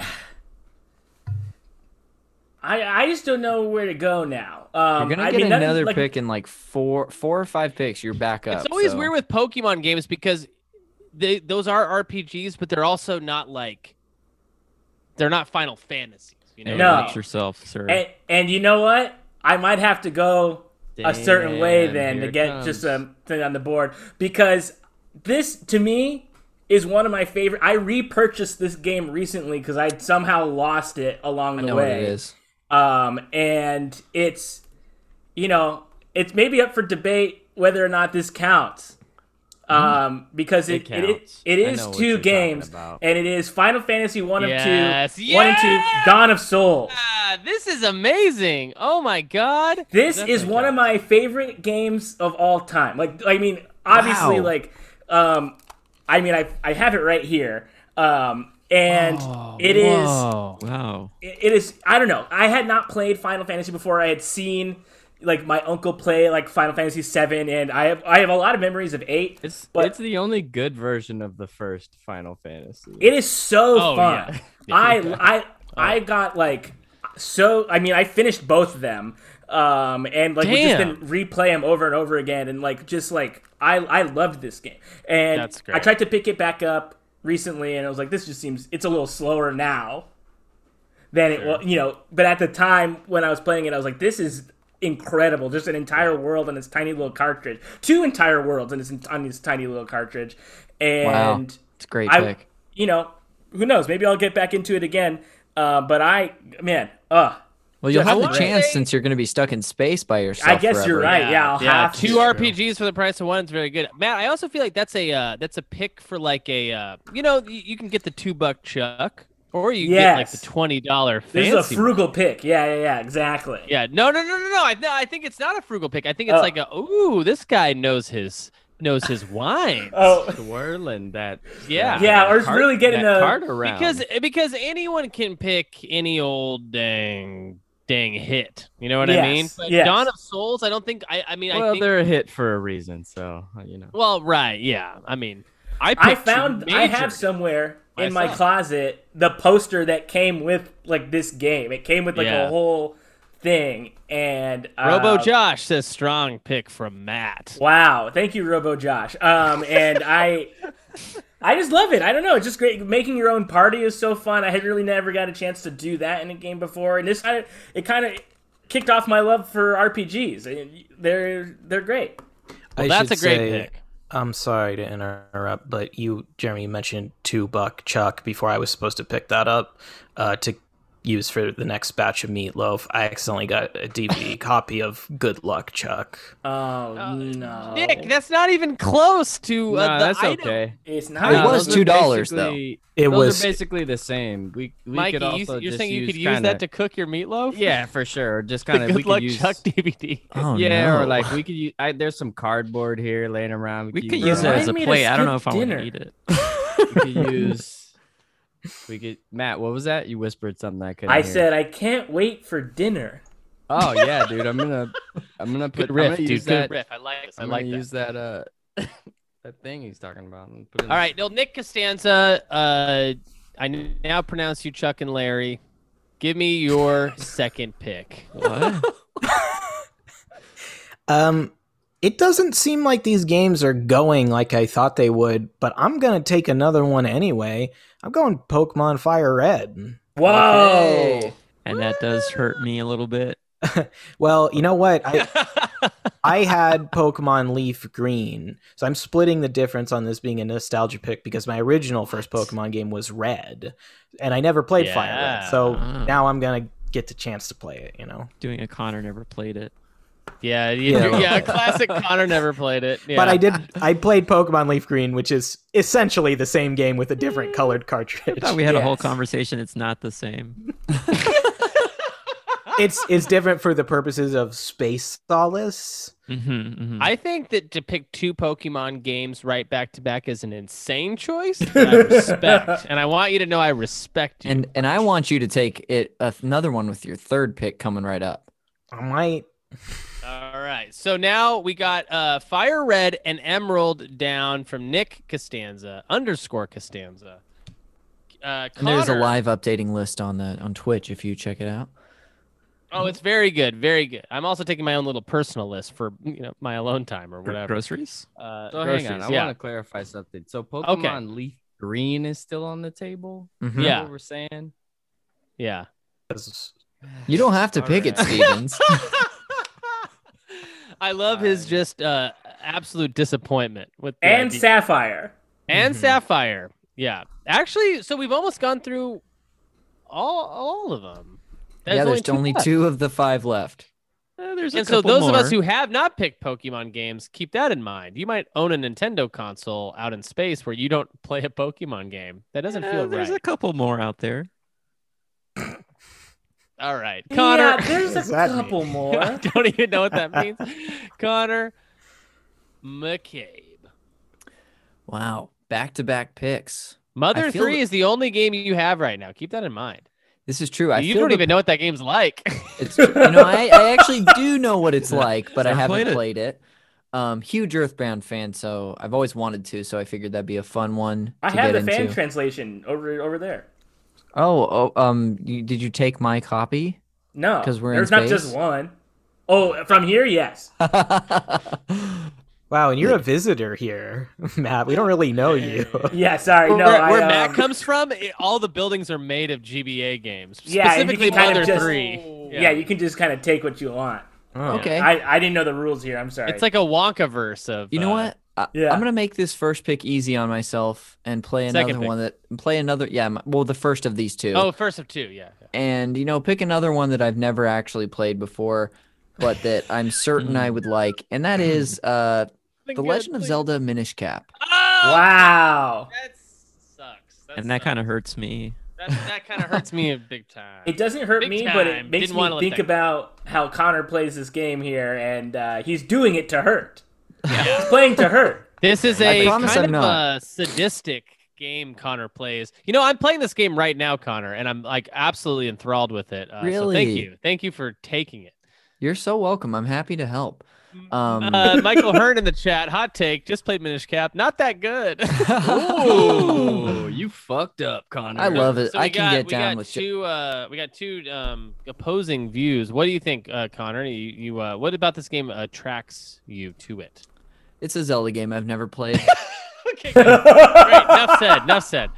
[SPEAKER 7] I I just don't know where to go now. Um,
[SPEAKER 1] You're gonna
[SPEAKER 7] I
[SPEAKER 1] get
[SPEAKER 7] mean, nothing-
[SPEAKER 1] another
[SPEAKER 7] like,
[SPEAKER 1] pick in like four, four or five picks. You're back up.
[SPEAKER 2] It's always
[SPEAKER 1] so-
[SPEAKER 2] weird with Pokemon games because they those are RPGs, but they're also not like they're not Final Fantasies. You know?
[SPEAKER 5] Hey,
[SPEAKER 7] No.
[SPEAKER 5] watch yourself, sir.
[SPEAKER 7] And, and you know what? I might have to go a certain way
[SPEAKER 6] Damn,
[SPEAKER 7] then to
[SPEAKER 6] here it
[SPEAKER 7] get just
[SPEAKER 6] comes.
[SPEAKER 7] a thing on the board because this to me is one of my favorite. I repurchased this game recently because I somehow lost it along
[SPEAKER 1] I
[SPEAKER 7] the
[SPEAKER 1] know
[SPEAKER 7] way.
[SPEAKER 1] what it is.
[SPEAKER 7] Um, and it's, you know, it's maybe up for debate whether or not this counts. Um, because it,
[SPEAKER 6] Hmm. It
[SPEAKER 7] it,
[SPEAKER 6] counts.
[SPEAKER 7] it
[SPEAKER 6] I
[SPEAKER 7] is
[SPEAKER 6] know what you're
[SPEAKER 7] two
[SPEAKER 6] talking
[SPEAKER 7] games,
[SPEAKER 6] about.
[SPEAKER 7] and it is Final Fantasy one of
[SPEAKER 2] Yes.
[SPEAKER 7] two, one and two,
[SPEAKER 2] Yeah!
[SPEAKER 7] Dawn of Souls.
[SPEAKER 2] Ah, this is amazing! Oh my god!
[SPEAKER 7] This is one of my favorite games of all time. Like, I mean, obviously,
[SPEAKER 1] Wow.
[SPEAKER 7] like, um, I mean, I I have it right here, um, and
[SPEAKER 6] Oh,
[SPEAKER 7] it is
[SPEAKER 5] Wow.
[SPEAKER 7] it it is i don't know i had not played final fantasy before i had seen like my uncle play like final fantasy 7 and i have i have a lot of memories of 8
[SPEAKER 6] It's
[SPEAKER 7] But-
[SPEAKER 6] it's the only good version of the first Final Fantasy.
[SPEAKER 7] it is so
[SPEAKER 2] Oh,
[SPEAKER 7] fun
[SPEAKER 2] yeah.
[SPEAKER 7] [LAUGHS]
[SPEAKER 2] Oh.
[SPEAKER 7] i i i got like so i mean i finished both of them um and like we just
[SPEAKER 2] Damn.
[SPEAKER 7] then replay them over and over again and like just like i i loved this game and
[SPEAKER 2] That's
[SPEAKER 7] i
[SPEAKER 2] great.
[SPEAKER 7] tried to pick it back up recently and i was like this just seems it's a little slower now than it was, you know. But at the time when I was playing it, I was like, this is incredible. Just an entire world on this tiny little cartridge. Two entire worlds on this, on this tiny little cartridge. And
[SPEAKER 1] It's a great
[SPEAKER 7] I,
[SPEAKER 1] pick.
[SPEAKER 7] you know, who knows? Maybe I'll get back into it again. Uh, but I, man, uh,
[SPEAKER 1] Well, you'll
[SPEAKER 7] I
[SPEAKER 1] have the
[SPEAKER 7] wanna
[SPEAKER 1] chance
[SPEAKER 2] say-
[SPEAKER 1] since you're gonna be stuck in space by yourself.
[SPEAKER 7] I guess you're
[SPEAKER 1] forever.
[SPEAKER 7] right. Yeah, I'll have to.
[SPEAKER 2] two RPGs for the price of one is very good. Matt, I also feel like that's a uh, that's a pick for like a uh, you know you, you can get the two buck chuck or you get like the
[SPEAKER 7] Yes.
[SPEAKER 2] twenty dollar fancy.
[SPEAKER 7] This is a
[SPEAKER 2] one.
[SPEAKER 7] frugal pick. Yeah, yeah, yeah, exactly.
[SPEAKER 2] Yeah, no, no, no, no, no. I, no, I think it's not a frugal pick. I think it's
[SPEAKER 7] Oh.
[SPEAKER 2] like a ooh, this guy knows his knows
[SPEAKER 7] [LAUGHS]
[SPEAKER 2] his wine.
[SPEAKER 7] Oh,
[SPEAKER 6] swirling that.
[SPEAKER 2] Yeah.
[SPEAKER 7] yeah,
[SPEAKER 6] that
[SPEAKER 7] or it's
[SPEAKER 6] cart-
[SPEAKER 7] really getting
[SPEAKER 6] that
[SPEAKER 7] a.
[SPEAKER 6] cart around.
[SPEAKER 2] because because anyone can pick any old dang dang hit. You know what I mean?
[SPEAKER 7] Yes,
[SPEAKER 2] But
[SPEAKER 7] yes.
[SPEAKER 2] Dawn of Souls, I don't think I I mean I
[SPEAKER 6] well,
[SPEAKER 2] think
[SPEAKER 6] they're a hit for a reason, so uh, you know.
[SPEAKER 2] well, right, yeah. I mean, I
[SPEAKER 7] I
[SPEAKER 2] picked
[SPEAKER 7] found I have
[SPEAKER 2] major-
[SPEAKER 7] somewhere in my
[SPEAKER 2] Myself.
[SPEAKER 7] closet the poster that came with like this game. It came with like
[SPEAKER 2] Yeah.
[SPEAKER 7] a whole thing and uh,
[SPEAKER 6] Um,
[SPEAKER 2] Robo Josh says strong pick from Matt.
[SPEAKER 7] Wow, thank you, Robo Josh. Um, and I, I just love it. I don't know, it's just great. Making your own party is so fun. I had really never got a chance to do that in a game before, and this kind of it kind of kicked off my love for RPGs. And They're they're great.
[SPEAKER 2] Well,
[SPEAKER 4] I
[SPEAKER 2] that's a
[SPEAKER 4] should
[SPEAKER 2] great
[SPEAKER 4] say-
[SPEAKER 2] pick.
[SPEAKER 4] I'm sorry to interrupt, but you, Jeremy, you mentioned two buck chuck before I was supposed to pick that up uh, to use for the next batch of meatloaf. I accidentally got
[SPEAKER 2] [LAUGHS]
[SPEAKER 4] a DVD copy of Good Luck Chuck.
[SPEAKER 2] Uh,
[SPEAKER 7] Oh no,
[SPEAKER 2] Nick, that's not even close to uh,
[SPEAKER 6] Nah,
[SPEAKER 2] the
[SPEAKER 6] um, that's
[SPEAKER 2] item.
[SPEAKER 6] okay.
[SPEAKER 7] it's not.
[SPEAKER 1] It
[SPEAKER 6] Nah,
[SPEAKER 1] was
[SPEAKER 6] those are
[SPEAKER 1] $2 though.
[SPEAKER 6] basically-
[SPEAKER 4] It
[SPEAKER 6] those
[SPEAKER 4] was
[SPEAKER 6] are basically the same. We, we
[SPEAKER 2] Mikey,
[SPEAKER 6] could also
[SPEAKER 2] you, are
[SPEAKER 6] just
[SPEAKER 2] saying you
[SPEAKER 6] use
[SPEAKER 2] could use
[SPEAKER 6] kinda-
[SPEAKER 2] that to cook your meatloaf? [LAUGHS]
[SPEAKER 6] [LAUGHS] Yeah, for sure. Just
[SPEAKER 2] the
[SPEAKER 6] kind of we
[SPEAKER 2] Good Luck
[SPEAKER 6] could use
[SPEAKER 2] Chuck DVD.
[SPEAKER 6] [LAUGHS]
[SPEAKER 1] Oh,
[SPEAKER 6] yeah,
[SPEAKER 1] no.
[SPEAKER 6] or like we could use. I, there's some cardboard here laying around.
[SPEAKER 5] We could use it as
[SPEAKER 7] Remind
[SPEAKER 5] a
[SPEAKER 7] me to
[SPEAKER 5] plate. I don't know if
[SPEAKER 7] skip
[SPEAKER 5] I want
[SPEAKER 7] dinner.
[SPEAKER 5] to eat it.
[SPEAKER 6] [LAUGHS] We could use. We could. Matt, what was that? You whispered something I couldn't.
[SPEAKER 7] I
[SPEAKER 6] hear.
[SPEAKER 7] said I can't wait for dinner.
[SPEAKER 6] Oh yeah, dude. I'm gonna. I'm gonna put. [LAUGHS]
[SPEAKER 2] Good riff,
[SPEAKER 6] I'm gonna
[SPEAKER 2] dude.
[SPEAKER 6] use
[SPEAKER 2] Good
[SPEAKER 6] that.
[SPEAKER 2] riff. I like this. I
[SPEAKER 6] I'm
[SPEAKER 2] like
[SPEAKER 6] gonna
[SPEAKER 2] this.
[SPEAKER 6] [LAUGHS] use that. Uh, that thing he's talking about. and put it in
[SPEAKER 2] All right, no, Nick Costanza. Uh, I n- now pronounce you Chuck and Larry. Give me your second
[SPEAKER 6] [LAUGHS]
[SPEAKER 2] pick.
[SPEAKER 5] What?
[SPEAKER 4] Um, it doesn't seem like these games are going like I thought they would, but I'm gonna take another one anyway. I'm going Pokemon Fire Red.
[SPEAKER 7] Whoa.
[SPEAKER 5] and that does hurt me a little bit.
[SPEAKER 4] Well, you know what? I I had Pokemon Leaf Green, so I'm splitting the difference on this being a nostalgia pick because my original first Pokemon game was Red, and I never played Fire Red. So
[SPEAKER 5] Yeah.
[SPEAKER 4] now I'm gonna get the chance to play it. You know,
[SPEAKER 5] Doing a Connor never played it.
[SPEAKER 2] Yeah, you,
[SPEAKER 4] Yeah.
[SPEAKER 2] yeah, classic Connor never played it. Yeah.
[SPEAKER 4] but I
[SPEAKER 5] [LAUGHS]
[SPEAKER 4] did. I played Pokemon Leaf Green, which is essentially the same game with a different colored cartridge.
[SPEAKER 5] I thought we had a whole
[SPEAKER 7] Yes.
[SPEAKER 5] conversation. It's not the same.
[SPEAKER 4] it's it's different for the purposes of space solace.
[SPEAKER 5] Mhm, mhm.
[SPEAKER 2] I think that to pick two Pokemon games right back to back is an insane choice.
[SPEAKER 6] [LAUGHS]
[SPEAKER 2] that I respect, and I want you to know I respect you.
[SPEAKER 1] And and I want you to take it another one with your third pick coming right up.
[SPEAKER 4] I might.
[SPEAKER 2] All right, so now we got uh, Fire Red and Emerald down from Nick Costanza underscore Costanza. Uh,
[SPEAKER 1] And there's a
[SPEAKER 2] Connor-
[SPEAKER 1] live updating list on the on Twitch if you check it out.
[SPEAKER 2] Oh, it's very good, very good. I'm also taking my own little personal list for you know my alone time or
[SPEAKER 5] Gro-
[SPEAKER 2] whatever.
[SPEAKER 5] Groceries?
[SPEAKER 2] Uh,
[SPEAKER 6] So
[SPEAKER 2] groceries,
[SPEAKER 6] hang on, I
[SPEAKER 2] yeah.
[SPEAKER 6] want to clarify something. So Pokemon Leaf Green is still on the table.
[SPEAKER 1] Mhm.
[SPEAKER 6] Is that
[SPEAKER 2] Yeah.
[SPEAKER 6] what we're saying. [LAUGHS]
[SPEAKER 2] yeah. [LAUGHS]
[SPEAKER 1] You don't have to
[SPEAKER 6] All
[SPEAKER 1] pick it,
[SPEAKER 6] right.
[SPEAKER 1] Stevens.
[SPEAKER 2] I love his
[SPEAKER 6] Fine.
[SPEAKER 2] just uh, absolute disappointment with the
[SPEAKER 7] And
[SPEAKER 2] idea-
[SPEAKER 7] Sapphire.
[SPEAKER 2] and
[SPEAKER 1] Mm-hmm.
[SPEAKER 4] Mhm.
[SPEAKER 2] Sapphire. Yeah, actually, so we've almost gone through all all of them.
[SPEAKER 1] yeah, there's only
[SPEAKER 2] left.
[SPEAKER 1] two of the five left.
[SPEAKER 5] Eh, there's a
[SPEAKER 2] And so
[SPEAKER 5] couple
[SPEAKER 2] those of us
[SPEAKER 5] more.
[SPEAKER 2] who have not picked Pokemon games, keep that in mind. You might own a Nintendo console out in space where you don't play a Pokemon game. That doesn't
[SPEAKER 7] Uh,
[SPEAKER 5] Eh,
[SPEAKER 2] feel
[SPEAKER 5] There's
[SPEAKER 2] right.
[SPEAKER 5] a couple more out there.
[SPEAKER 2] All right, Connor.
[SPEAKER 7] Yeah, there's
[SPEAKER 4] What
[SPEAKER 7] a
[SPEAKER 4] does that mean?
[SPEAKER 2] [LAUGHS]
[SPEAKER 7] couple
[SPEAKER 1] [LAUGHS]
[SPEAKER 2] I
[SPEAKER 7] more.
[SPEAKER 2] don't even know what that
[SPEAKER 7] [LAUGHS]
[SPEAKER 2] means. Connor McCabe.
[SPEAKER 1] Wow. Back to back picks.
[SPEAKER 2] Mother
[SPEAKER 1] feel
[SPEAKER 2] 3
[SPEAKER 1] th-
[SPEAKER 2] is the only game you have right now. Keep that in mind.
[SPEAKER 1] This is true. I
[SPEAKER 2] you
[SPEAKER 1] feel
[SPEAKER 2] don't
[SPEAKER 1] the-
[SPEAKER 2] even know what that game's like. [LAUGHS]
[SPEAKER 1] It's, you know, I, I actually do know what it's like, but I
[SPEAKER 5] Never
[SPEAKER 1] haven't
[SPEAKER 5] played
[SPEAKER 1] played
[SPEAKER 5] it.
[SPEAKER 1] it. Um, huge Earthbound fan, so I've always wanted to. So I figured that'd be a fun one.
[SPEAKER 7] I
[SPEAKER 1] to
[SPEAKER 7] have the
[SPEAKER 1] get
[SPEAKER 7] fan
[SPEAKER 1] into.
[SPEAKER 7] translation over over there.
[SPEAKER 1] oh, oh, um, you, did you take my
[SPEAKER 2] [LAUGHS]
[SPEAKER 1] copy?
[SPEAKER 7] No,
[SPEAKER 1] 'Cause we're in
[SPEAKER 7] there's not just
[SPEAKER 1] space?
[SPEAKER 7] one. Oh, from here, yes.
[SPEAKER 4] Wow, and you're a visitor here, [LAUGHS] Matt. We don't really know you.
[SPEAKER 7] Yeah, sorry.
[SPEAKER 2] where
[SPEAKER 7] No,
[SPEAKER 2] where,
[SPEAKER 7] I,
[SPEAKER 2] where
[SPEAKER 7] um,
[SPEAKER 2] Matt comes from, it- all the buildings are made of GBA games.
[SPEAKER 7] Yeah, and you
[SPEAKER 2] specifically
[SPEAKER 7] can kind of
[SPEAKER 2] Mother
[SPEAKER 7] just-
[SPEAKER 2] 3.
[SPEAKER 7] Yeah. you can just kind of take what you want.
[SPEAKER 4] [LAUGHS] Oh.
[SPEAKER 1] okay.
[SPEAKER 7] I, I didn't know the rules here. I'm sorry.
[SPEAKER 2] It's like a Wonka verse of.
[SPEAKER 1] you know
[SPEAKER 2] uh,
[SPEAKER 1] what? I,
[SPEAKER 7] yeah.
[SPEAKER 1] I'm gonna make this first pick easy on myself and play
[SPEAKER 2] Second
[SPEAKER 1] another
[SPEAKER 2] pick.
[SPEAKER 1] one that play another. Yeah, my, well, the first of these two.
[SPEAKER 2] Oh, first of two, yeah.
[SPEAKER 1] and you know pick another one that i've never actually played before but that i'm certain
[SPEAKER 2] Mm.
[SPEAKER 1] i would like and that is uh the legend of zelda minish cap
[SPEAKER 2] Oh,
[SPEAKER 7] wow.
[SPEAKER 2] That sucks. That
[SPEAKER 5] And that
[SPEAKER 2] sucks.
[SPEAKER 5] kind of hurts me.
[SPEAKER 2] that, that kind of hurts me a big time.
[SPEAKER 7] It doesn't hurt
[SPEAKER 2] Big
[SPEAKER 7] me, but it
[SPEAKER 2] time.
[SPEAKER 7] makes
[SPEAKER 2] Didn't wanna
[SPEAKER 7] me
[SPEAKER 2] let
[SPEAKER 7] think
[SPEAKER 2] that go.
[SPEAKER 7] about how Connor plays this game here, and uh, he's doing it to hurt.
[SPEAKER 2] Yeah.
[SPEAKER 7] [LAUGHS] He's playing to hurt.
[SPEAKER 2] This is
[SPEAKER 1] I
[SPEAKER 2] a
[SPEAKER 1] promise
[SPEAKER 2] kind
[SPEAKER 1] I'm
[SPEAKER 2] of
[SPEAKER 1] not.
[SPEAKER 2] a sadistic game Connor plays. You know, I'm playing this game right now, Connor, and I'm like absolutely enthralled with it. Uh, So thank
[SPEAKER 1] Really?
[SPEAKER 2] you. Thank you for taking it.
[SPEAKER 1] you're so welcome i'm happy to help um
[SPEAKER 2] Uh, Michael Hearn in the chat, hot take, just played Minish Cap. Not
[SPEAKER 1] [LAUGHS]
[SPEAKER 2] that good. uh, [LAUGHS]
[SPEAKER 6] Ooh, you fucked up, Connor.
[SPEAKER 1] i love it
[SPEAKER 2] So we
[SPEAKER 1] i can
[SPEAKER 2] got-
[SPEAKER 1] get
[SPEAKER 2] we
[SPEAKER 1] down
[SPEAKER 2] got
[SPEAKER 1] with shit.
[SPEAKER 2] two. Uh, we got two um, opposing views. What do you think, uh, Connor? You, you uh, what about this game attracts you to it?
[SPEAKER 1] it's a zelda game i've never played
[SPEAKER 2] okay, good. Great. Enough said. Enough said.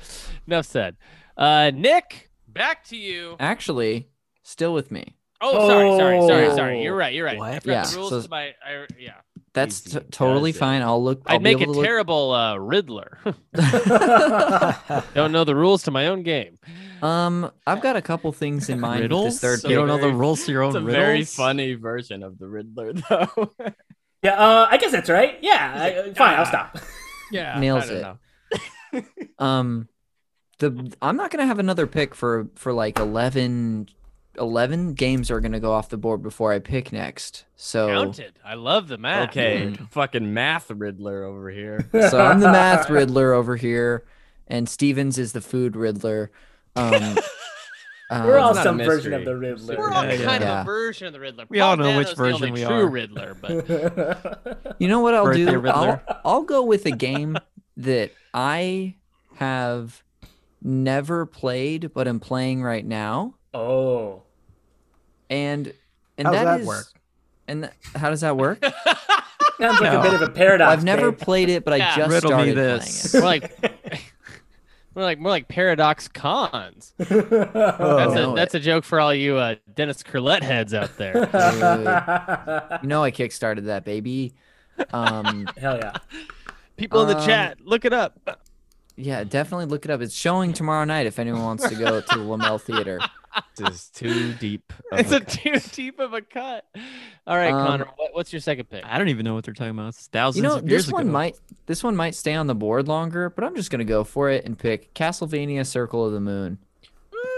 [SPEAKER 2] Enough said. Uh, Nick, back to you.
[SPEAKER 1] actually still with me
[SPEAKER 2] Oh, sorry, sorry, sorry, sorry.
[SPEAKER 7] Oh.
[SPEAKER 2] You're right. You're right. I
[SPEAKER 4] What?
[SPEAKER 2] forgot the
[SPEAKER 1] Yeah,
[SPEAKER 2] rules
[SPEAKER 1] so-
[SPEAKER 2] to my- I- yeah.
[SPEAKER 1] that's
[SPEAKER 2] Easy
[SPEAKER 1] t- totally
[SPEAKER 2] does it.
[SPEAKER 1] fine i'll look
[SPEAKER 2] i
[SPEAKER 1] I'll
[SPEAKER 2] would make
[SPEAKER 1] be
[SPEAKER 2] a
[SPEAKER 1] able to look-
[SPEAKER 2] terrible uh,
[SPEAKER 1] [LAUGHS]
[SPEAKER 2] Riddler. [LAUGHS] Don't know the rules to my own game.
[SPEAKER 1] um i've got a couple things in mind with this
[SPEAKER 5] Riddles?
[SPEAKER 1] third
[SPEAKER 6] So
[SPEAKER 1] pick.
[SPEAKER 5] you don't know the
[SPEAKER 6] very-
[SPEAKER 5] rules to your own
[SPEAKER 6] It's a
[SPEAKER 5] riddles?
[SPEAKER 6] very funny version of the Riddler, though.
[SPEAKER 7] Yeah, uh, I guess that's right. Yeah, I, fine,
[SPEAKER 2] "Ah."
[SPEAKER 7] I'll stop. [LAUGHS]
[SPEAKER 6] yeah,
[SPEAKER 1] Nails it. Um, the I'm not gonna have another pick for for like 11, 11 games are gonna go off the board before I pick next. So
[SPEAKER 2] Counted. I love the math.
[SPEAKER 6] Okay, [LAUGHS] fucking math Riddler over
[SPEAKER 7] [LAUGHS]
[SPEAKER 6] here.
[SPEAKER 1] so I'm the math riddler over here, and Stevens is the food riddler. Um,
[SPEAKER 7] We're
[SPEAKER 1] Um,
[SPEAKER 7] all
[SPEAKER 6] it's not a
[SPEAKER 7] some version of
[SPEAKER 6] mystery.
[SPEAKER 7] the Riddler.
[SPEAKER 2] We're all
[SPEAKER 5] Yeah, yeah.
[SPEAKER 2] kind of
[SPEAKER 1] Yeah.
[SPEAKER 2] a version of the Riddler.
[SPEAKER 5] We all
[SPEAKER 2] Paul
[SPEAKER 5] know which
[SPEAKER 2] Dano's the only
[SPEAKER 5] version we
[SPEAKER 2] true
[SPEAKER 5] are.
[SPEAKER 2] Riddler,
[SPEAKER 5] [LAUGHS]
[SPEAKER 2] but
[SPEAKER 1] You know what I'll
[SPEAKER 5] Birthday
[SPEAKER 1] do? I'll,
[SPEAKER 5] Riddler.
[SPEAKER 1] I'll go with a game that I have never played, but am playing right now.
[SPEAKER 7] [LAUGHS] oh,
[SPEAKER 1] And and
[SPEAKER 4] How's that
[SPEAKER 1] is-
[SPEAKER 4] work?
[SPEAKER 1] And th- how does that
[SPEAKER 5] [LAUGHS]
[SPEAKER 1] work?
[SPEAKER 7] sounds like
[SPEAKER 5] No.
[SPEAKER 7] a bit of a paradox.
[SPEAKER 1] I've never
[SPEAKER 7] babe.
[SPEAKER 1] played it, but I
[SPEAKER 2] Yeah.
[SPEAKER 1] just
[SPEAKER 5] Riddle me
[SPEAKER 1] started
[SPEAKER 5] this.
[SPEAKER 2] we're like [LAUGHS] we're like more like paradox cons.
[SPEAKER 7] [LAUGHS]
[SPEAKER 2] That's
[SPEAKER 1] know
[SPEAKER 2] a
[SPEAKER 1] it.
[SPEAKER 2] that's a joke for all you uh, Dennis Curlett heads out
[SPEAKER 1] [LAUGHS]
[SPEAKER 2] there.
[SPEAKER 1] playing it. You know, I kickstarted that baby. Um,
[SPEAKER 7] Hell yeah!
[SPEAKER 2] People in the
[SPEAKER 1] Um,
[SPEAKER 2] chat, look it up.
[SPEAKER 1] yeah, definitely look it up. It's showing tomorrow night if anyone wants to go to the Lamel Theater.
[SPEAKER 6] This is too [LAUGHS] deep. of
[SPEAKER 2] It's a
[SPEAKER 6] cut.
[SPEAKER 2] too deep of a cut. All right,
[SPEAKER 1] Um,
[SPEAKER 2] Connor, what, what's your second
[SPEAKER 6] [LAUGHS]
[SPEAKER 2] pick?
[SPEAKER 5] I don't even know what they're talking about. It's thousands
[SPEAKER 1] You know,
[SPEAKER 5] of years
[SPEAKER 1] this one
[SPEAKER 5] ago.
[SPEAKER 1] might this one might stay on the board longer, but I'm just gonna go for it and pick Castlevania: Circle of the Moon.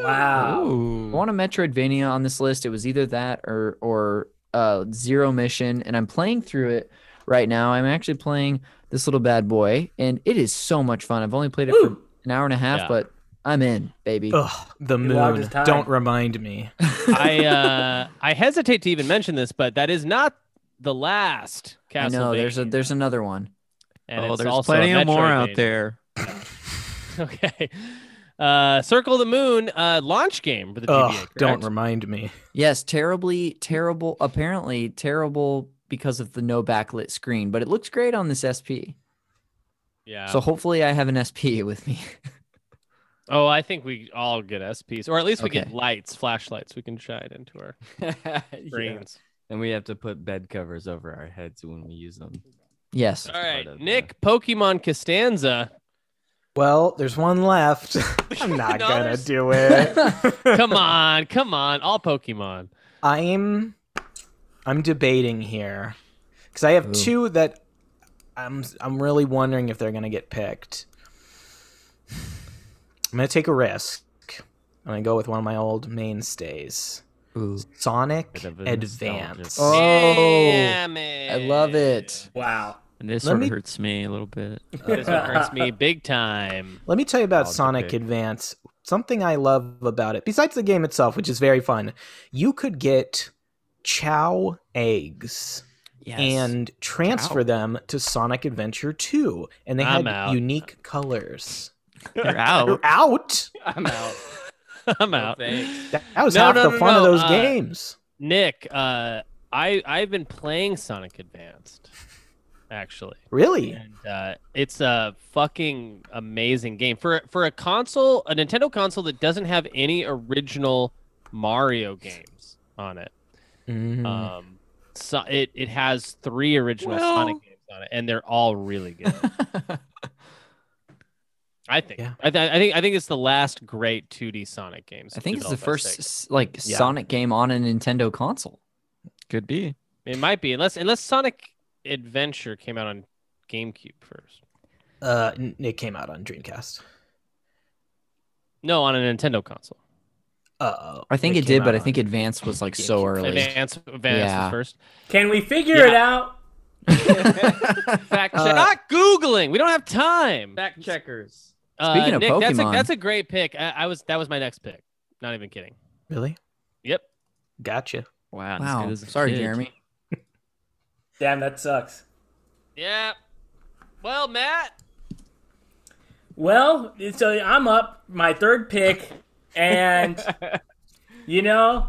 [SPEAKER 7] Wow.
[SPEAKER 1] I want a Metroidvania on this list. It was either that or or uh, Zero Mission, and I'm playing through it right now. I'm actually playing this little bad boy, and it is so much fun. I've only played it for
[SPEAKER 7] Woo!
[SPEAKER 1] an hour and a half,
[SPEAKER 2] Yeah.
[SPEAKER 1] but I'm in, baby.
[SPEAKER 4] Ugh, the
[SPEAKER 7] logged his
[SPEAKER 4] moon.
[SPEAKER 7] time.
[SPEAKER 4] Don't remind me.
[SPEAKER 2] I uh, I hesitate to even mention this, but that is not the last Castlevania.
[SPEAKER 1] I know there's a there's another one.
[SPEAKER 2] and
[SPEAKER 5] oh,
[SPEAKER 2] it's
[SPEAKER 5] there's
[SPEAKER 2] also a
[SPEAKER 5] plenty of more out
[SPEAKER 2] Metroidvania.
[SPEAKER 5] there.
[SPEAKER 2] [LAUGHS] Okay. Uh, Circle of the Moon uh, launch game for the PBA.
[SPEAKER 4] Ugh, don't remind me.
[SPEAKER 1] Yes, terribly terrible. Apparently terrible because of the no backlit screen, but it looks great on this SP.
[SPEAKER 2] Yeah.
[SPEAKER 1] So hopefully I have an SP [LAUGHS] with me.
[SPEAKER 2] oh, I think we all get SPs, or at least we get
[SPEAKER 1] Okay.
[SPEAKER 2] lights, flashlights we can shine into our
[SPEAKER 6] [LAUGHS]
[SPEAKER 2] brains.
[SPEAKER 6] And we have to put bed covers over our heads when we use them.
[SPEAKER 1] yes.
[SPEAKER 2] All right,
[SPEAKER 6] Part of the-
[SPEAKER 2] Nick Pokemon Costanza.
[SPEAKER 4] Well, there's one left. I'm not
[SPEAKER 2] No,
[SPEAKER 4] gonna
[SPEAKER 2] there's-
[SPEAKER 4] do it.
[SPEAKER 1] [LAUGHS]
[SPEAKER 2] Come on, come on, all Pokemon.
[SPEAKER 4] I'm I'm debating here because I have
[SPEAKER 1] Ooh.
[SPEAKER 4] two that I'm I'm really wondering if they're gonna get picked. I'm gonna take a risk. I'm gonna go with one of my old mainstays, Sonic
[SPEAKER 6] Bit of a
[SPEAKER 4] Advance.
[SPEAKER 6] nostalgia.
[SPEAKER 1] Oh,
[SPEAKER 2] Damn it.
[SPEAKER 1] I love it.
[SPEAKER 7] Wow.
[SPEAKER 5] And this
[SPEAKER 4] Let
[SPEAKER 5] sort
[SPEAKER 4] me-
[SPEAKER 5] of hurts me a little bit.
[SPEAKER 2] This one
[SPEAKER 1] [LAUGHS]
[SPEAKER 2] hurts me big time.
[SPEAKER 4] Let me tell
[SPEAKER 2] Oh,
[SPEAKER 4] you about
[SPEAKER 6] I'll
[SPEAKER 4] Sonic
[SPEAKER 6] debate.
[SPEAKER 4] Advance. Something I love about it, besides the game itself, which is very fun, you could get chow eggs
[SPEAKER 5] Yes.
[SPEAKER 4] and transfer
[SPEAKER 5] Chow.
[SPEAKER 4] them to Sonic Adventure 2. And they
[SPEAKER 2] I'm
[SPEAKER 4] had
[SPEAKER 2] out. [LAUGHS]
[SPEAKER 4] unique colors.
[SPEAKER 5] they're
[SPEAKER 4] You're
[SPEAKER 5] out.
[SPEAKER 4] out?
[SPEAKER 6] I'm out.
[SPEAKER 2] I'm out.
[SPEAKER 6] thanks.
[SPEAKER 4] That, that was
[SPEAKER 2] No,
[SPEAKER 4] half
[SPEAKER 2] no,
[SPEAKER 4] the
[SPEAKER 2] no,
[SPEAKER 4] fun of
[SPEAKER 2] no,
[SPEAKER 4] those
[SPEAKER 2] uh,
[SPEAKER 4] games.
[SPEAKER 2] Nick, uh, I I've been playing Sonic Advanced, actually,
[SPEAKER 4] Really?
[SPEAKER 2] and uh, it's a fucking amazing game for for a console, a Nintendo console that doesn't have any original Mario games on it.
[SPEAKER 4] Mm.
[SPEAKER 2] Um, so it it has three original
[SPEAKER 5] Well-
[SPEAKER 2] Sonic games on it, and they're all
[SPEAKER 1] [LAUGHS]
[SPEAKER 2] really good. I think.
[SPEAKER 4] Yeah.
[SPEAKER 2] I, th- I think. I think it's the last great 2D Sonic games.
[SPEAKER 1] I think it's the
[SPEAKER 2] developed by
[SPEAKER 1] first
[SPEAKER 2] Sega.
[SPEAKER 1] s- like
[SPEAKER 4] Yeah.
[SPEAKER 1] Sonic game on a Nintendo console.
[SPEAKER 5] Could be.
[SPEAKER 2] It might be, unless unless Sonic Adventure came out on GameCube first.
[SPEAKER 4] Uh, n- it came out on Dreamcast.
[SPEAKER 2] No, on a Nintendo console.
[SPEAKER 4] Uh,
[SPEAKER 1] I think it, did, but I think Advance was like so
[SPEAKER 4] GameCube.
[SPEAKER 1] early.
[SPEAKER 2] Advance, Advance
[SPEAKER 1] Yeah.
[SPEAKER 2] was first.
[SPEAKER 7] Can we figure
[SPEAKER 2] Yeah.
[SPEAKER 7] it out?
[SPEAKER 2] Fact check.
[SPEAKER 4] Uh,
[SPEAKER 2] not googling. We don't have time.
[SPEAKER 6] Fact checkers.
[SPEAKER 2] Uh,
[SPEAKER 1] Speaking of
[SPEAKER 2] Nick, that's a
[SPEAKER 1] Pokemon.
[SPEAKER 2] that's a great pick. I, I was that was my next pick. Not even kidding.
[SPEAKER 4] Really?
[SPEAKER 2] Yep.
[SPEAKER 4] Gotcha.
[SPEAKER 5] Wow. this
[SPEAKER 1] Wow.
[SPEAKER 5] kid is a
[SPEAKER 1] Sorry,
[SPEAKER 5] kid.
[SPEAKER 1] Jeremy.
[SPEAKER 7] Damn, that sucks.
[SPEAKER 2] Yeah. Well, Matt.
[SPEAKER 7] Well, so I'm up. My third pick, and you know,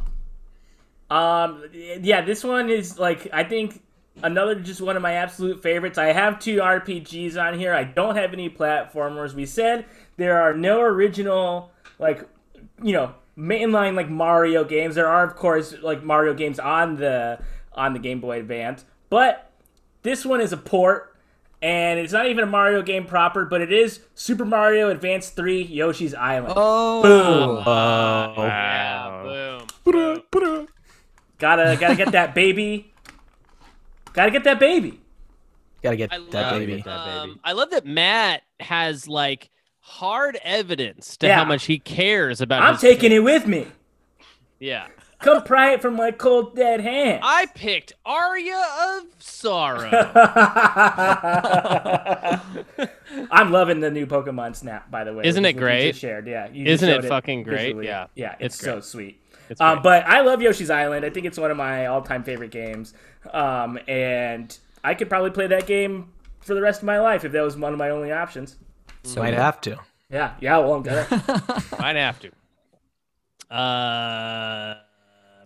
[SPEAKER 7] um, yeah, this one is like I think another just one of my absolute favorites. I have two RPGs on here. I don't have any platformers. We said there are no original like you know mainline like Mario games. There are of course like Mario games on the on the Game Boy Advance, but this one is a port and it's not even a Mario game proper, but it is Super Mario Advance 3 Yoshi's Island.
[SPEAKER 1] Oh,
[SPEAKER 7] Boom.
[SPEAKER 4] Oh.
[SPEAKER 2] Yeah. Boom.
[SPEAKER 7] Gotta gotta get that baby. Gotta get that baby.
[SPEAKER 4] Gotta get
[SPEAKER 2] I
[SPEAKER 4] that
[SPEAKER 2] love
[SPEAKER 4] baby.
[SPEAKER 6] it. That
[SPEAKER 2] Um,
[SPEAKER 6] baby.
[SPEAKER 2] I love that Matt has like hard evidence to
[SPEAKER 7] Yeah.
[SPEAKER 2] how much he cares about.
[SPEAKER 7] I'm
[SPEAKER 2] his
[SPEAKER 7] taking it with me.
[SPEAKER 2] Yeah.
[SPEAKER 7] Come pry it from my cold dead hand.
[SPEAKER 2] I picked Aria of Sorrow.
[SPEAKER 7] [LAUGHS] I'm loving the new Pokemon Snap, by the way.
[SPEAKER 2] Isn't
[SPEAKER 7] which
[SPEAKER 2] it
[SPEAKER 7] you
[SPEAKER 2] great?
[SPEAKER 7] just shared, yeah. You just
[SPEAKER 2] Isn't it
[SPEAKER 7] showed
[SPEAKER 2] fucking great?
[SPEAKER 7] visually.
[SPEAKER 2] Yeah.
[SPEAKER 7] yeah, it's,
[SPEAKER 2] It's
[SPEAKER 7] so
[SPEAKER 2] great.
[SPEAKER 7] sweet.
[SPEAKER 2] It's
[SPEAKER 7] Um,
[SPEAKER 2] great.
[SPEAKER 7] but I love Yoshi's Island. I think it's one of my all-time favorite games, um, and I could probably play that game for the rest of my life if that was one of my only options.
[SPEAKER 1] So
[SPEAKER 4] Might
[SPEAKER 1] good.
[SPEAKER 4] have to.
[SPEAKER 7] Yeah, yeah, well, I'm gonna.
[SPEAKER 2] Might have to. Uh,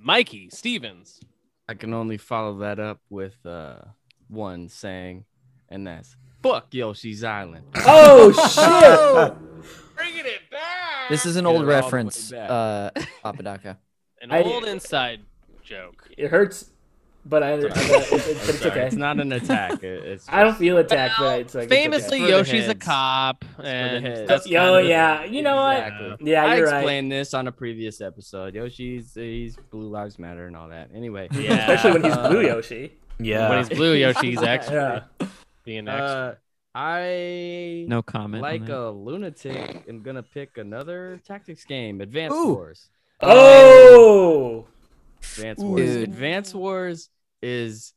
[SPEAKER 2] Mikey Stevens.
[SPEAKER 6] I can only follow that up with uh, one saying, and that's fuck Yoshi's
[SPEAKER 7] [LAUGHS]
[SPEAKER 6] Island.
[SPEAKER 7] [LAUGHS] oh shit!
[SPEAKER 2] Bringing it back.
[SPEAKER 1] This is an
[SPEAKER 6] Get it
[SPEAKER 1] old
[SPEAKER 6] all the way
[SPEAKER 1] reference,
[SPEAKER 6] back. [LAUGHS]
[SPEAKER 1] uh, Papadaka.
[SPEAKER 2] an
[SPEAKER 7] I-
[SPEAKER 2] old inside joke.
[SPEAKER 7] It hurts, but I. but it's, it's, it's
[SPEAKER 6] Sorry,
[SPEAKER 7] okay.
[SPEAKER 6] It's not an attack.
[SPEAKER 7] [LAUGHS]
[SPEAKER 6] it- It's
[SPEAKER 7] I don't feel attacked, but it's like it's okay.
[SPEAKER 2] Famously,
[SPEAKER 6] For the
[SPEAKER 2] Yoshi's a
[SPEAKER 6] heads.
[SPEAKER 2] cop,
[SPEAKER 6] the
[SPEAKER 2] and
[SPEAKER 6] heads.
[SPEAKER 2] that's
[SPEAKER 7] Yo,
[SPEAKER 2] kind of-
[SPEAKER 7] yeah. You know what?
[SPEAKER 6] exactly.
[SPEAKER 7] Yeah,
[SPEAKER 6] I
[SPEAKER 7] you're right.
[SPEAKER 6] explained this on a previous episode. Yoshi's he's Blue Lives Matter and all that. Anyway,
[SPEAKER 2] Yeah.
[SPEAKER 6] [LAUGHS]
[SPEAKER 7] Especially when he's
[SPEAKER 6] Uh,
[SPEAKER 7] blue Yoshi.
[SPEAKER 4] Yeah.
[SPEAKER 2] When he's blue,
[SPEAKER 6] [LAUGHS]
[SPEAKER 2] Yoshi's actually
[SPEAKER 7] Yeah.
[SPEAKER 2] being actually.
[SPEAKER 6] uh, I
[SPEAKER 5] No comment. on
[SPEAKER 6] like
[SPEAKER 5] that.
[SPEAKER 6] a lunatic. am gonna pick another tactics game, Advanced
[SPEAKER 1] Ooh.
[SPEAKER 6] Wars.
[SPEAKER 7] Oh.
[SPEAKER 6] Advance
[SPEAKER 1] Ooh.
[SPEAKER 6] Wars.
[SPEAKER 1] Dude.
[SPEAKER 6] Advance Wars is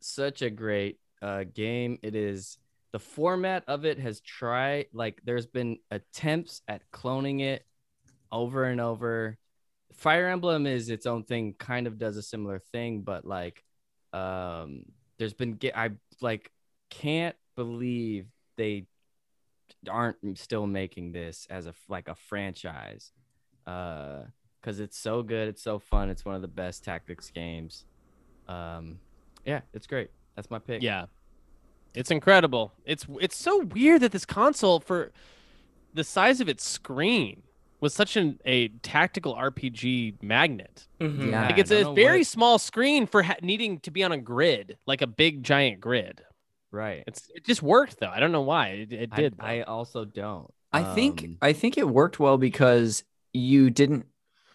[SPEAKER 6] such a great uh, game. It is the format of it has tried like there's been attempts at cloning it over and over. Fire Emblem is its own thing, kind of does a similar thing, but like um there's been ge- I like can't believe they aren't still making this as a f- like a franchise. Uh because it's so good. It's so fun. It's one of the best tactics games. Um, yeah, it's great. That's my pick.
[SPEAKER 2] Yeah. It's incredible. It's it's so weird that this console for the size of its screen was such an a tactical RPG magnet.
[SPEAKER 7] Mhm.
[SPEAKER 1] Yeah.
[SPEAKER 2] Like
[SPEAKER 6] Mm-hmm. I
[SPEAKER 2] it's
[SPEAKER 6] don't
[SPEAKER 2] a
[SPEAKER 6] know what
[SPEAKER 2] very
[SPEAKER 6] it-
[SPEAKER 2] small screen for ha- needing to be on a grid, like a big giant grid.
[SPEAKER 6] right.
[SPEAKER 2] It's it just worked though. I don't know why it, it
[SPEAKER 6] I-
[SPEAKER 2] did. though.
[SPEAKER 6] I, also don't.
[SPEAKER 1] I think
[SPEAKER 6] Um,
[SPEAKER 1] I think it worked well because you didn't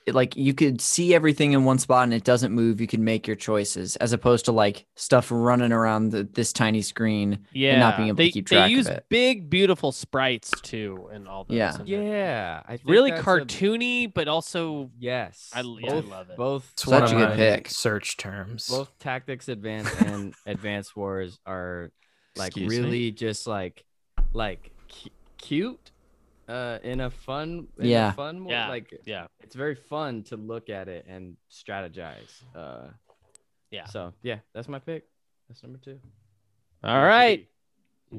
[SPEAKER 1] it- like you could see everything in one spot and it doesn't move. You can make your choices as opposed to like stuff running around the, this tiny screen.
[SPEAKER 2] yeah,
[SPEAKER 1] not being able to
[SPEAKER 2] they,
[SPEAKER 1] keep
[SPEAKER 2] they
[SPEAKER 1] track of
[SPEAKER 2] use
[SPEAKER 1] it.
[SPEAKER 2] big beautiful sprites too and all those.
[SPEAKER 1] Yeah.
[SPEAKER 6] um,
[SPEAKER 2] and they're
[SPEAKER 6] yeah, I think
[SPEAKER 2] really
[SPEAKER 6] that's a-
[SPEAKER 2] cartoony, but also
[SPEAKER 6] yes,
[SPEAKER 2] I- yeah, I
[SPEAKER 6] both,
[SPEAKER 2] love it.
[SPEAKER 6] Both
[SPEAKER 4] It's
[SPEAKER 1] Such
[SPEAKER 4] one of
[SPEAKER 1] a good
[SPEAKER 4] my
[SPEAKER 1] pick.
[SPEAKER 4] search terms.
[SPEAKER 6] both tactics advance
[SPEAKER 2] [LAUGHS]
[SPEAKER 6] and advanced wars are like
[SPEAKER 5] Excuse me?
[SPEAKER 6] really just like like cu- cute uh in a fun in
[SPEAKER 1] Yeah.
[SPEAKER 6] a fun way.
[SPEAKER 2] Yeah.
[SPEAKER 6] like
[SPEAKER 2] yeah.
[SPEAKER 6] it's very fun to look at it and strategize uh
[SPEAKER 2] Yeah.
[SPEAKER 6] so yeah that's my pick that's number two
[SPEAKER 2] All right,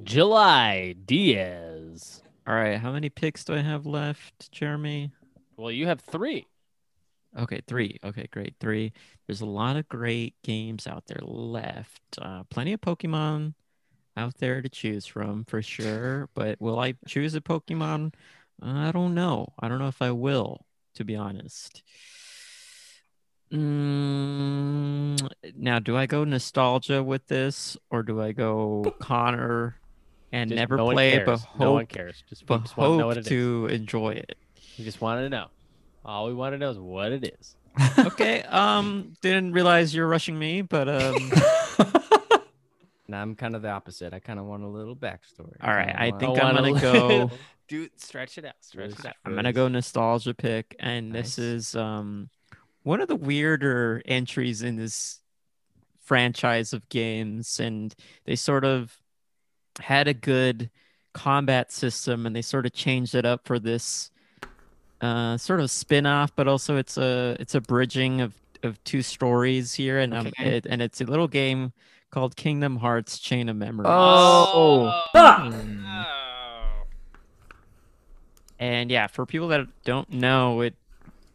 [SPEAKER 2] July Diaz.
[SPEAKER 5] All right, how many picks do I have left, Jeremy?
[SPEAKER 2] Well, you have three.
[SPEAKER 5] Okay, three. Okay, great. Three. There's a lot of great games out there left. Uh, plenty of Pokemon out there to choose from for sure. But will I choose a Pokemon? I don't know. I don't know if I will, to be honest. Mm, now, do I go nostalgia with this or do I go Connor and
[SPEAKER 2] Just
[SPEAKER 5] never
[SPEAKER 2] no one
[SPEAKER 5] play
[SPEAKER 2] cares.
[SPEAKER 5] but
[SPEAKER 2] no one
[SPEAKER 5] hope,
[SPEAKER 2] cares. Just, we
[SPEAKER 5] but
[SPEAKER 2] just want to know
[SPEAKER 5] hope
[SPEAKER 2] what it is.
[SPEAKER 5] to enjoy it?
[SPEAKER 2] We just wanted to know. All we want to know is what it is.
[SPEAKER 5] okay. Um, didn't realize you're rushing me,
[SPEAKER 1] [LAUGHS]
[SPEAKER 5] but um,
[SPEAKER 6] and i'm kind of the opposite i kind of want a little backstory
[SPEAKER 5] All right,
[SPEAKER 6] kinda
[SPEAKER 5] I
[SPEAKER 6] want-
[SPEAKER 5] think
[SPEAKER 2] I
[SPEAKER 5] I'm
[SPEAKER 2] wanna
[SPEAKER 5] gonna
[SPEAKER 2] li- [LAUGHS]
[SPEAKER 5] go-
[SPEAKER 2] Do stretch it out. Stretch it out.
[SPEAKER 5] I'm gonna go nostalgia pick, and
[SPEAKER 6] Nice.
[SPEAKER 5] this is um one of the weirder entries in this franchise of games, and they sort of had a good combat system, and they sort of changed it up for this uh sort of spin-off, but also it's a it's a bridging of of two stories here, and um,
[SPEAKER 1] Okay.
[SPEAKER 5] it, and it's a little game called Kingdom Hearts: Chain of Memories.
[SPEAKER 1] Oh,
[SPEAKER 7] Fuck. [LAUGHS]
[SPEAKER 5] And yeah, for people that don't know, it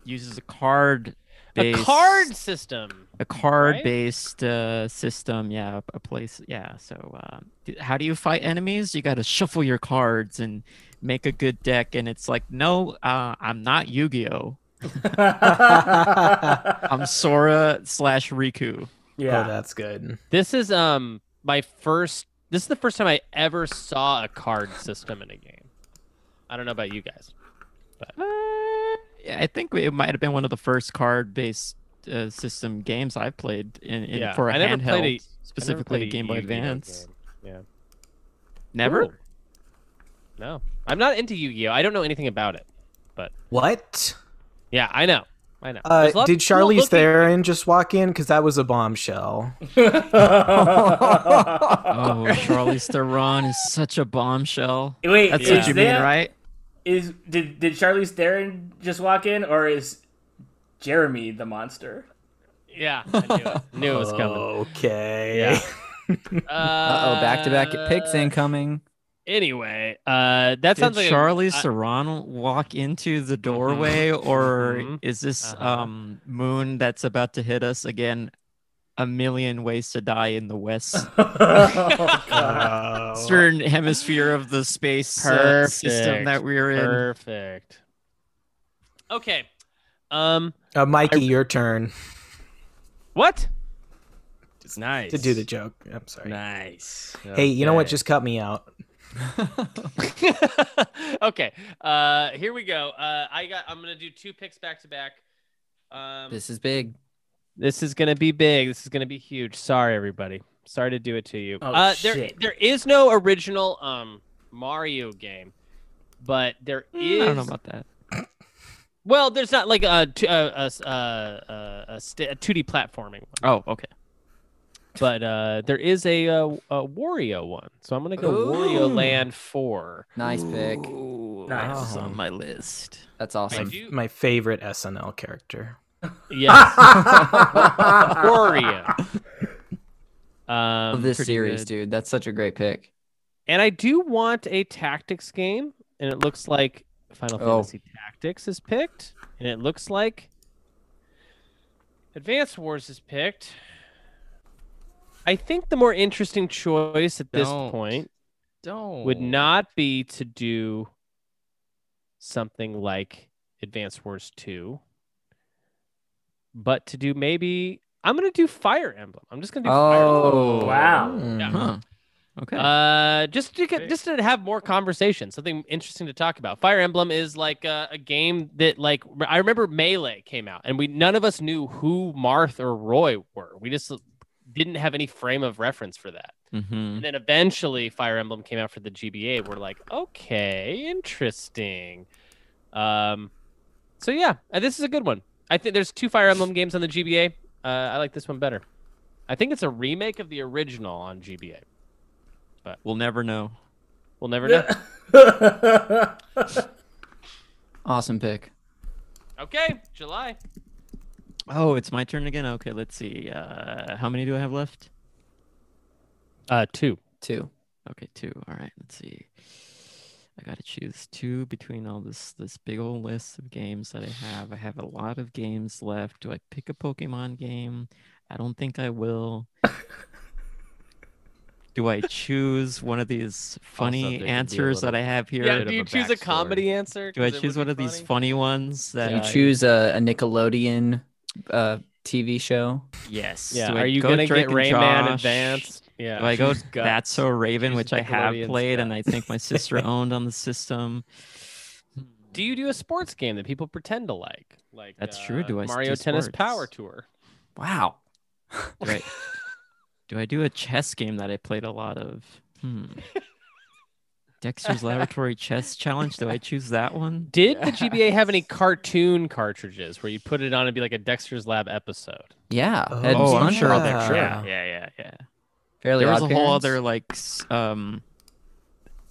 [SPEAKER 5] uses a card.
[SPEAKER 2] A
[SPEAKER 5] based-
[SPEAKER 2] card system.
[SPEAKER 5] a card
[SPEAKER 2] right?
[SPEAKER 5] based uh, system. Yeah, a place. Yeah. So, um, d- how do you fight enemies? You got to shuffle your cards and make a good deck. And it's like, no, uh, I'm not Yu Gi Oh. I'm Sora slash Riku.
[SPEAKER 4] Oh,
[SPEAKER 7] yeah.
[SPEAKER 4] that's good.
[SPEAKER 2] This is um my first. This is the first time I ever saw a card system in a game. I don't know about you guys.
[SPEAKER 5] Uh, yeah, I think it might have been one of the first card based uh, system games I've played in, in
[SPEAKER 2] Yeah,
[SPEAKER 5] for a
[SPEAKER 2] I never
[SPEAKER 5] handheld,
[SPEAKER 2] played a- I never
[SPEAKER 5] specifically
[SPEAKER 2] played a
[SPEAKER 5] Game Boy
[SPEAKER 2] Yu-Gi-Oh
[SPEAKER 5] Advance.
[SPEAKER 2] game. Yeah.
[SPEAKER 5] Never.
[SPEAKER 2] Cool. No, I'm not into Yu-Gi-Oh. I don't know anything about it.
[SPEAKER 4] What?
[SPEAKER 2] Yeah, I know. I know.
[SPEAKER 4] Uh,
[SPEAKER 2] There's lots
[SPEAKER 4] did
[SPEAKER 2] of cool
[SPEAKER 4] Charlize
[SPEAKER 2] looking-
[SPEAKER 4] Theron just walk in? Because that was a bombshell.
[SPEAKER 7] [LAUGHS]
[SPEAKER 2] [LAUGHS]
[SPEAKER 5] Oh, Charlize Theron is such a bombshell.
[SPEAKER 7] Wait,
[SPEAKER 5] That's
[SPEAKER 7] is
[SPEAKER 5] what you
[SPEAKER 7] that-
[SPEAKER 5] mean, right?
[SPEAKER 7] Is did did Charlize Theron just walk in, or is Jeremy the monster? [LAUGHS]
[SPEAKER 2] Yeah, I knew it. knew
[SPEAKER 5] [LAUGHS]
[SPEAKER 2] it was
[SPEAKER 5] Oh.
[SPEAKER 2] coming.
[SPEAKER 4] Okay.
[SPEAKER 2] Yeah.
[SPEAKER 1] Uh oh, back to back picks
[SPEAKER 2] Uh,
[SPEAKER 1] incoming.
[SPEAKER 2] Anyway, uh, that
[SPEAKER 5] Did
[SPEAKER 2] sounds like a-
[SPEAKER 5] Charlize
[SPEAKER 2] I-
[SPEAKER 5] Theron walk into the doorway, or
[SPEAKER 2] Mhm.
[SPEAKER 5] is this
[SPEAKER 2] Uh-huh.
[SPEAKER 5] um, moon that's about to hit us again? A million ways to die in the west
[SPEAKER 4] Oh.
[SPEAKER 5] western hemisphere of the space uh, system
[SPEAKER 2] Perfect,
[SPEAKER 5] that we're in.
[SPEAKER 2] Perfect. Okay. Um.
[SPEAKER 4] Uh, Mikey, your turn
[SPEAKER 2] What? [LAUGHS]
[SPEAKER 6] Nice.
[SPEAKER 4] to do the joke. I'm sorry.
[SPEAKER 6] Nice.
[SPEAKER 4] Hey, you know what?
[SPEAKER 6] Okay.
[SPEAKER 4] Just cut me out.
[SPEAKER 2] okay. Uh. Here we go. Uh. I got. I'm gonna do two picks back to back. Um.
[SPEAKER 1] This is big.
[SPEAKER 2] This is gonna be big. This is gonna be huge. Sorry, everybody. Sorry to do it to you.
[SPEAKER 7] Oh,
[SPEAKER 2] uh,
[SPEAKER 7] shit.
[SPEAKER 2] There, there is no original um Mario game, but there is.
[SPEAKER 5] Eh, I don't know about that.
[SPEAKER 2] well, there's not like a t- uh, a- a s- uh, a- a- a st- a 2D platforming one,
[SPEAKER 5] Oh, okay.
[SPEAKER 2] but uh, there is a, uh a Wario one. So I'm gonna go Wario Land
[SPEAKER 5] [LAUGHS]
[SPEAKER 2] Four.
[SPEAKER 1] Nice pick.
[SPEAKER 7] Nice.
[SPEAKER 5] That's on my list.
[SPEAKER 1] That's awesome.
[SPEAKER 2] do-
[SPEAKER 4] My favorite SNL character.
[SPEAKER 2] Yes, Wario. Um,
[SPEAKER 1] Of this
[SPEAKER 5] pretty
[SPEAKER 1] series,
[SPEAKER 5] good.
[SPEAKER 1] dude. That's such a great pick.
[SPEAKER 2] And I do want a tactics game, and it looks like Final
[SPEAKER 1] Oh.
[SPEAKER 2] Fantasy Tactics is picked, and it looks like Advance Wars is picked. I think the more interesting choice at this
[SPEAKER 6] Don't.
[SPEAKER 2] point
[SPEAKER 6] Don't.
[SPEAKER 2] would not be to do something like Advance Wars 2, but to do maybe I'm going to do Fire Emblem. I'm just going to do Fire Emblem.
[SPEAKER 1] Oh
[SPEAKER 7] wow.
[SPEAKER 4] Hmm.
[SPEAKER 2] Yeah.
[SPEAKER 5] Huh. Okay.
[SPEAKER 2] [LAUGHS] Uh, just to get, just to have more conversation, something interesting to talk about. Fire Emblem is like uh, a, a game that like re- I remember Melee came out, and we none of us knew who Marth or Roy were. We just didn't have any frame of reference for that.
[SPEAKER 5] Mhm.
[SPEAKER 2] And then eventually, Fire Emblem came out for the GBA. We're like, okay, interesting. Um, so yeah, uh, this is a good one. I think there's two Fire Emblem games on the GBA. Uh, I like this one better. I think it's a remake of the original on GBA.
[SPEAKER 5] We'll never know.
[SPEAKER 2] We'll never know.
[SPEAKER 1] Awesome pick.
[SPEAKER 2] Okay, July.
[SPEAKER 5] Oh, it's my turn again. Okay, let's see. Uh, how many do I have left?
[SPEAKER 2] Uh, two.
[SPEAKER 1] Two.
[SPEAKER 5] Okay, two. All right, let's see. I gotta choose two between all this this big old list of games that I have. I have a lot of games left. Do I pick a Pokemon game? I don't think I will. do I choose one of these
[SPEAKER 6] there
[SPEAKER 5] funny
[SPEAKER 6] could be a
[SPEAKER 5] answers that I have here?
[SPEAKER 2] Yeah,
[SPEAKER 6] bit
[SPEAKER 2] do
[SPEAKER 6] of
[SPEAKER 2] you
[SPEAKER 6] a
[SPEAKER 2] choose a
[SPEAKER 6] backstory.
[SPEAKER 2] comedy answer?
[SPEAKER 5] do I
[SPEAKER 2] 'Cause it
[SPEAKER 5] choose
[SPEAKER 2] would
[SPEAKER 5] one
[SPEAKER 2] be
[SPEAKER 5] of these
[SPEAKER 2] funny?
[SPEAKER 5] funny ones that
[SPEAKER 1] You
[SPEAKER 5] I-
[SPEAKER 1] choose a, a Nickelodeon uh, TV show.
[SPEAKER 5] Yes.
[SPEAKER 2] Yeah.
[SPEAKER 5] Do I
[SPEAKER 2] Are you
[SPEAKER 5] go
[SPEAKER 2] gonna
[SPEAKER 5] Drake
[SPEAKER 2] get
[SPEAKER 5] and
[SPEAKER 2] Rayman
[SPEAKER 5] Josh?
[SPEAKER 2] Advance? Yeah.
[SPEAKER 5] Do I go
[SPEAKER 2] choose Guts.
[SPEAKER 5] That's So Raven,
[SPEAKER 2] Choose
[SPEAKER 5] which I have
[SPEAKER 2] Nickelodeon's
[SPEAKER 5] played and I think my sister owned on the system?
[SPEAKER 2] Do you do a sports game that people pretend to like? Like
[SPEAKER 5] That's
[SPEAKER 2] uh,
[SPEAKER 5] true. Do I
[SPEAKER 2] Mario
[SPEAKER 5] do
[SPEAKER 2] Tennis
[SPEAKER 5] sports?
[SPEAKER 2] Power Tour?
[SPEAKER 1] Wow.
[SPEAKER 5] Do I, do I do a chess game that I played a lot of? Hmm. Dexter's Laboratory Chess Challenge. Do I choose that one?
[SPEAKER 2] Did
[SPEAKER 5] [LAUGHS]
[SPEAKER 2] the GBA have any cartoon cartridges where you put it on and be like a Dexter's Lab episode?
[SPEAKER 1] Yeah.
[SPEAKER 4] Oh,
[SPEAKER 1] Ed
[SPEAKER 5] Oh, I'm
[SPEAKER 1] Sponge
[SPEAKER 5] sure
[SPEAKER 1] Bob.
[SPEAKER 4] I'll Yeah.
[SPEAKER 5] sure.
[SPEAKER 4] Yeah.
[SPEAKER 5] Yeah, yeah, yeah.
[SPEAKER 1] Fairly
[SPEAKER 5] there was a
[SPEAKER 1] Odd
[SPEAKER 5] whole
[SPEAKER 1] Parents.
[SPEAKER 5] other like s- um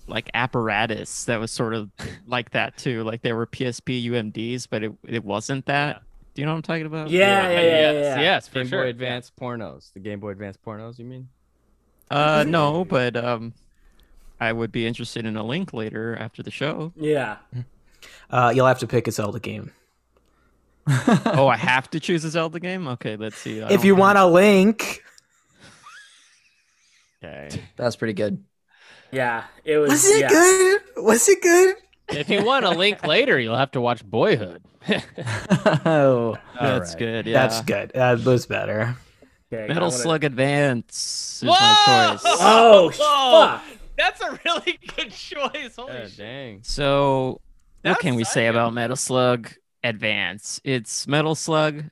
[SPEAKER 5] like apparatus that was sort of like that too. Like there were PSP UMDs, but it it wasn't that. Do you know what I'm talking about?
[SPEAKER 7] Yeah, yeah, yeah, yeah.
[SPEAKER 2] yes,
[SPEAKER 7] yeah.
[SPEAKER 2] yes, for
[SPEAKER 6] Game
[SPEAKER 2] sure.
[SPEAKER 6] Boy Advance pornos. The Game Boy Advance pornos. You mean?
[SPEAKER 5] Uh, no, but um, I would be interested in a link later after the show.
[SPEAKER 7] Yeah.
[SPEAKER 4] Uh, you'll have to pick a Zelda game.
[SPEAKER 5] oh, I have to choose a Zelda game. Okay, let's see. I
[SPEAKER 4] if
[SPEAKER 5] don't
[SPEAKER 4] you
[SPEAKER 5] think-
[SPEAKER 4] want a link,
[SPEAKER 6] Okay.
[SPEAKER 1] That's pretty good.
[SPEAKER 7] Yeah. It was.
[SPEAKER 4] was it
[SPEAKER 7] yeah.
[SPEAKER 4] good? Was it good?
[SPEAKER 2] if you want a link
[SPEAKER 5] [LAUGHS]
[SPEAKER 2] later, you'll have to watch Boyhood.
[SPEAKER 1] oh.
[SPEAKER 5] that's good. Yeah,
[SPEAKER 4] That's good. That was better.
[SPEAKER 7] Okay, I
[SPEAKER 5] Metal
[SPEAKER 7] wanna-
[SPEAKER 5] Slug Advance is
[SPEAKER 2] Whoa!
[SPEAKER 5] my
[SPEAKER 2] [LAUGHS]
[SPEAKER 5] choice.
[SPEAKER 7] Oh
[SPEAKER 2] Whoa!
[SPEAKER 7] fuck!
[SPEAKER 2] That's a really [LAUGHS] good choice. Holy
[SPEAKER 6] Yeah,
[SPEAKER 2] shit.
[SPEAKER 6] dang.
[SPEAKER 5] So,
[SPEAKER 2] That's
[SPEAKER 5] what can we say
[SPEAKER 2] psycho.
[SPEAKER 5] about Metal Slug Advance? It's Metal Slug,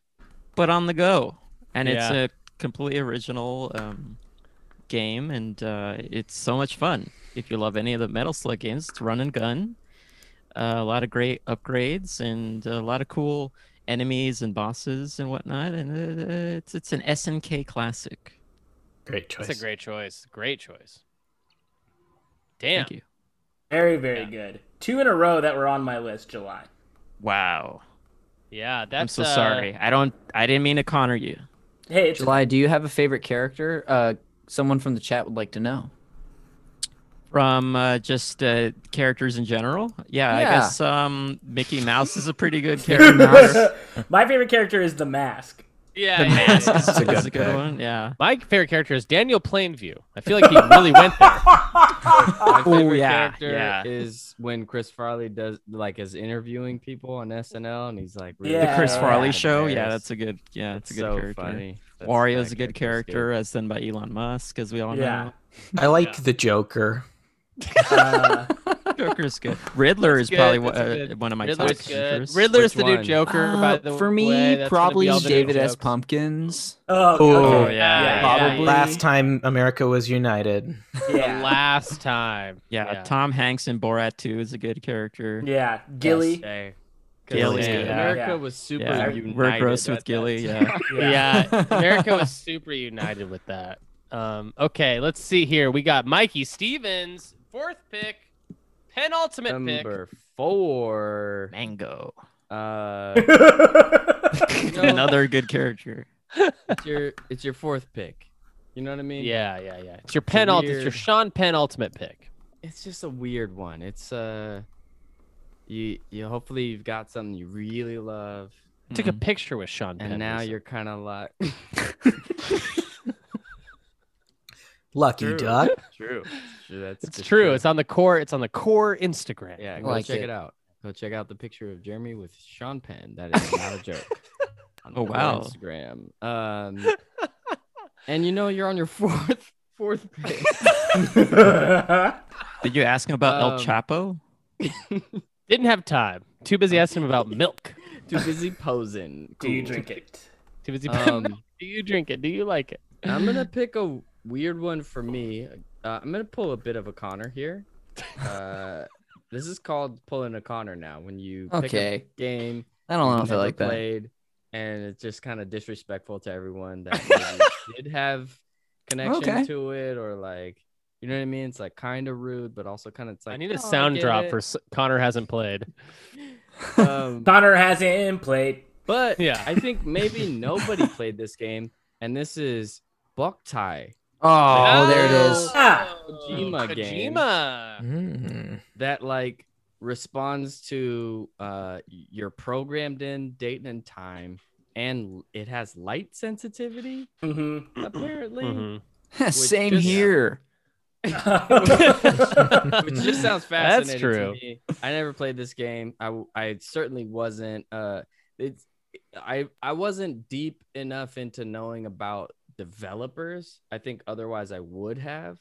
[SPEAKER 5] but on the go, and it's
[SPEAKER 2] Yeah.
[SPEAKER 5] a completely original um, game, and uh, it's so much fun. If you love any of the Metal Slug games, it's run and gun. Uh, a lot of great upgrades and a lot of cool enemies and bosses and whatnot. And uh, it's it's an SNK classic.
[SPEAKER 4] Great choice.
[SPEAKER 2] That's a great choice. Great choice. Damn.
[SPEAKER 5] Thank you.
[SPEAKER 7] Very, very good. Two in a row that were on my list. July.
[SPEAKER 5] Wow.
[SPEAKER 2] Yeah, that's.
[SPEAKER 5] I'm so
[SPEAKER 2] uh,
[SPEAKER 5] sorry. I don't. I didn't mean to Connor you.
[SPEAKER 7] Hey, it's [LAUGHS]
[SPEAKER 1] July, do you have a favorite character? Uh, someone from the chat would like to know.
[SPEAKER 5] From uh, just uh, characters in general. Yeah, I
[SPEAKER 1] Yeah.
[SPEAKER 5] guess um, Mickey Mouse is a pretty good
[SPEAKER 7] Mickey Mouse.
[SPEAKER 5] character.
[SPEAKER 7] my favorite character is the mask.
[SPEAKER 2] Yeah. yeah, yeah.
[SPEAKER 4] That's a
[SPEAKER 5] That's
[SPEAKER 4] good,
[SPEAKER 5] a good
[SPEAKER 4] pick.
[SPEAKER 5] one. Yeah.
[SPEAKER 2] [LAUGHS] My favorite character is Daniel Plainview. I feel like he really
[SPEAKER 1] [LAUGHS]
[SPEAKER 2] went there.
[SPEAKER 6] My favorite
[SPEAKER 5] yeah,
[SPEAKER 6] character
[SPEAKER 5] Ah, yeah.
[SPEAKER 6] is when Chris Farley does like is interviewing people on SNL, and he's like,
[SPEAKER 7] The Yeah,
[SPEAKER 5] Chris
[SPEAKER 7] yeah,
[SPEAKER 5] Farley show. Yeah, that's a good. Yeah, that's a good
[SPEAKER 6] so
[SPEAKER 5] character.
[SPEAKER 6] funny. That's-
[SPEAKER 5] Wario's
[SPEAKER 6] that
[SPEAKER 5] a good
[SPEAKER 6] character's good.
[SPEAKER 5] character, as done by Elon Musk, as we all
[SPEAKER 7] Yeah.
[SPEAKER 4] I like
[SPEAKER 2] Yeah.
[SPEAKER 4] the Joker.
[SPEAKER 7] Uh,
[SPEAKER 5] know. Joker's good. Riddler is
[SPEAKER 2] good,
[SPEAKER 5] probably one,
[SPEAKER 2] that's
[SPEAKER 5] uh,
[SPEAKER 2] good.
[SPEAKER 5] one of my
[SPEAKER 2] Riddler's
[SPEAKER 5] top
[SPEAKER 2] good.
[SPEAKER 5] characters.
[SPEAKER 2] Riddler's
[SPEAKER 6] Which
[SPEAKER 2] the new
[SPEAKER 6] one?
[SPEAKER 2] Joker, by
[SPEAKER 1] Uh,
[SPEAKER 2] the
[SPEAKER 1] for me,
[SPEAKER 2] way. That's gonna be
[SPEAKER 1] probably
[SPEAKER 2] all the new
[SPEAKER 1] David S.
[SPEAKER 2] jokes.
[SPEAKER 1] Pumpkins.
[SPEAKER 7] oh,
[SPEAKER 4] Oh,
[SPEAKER 7] okay.
[SPEAKER 2] yeah,
[SPEAKER 1] yeah, yeah.
[SPEAKER 4] Last time America was united.
[SPEAKER 2] The
[SPEAKER 7] yeah,
[SPEAKER 2] last time.
[SPEAKER 5] Yeah, Tom Hanks in Borat 2 is a good character.
[SPEAKER 7] yeah. Gilly.
[SPEAKER 6] Hey, 'cause
[SPEAKER 5] Gilly,
[SPEAKER 2] yeah.
[SPEAKER 6] America
[SPEAKER 7] Yeah.
[SPEAKER 6] was super
[SPEAKER 5] Yeah,
[SPEAKER 6] united.
[SPEAKER 5] we're gross
[SPEAKER 6] at
[SPEAKER 5] with
[SPEAKER 6] that
[SPEAKER 5] Gilly.
[SPEAKER 6] [LAUGHS] time.
[SPEAKER 5] Yeah.
[SPEAKER 2] Yeah, America was super united with that. Um, okay, let's see here. We got Mikey Stevens, fourth pick, penultimate
[SPEAKER 6] Number four.
[SPEAKER 5] Mango.
[SPEAKER 6] Uh,
[SPEAKER 7] [LAUGHS] yeah.
[SPEAKER 6] you [LAUGHS] know,
[SPEAKER 5] Another good character.
[SPEAKER 6] It's your, it's your fourth pick. You know what I mean?
[SPEAKER 2] pick. Yeah, yeah, yeah. It's your penult. It's your
[SPEAKER 6] Weird.
[SPEAKER 2] Sean penultimate pick.
[SPEAKER 6] It's just a weird one. It's uh, you, you. Hopefully, you've got something you really love,
[SPEAKER 2] I took a
[SPEAKER 5] Mhm.
[SPEAKER 2] picture with Sean Penn.
[SPEAKER 6] Mm-hmm. and now
[SPEAKER 2] recently.
[SPEAKER 6] you're kind of like, [LAUGHS]
[SPEAKER 4] Lucky
[SPEAKER 2] True.
[SPEAKER 4] duck.
[SPEAKER 2] true.
[SPEAKER 6] Sure, that's
[SPEAKER 2] It's
[SPEAKER 6] just
[SPEAKER 2] true.
[SPEAKER 6] a-
[SPEAKER 2] It's on the core. It's on the core Instagram.
[SPEAKER 6] Yeah, go
[SPEAKER 1] like
[SPEAKER 6] check
[SPEAKER 1] it.
[SPEAKER 6] it. out. Go check out the picture of Jeremy with Sean Penn. That is not a joke. On
[SPEAKER 5] Oh,
[SPEAKER 6] her
[SPEAKER 5] wow.
[SPEAKER 6] Instagram. Um, and you know you're on your [LAUGHS] fourth fourth pick.
[SPEAKER 7] [LAUGHS]
[SPEAKER 5] [LAUGHS] Did you ask him about El
[SPEAKER 6] Um,
[SPEAKER 5] Chapo?
[SPEAKER 2] Didn't have time. Too busy asking him about
[SPEAKER 6] [LAUGHS]
[SPEAKER 2] milk.
[SPEAKER 6] Too busy posing.
[SPEAKER 7] Do you
[SPEAKER 6] Cool.
[SPEAKER 7] drink it?
[SPEAKER 2] Too busy.
[SPEAKER 6] Um,
[SPEAKER 2] [LAUGHS] Do you drink it? Do you like it? [LAUGHS]
[SPEAKER 6] I'm gonna pick a weird one for me. Uh, I'm gonna pull a bit of a Connor here.
[SPEAKER 2] [LAUGHS]
[SPEAKER 6] Uh, this is called pulling a Connor now. When you pick a
[SPEAKER 1] Okay.
[SPEAKER 6] game
[SPEAKER 1] I don't know
[SPEAKER 6] you've
[SPEAKER 1] if I
[SPEAKER 6] never
[SPEAKER 1] like that.
[SPEAKER 6] played, and it's just kind of disrespectful to everyone that
[SPEAKER 1] [LAUGHS]
[SPEAKER 6] maybe did have connection
[SPEAKER 1] Okay.
[SPEAKER 6] to it or like you know what I mean. It's like kind of rude, but also kind of it's like
[SPEAKER 2] I need a
[SPEAKER 6] "Oh,
[SPEAKER 2] sound
[SPEAKER 6] get
[SPEAKER 2] drop
[SPEAKER 6] it."
[SPEAKER 2] for s- Connor hasn't played. [LAUGHS]
[SPEAKER 6] Um, [LAUGHS]
[SPEAKER 7] Connor hasn't played.
[SPEAKER 6] but
[SPEAKER 2] Yeah.
[SPEAKER 6] I think maybe nobody played this game, and this is Buck Tie.
[SPEAKER 1] Oh, there it
[SPEAKER 2] [LAUGHS]
[SPEAKER 1] is.
[SPEAKER 7] Ah.
[SPEAKER 6] Kojima game.
[SPEAKER 2] Kojima.
[SPEAKER 4] Mm.
[SPEAKER 6] that like responds to uh your programmed in date and time and it has light
[SPEAKER 2] [CLEARS THROAT]
[SPEAKER 6] sensitivity
[SPEAKER 7] hmm [LAUGHS]
[SPEAKER 6] apparently
[SPEAKER 2] Mm-hmm.
[SPEAKER 1] [LAUGHS] Same
[SPEAKER 6] just-
[SPEAKER 1] here.
[SPEAKER 6] [LAUGHS] which just sounds
[SPEAKER 2] That's
[SPEAKER 6] fascinating.
[SPEAKER 2] true.
[SPEAKER 6] To me. I never played this game. I w- I certainly wasn't. Uh, it's I I wasn't deep enough into knowing about developers. I think otherwise I would have,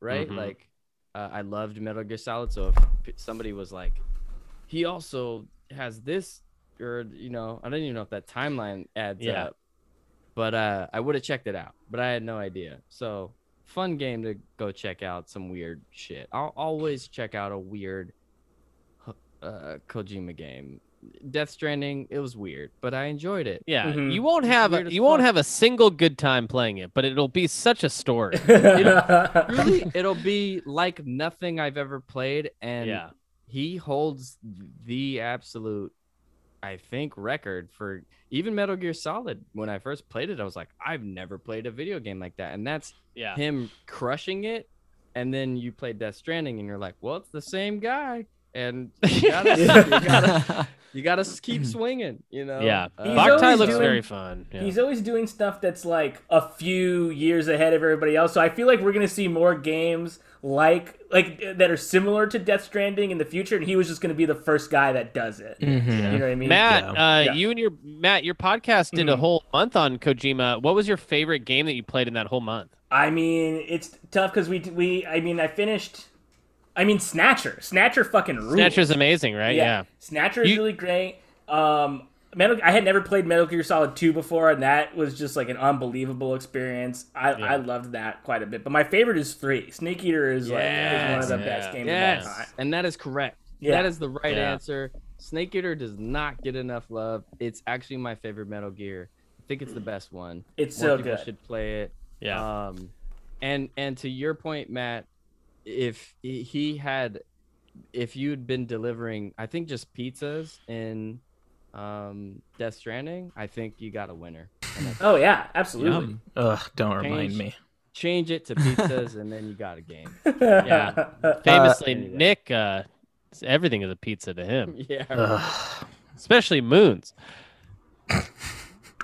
[SPEAKER 6] right?
[SPEAKER 2] Mhm.
[SPEAKER 6] Like, uh, I loved Metal Gear Solid, so if p- somebody was like, he also has this, or you know, I don't even know if that timeline adds
[SPEAKER 2] Yeah.
[SPEAKER 6] up. But uh, I would have checked it out, but I had no idea. So fun game to go check out some weird shit. I'll always check out a weird uh, Kojima game. Death Stranding, it was weird, but I enjoyed it.
[SPEAKER 2] Yeah,
[SPEAKER 7] Mhm.
[SPEAKER 2] you won't have
[SPEAKER 6] Mm-hmm. Weird
[SPEAKER 2] a,
[SPEAKER 6] as
[SPEAKER 2] you won't
[SPEAKER 6] fuck.
[SPEAKER 2] have a single good time playing it, but it'll be such a story.
[SPEAKER 6] Really, it'll be like nothing I've ever played, [LAUGHS] and
[SPEAKER 2] yeah,
[SPEAKER 6] he holds the absolute, I think, record for even Metal Gear Solid. When I first played it, I was like, I've never played a video game like that, and that's
[SPEAKER 2] yeah, [LAUGHS]
[SPEAKER 6] him crushing it, and then you play Death Stranding, and you're like, well, it's the same guy, and you
[SPEAKER 7] [LAUGHS]
[SPEAKER 6] gotta, [LAUGHS] you gotta,
[SPEAKER 2] [LAUGHS]
[SPEAKER 6] you gotta s- keep swinging, you know?
[SPEAKER 2] yeah.
[SPEAKER 6] Uh,
[SPEAKER 2] Boktai
[SPEAKER 7] always
[SPEAKER 2] looks
[SPEAKER 7] doing-
[SPEAKER 2] very fun. Yeah.
[SPEAKER 7] He's always doing stuff that's like a few years ahead of everybody else. So I feel like we're gonna see more games like like that are similar to Death Stranding in the future, and he was just gonna be the first guy that does it.
[SPEAKER 4] Mhm.
[SPEAKER 7] You know what I
[SPEAKER 2] Mm-hmm.
[SPEAKER 7] mean?
[SPEAKER 2] Matt,
[SPEAKER 4] Yeah.
[SPEAKER 2] uh,
[SPEAKER 7] Yeah.
[SPEAKER 2] you and your Matt, your podcast did a
[SPEAKER 6] Mm-hmm.
[SPEAKER 7] Mhm.
[SPEAKER 2] whole month on Kojima. What was your favorite game that you played in that whole month?
[SPEAKER 7] I mean, it's tough because we we I mean I finished. I mean Snatcher, Snatcher fucking rules.
[SPEAKER 2] Snatcher's amazing, right? Yeah,
[SPEAKER 7] Snatcher is
[SPEAKER 2] You-
[SPEAKER 7] really great. Um, Metal, I had never played Metal Gear Solid 2 before, and that was just like an unbelievable experience. I,
[SPEAKER 2] Yeah.
[SPEAKER 7] I loved that quite a bit. But my favorite is 3. Snake Eater is like is one of the
[SPEAKER 2] Yes,
[SPEAKER 7] best
[SPEAKER 2] yeah.
[SPEAKER 7] games of all
[SPEAKER 6] Yes,
[SPEAKER 7] time.
[SPEAKER 6] and that is correct.
[SPEAKER 7] Yeah.
[SPEAKER 6] That is the right
[SPEAKER 2] Yeah.
[SPEAKER 6] answer. Snake Eater does not get enough love. It's actually my favorite Metal Gear. I think it's the best one.
[SPEAKER 7] It's
[SPEAKER 6] More
[SPEAKER 7] so
[SPEAKER 6] people
[SPEAKER 7] good.
[SPEAKER 6] should play it.
[SPEAKER 2] Yeah.
[SPEAKER 6] Um, and and to your point, Matt, if he- he had, if you'd been delivering, I think just pizzas in um, Death Stranding, I think you got a winner.
[SPEAKER 7] Oh yeah, absolutely.
[SPEAKER 4] Ugh, don't remind me.
[SPEAKER 6] Change it to pizzas, and then you got a game.
[SPEAKER 2] Yeah. Famously,
[SPEAKER 6] there you go.
[SPEAKER 2] Nick, uh, it's- everything is a pizza to him,
[SPEAKER 6] yeah.
[SPEAKER 4] Ugh.
[SPEAKER 2] especially moons.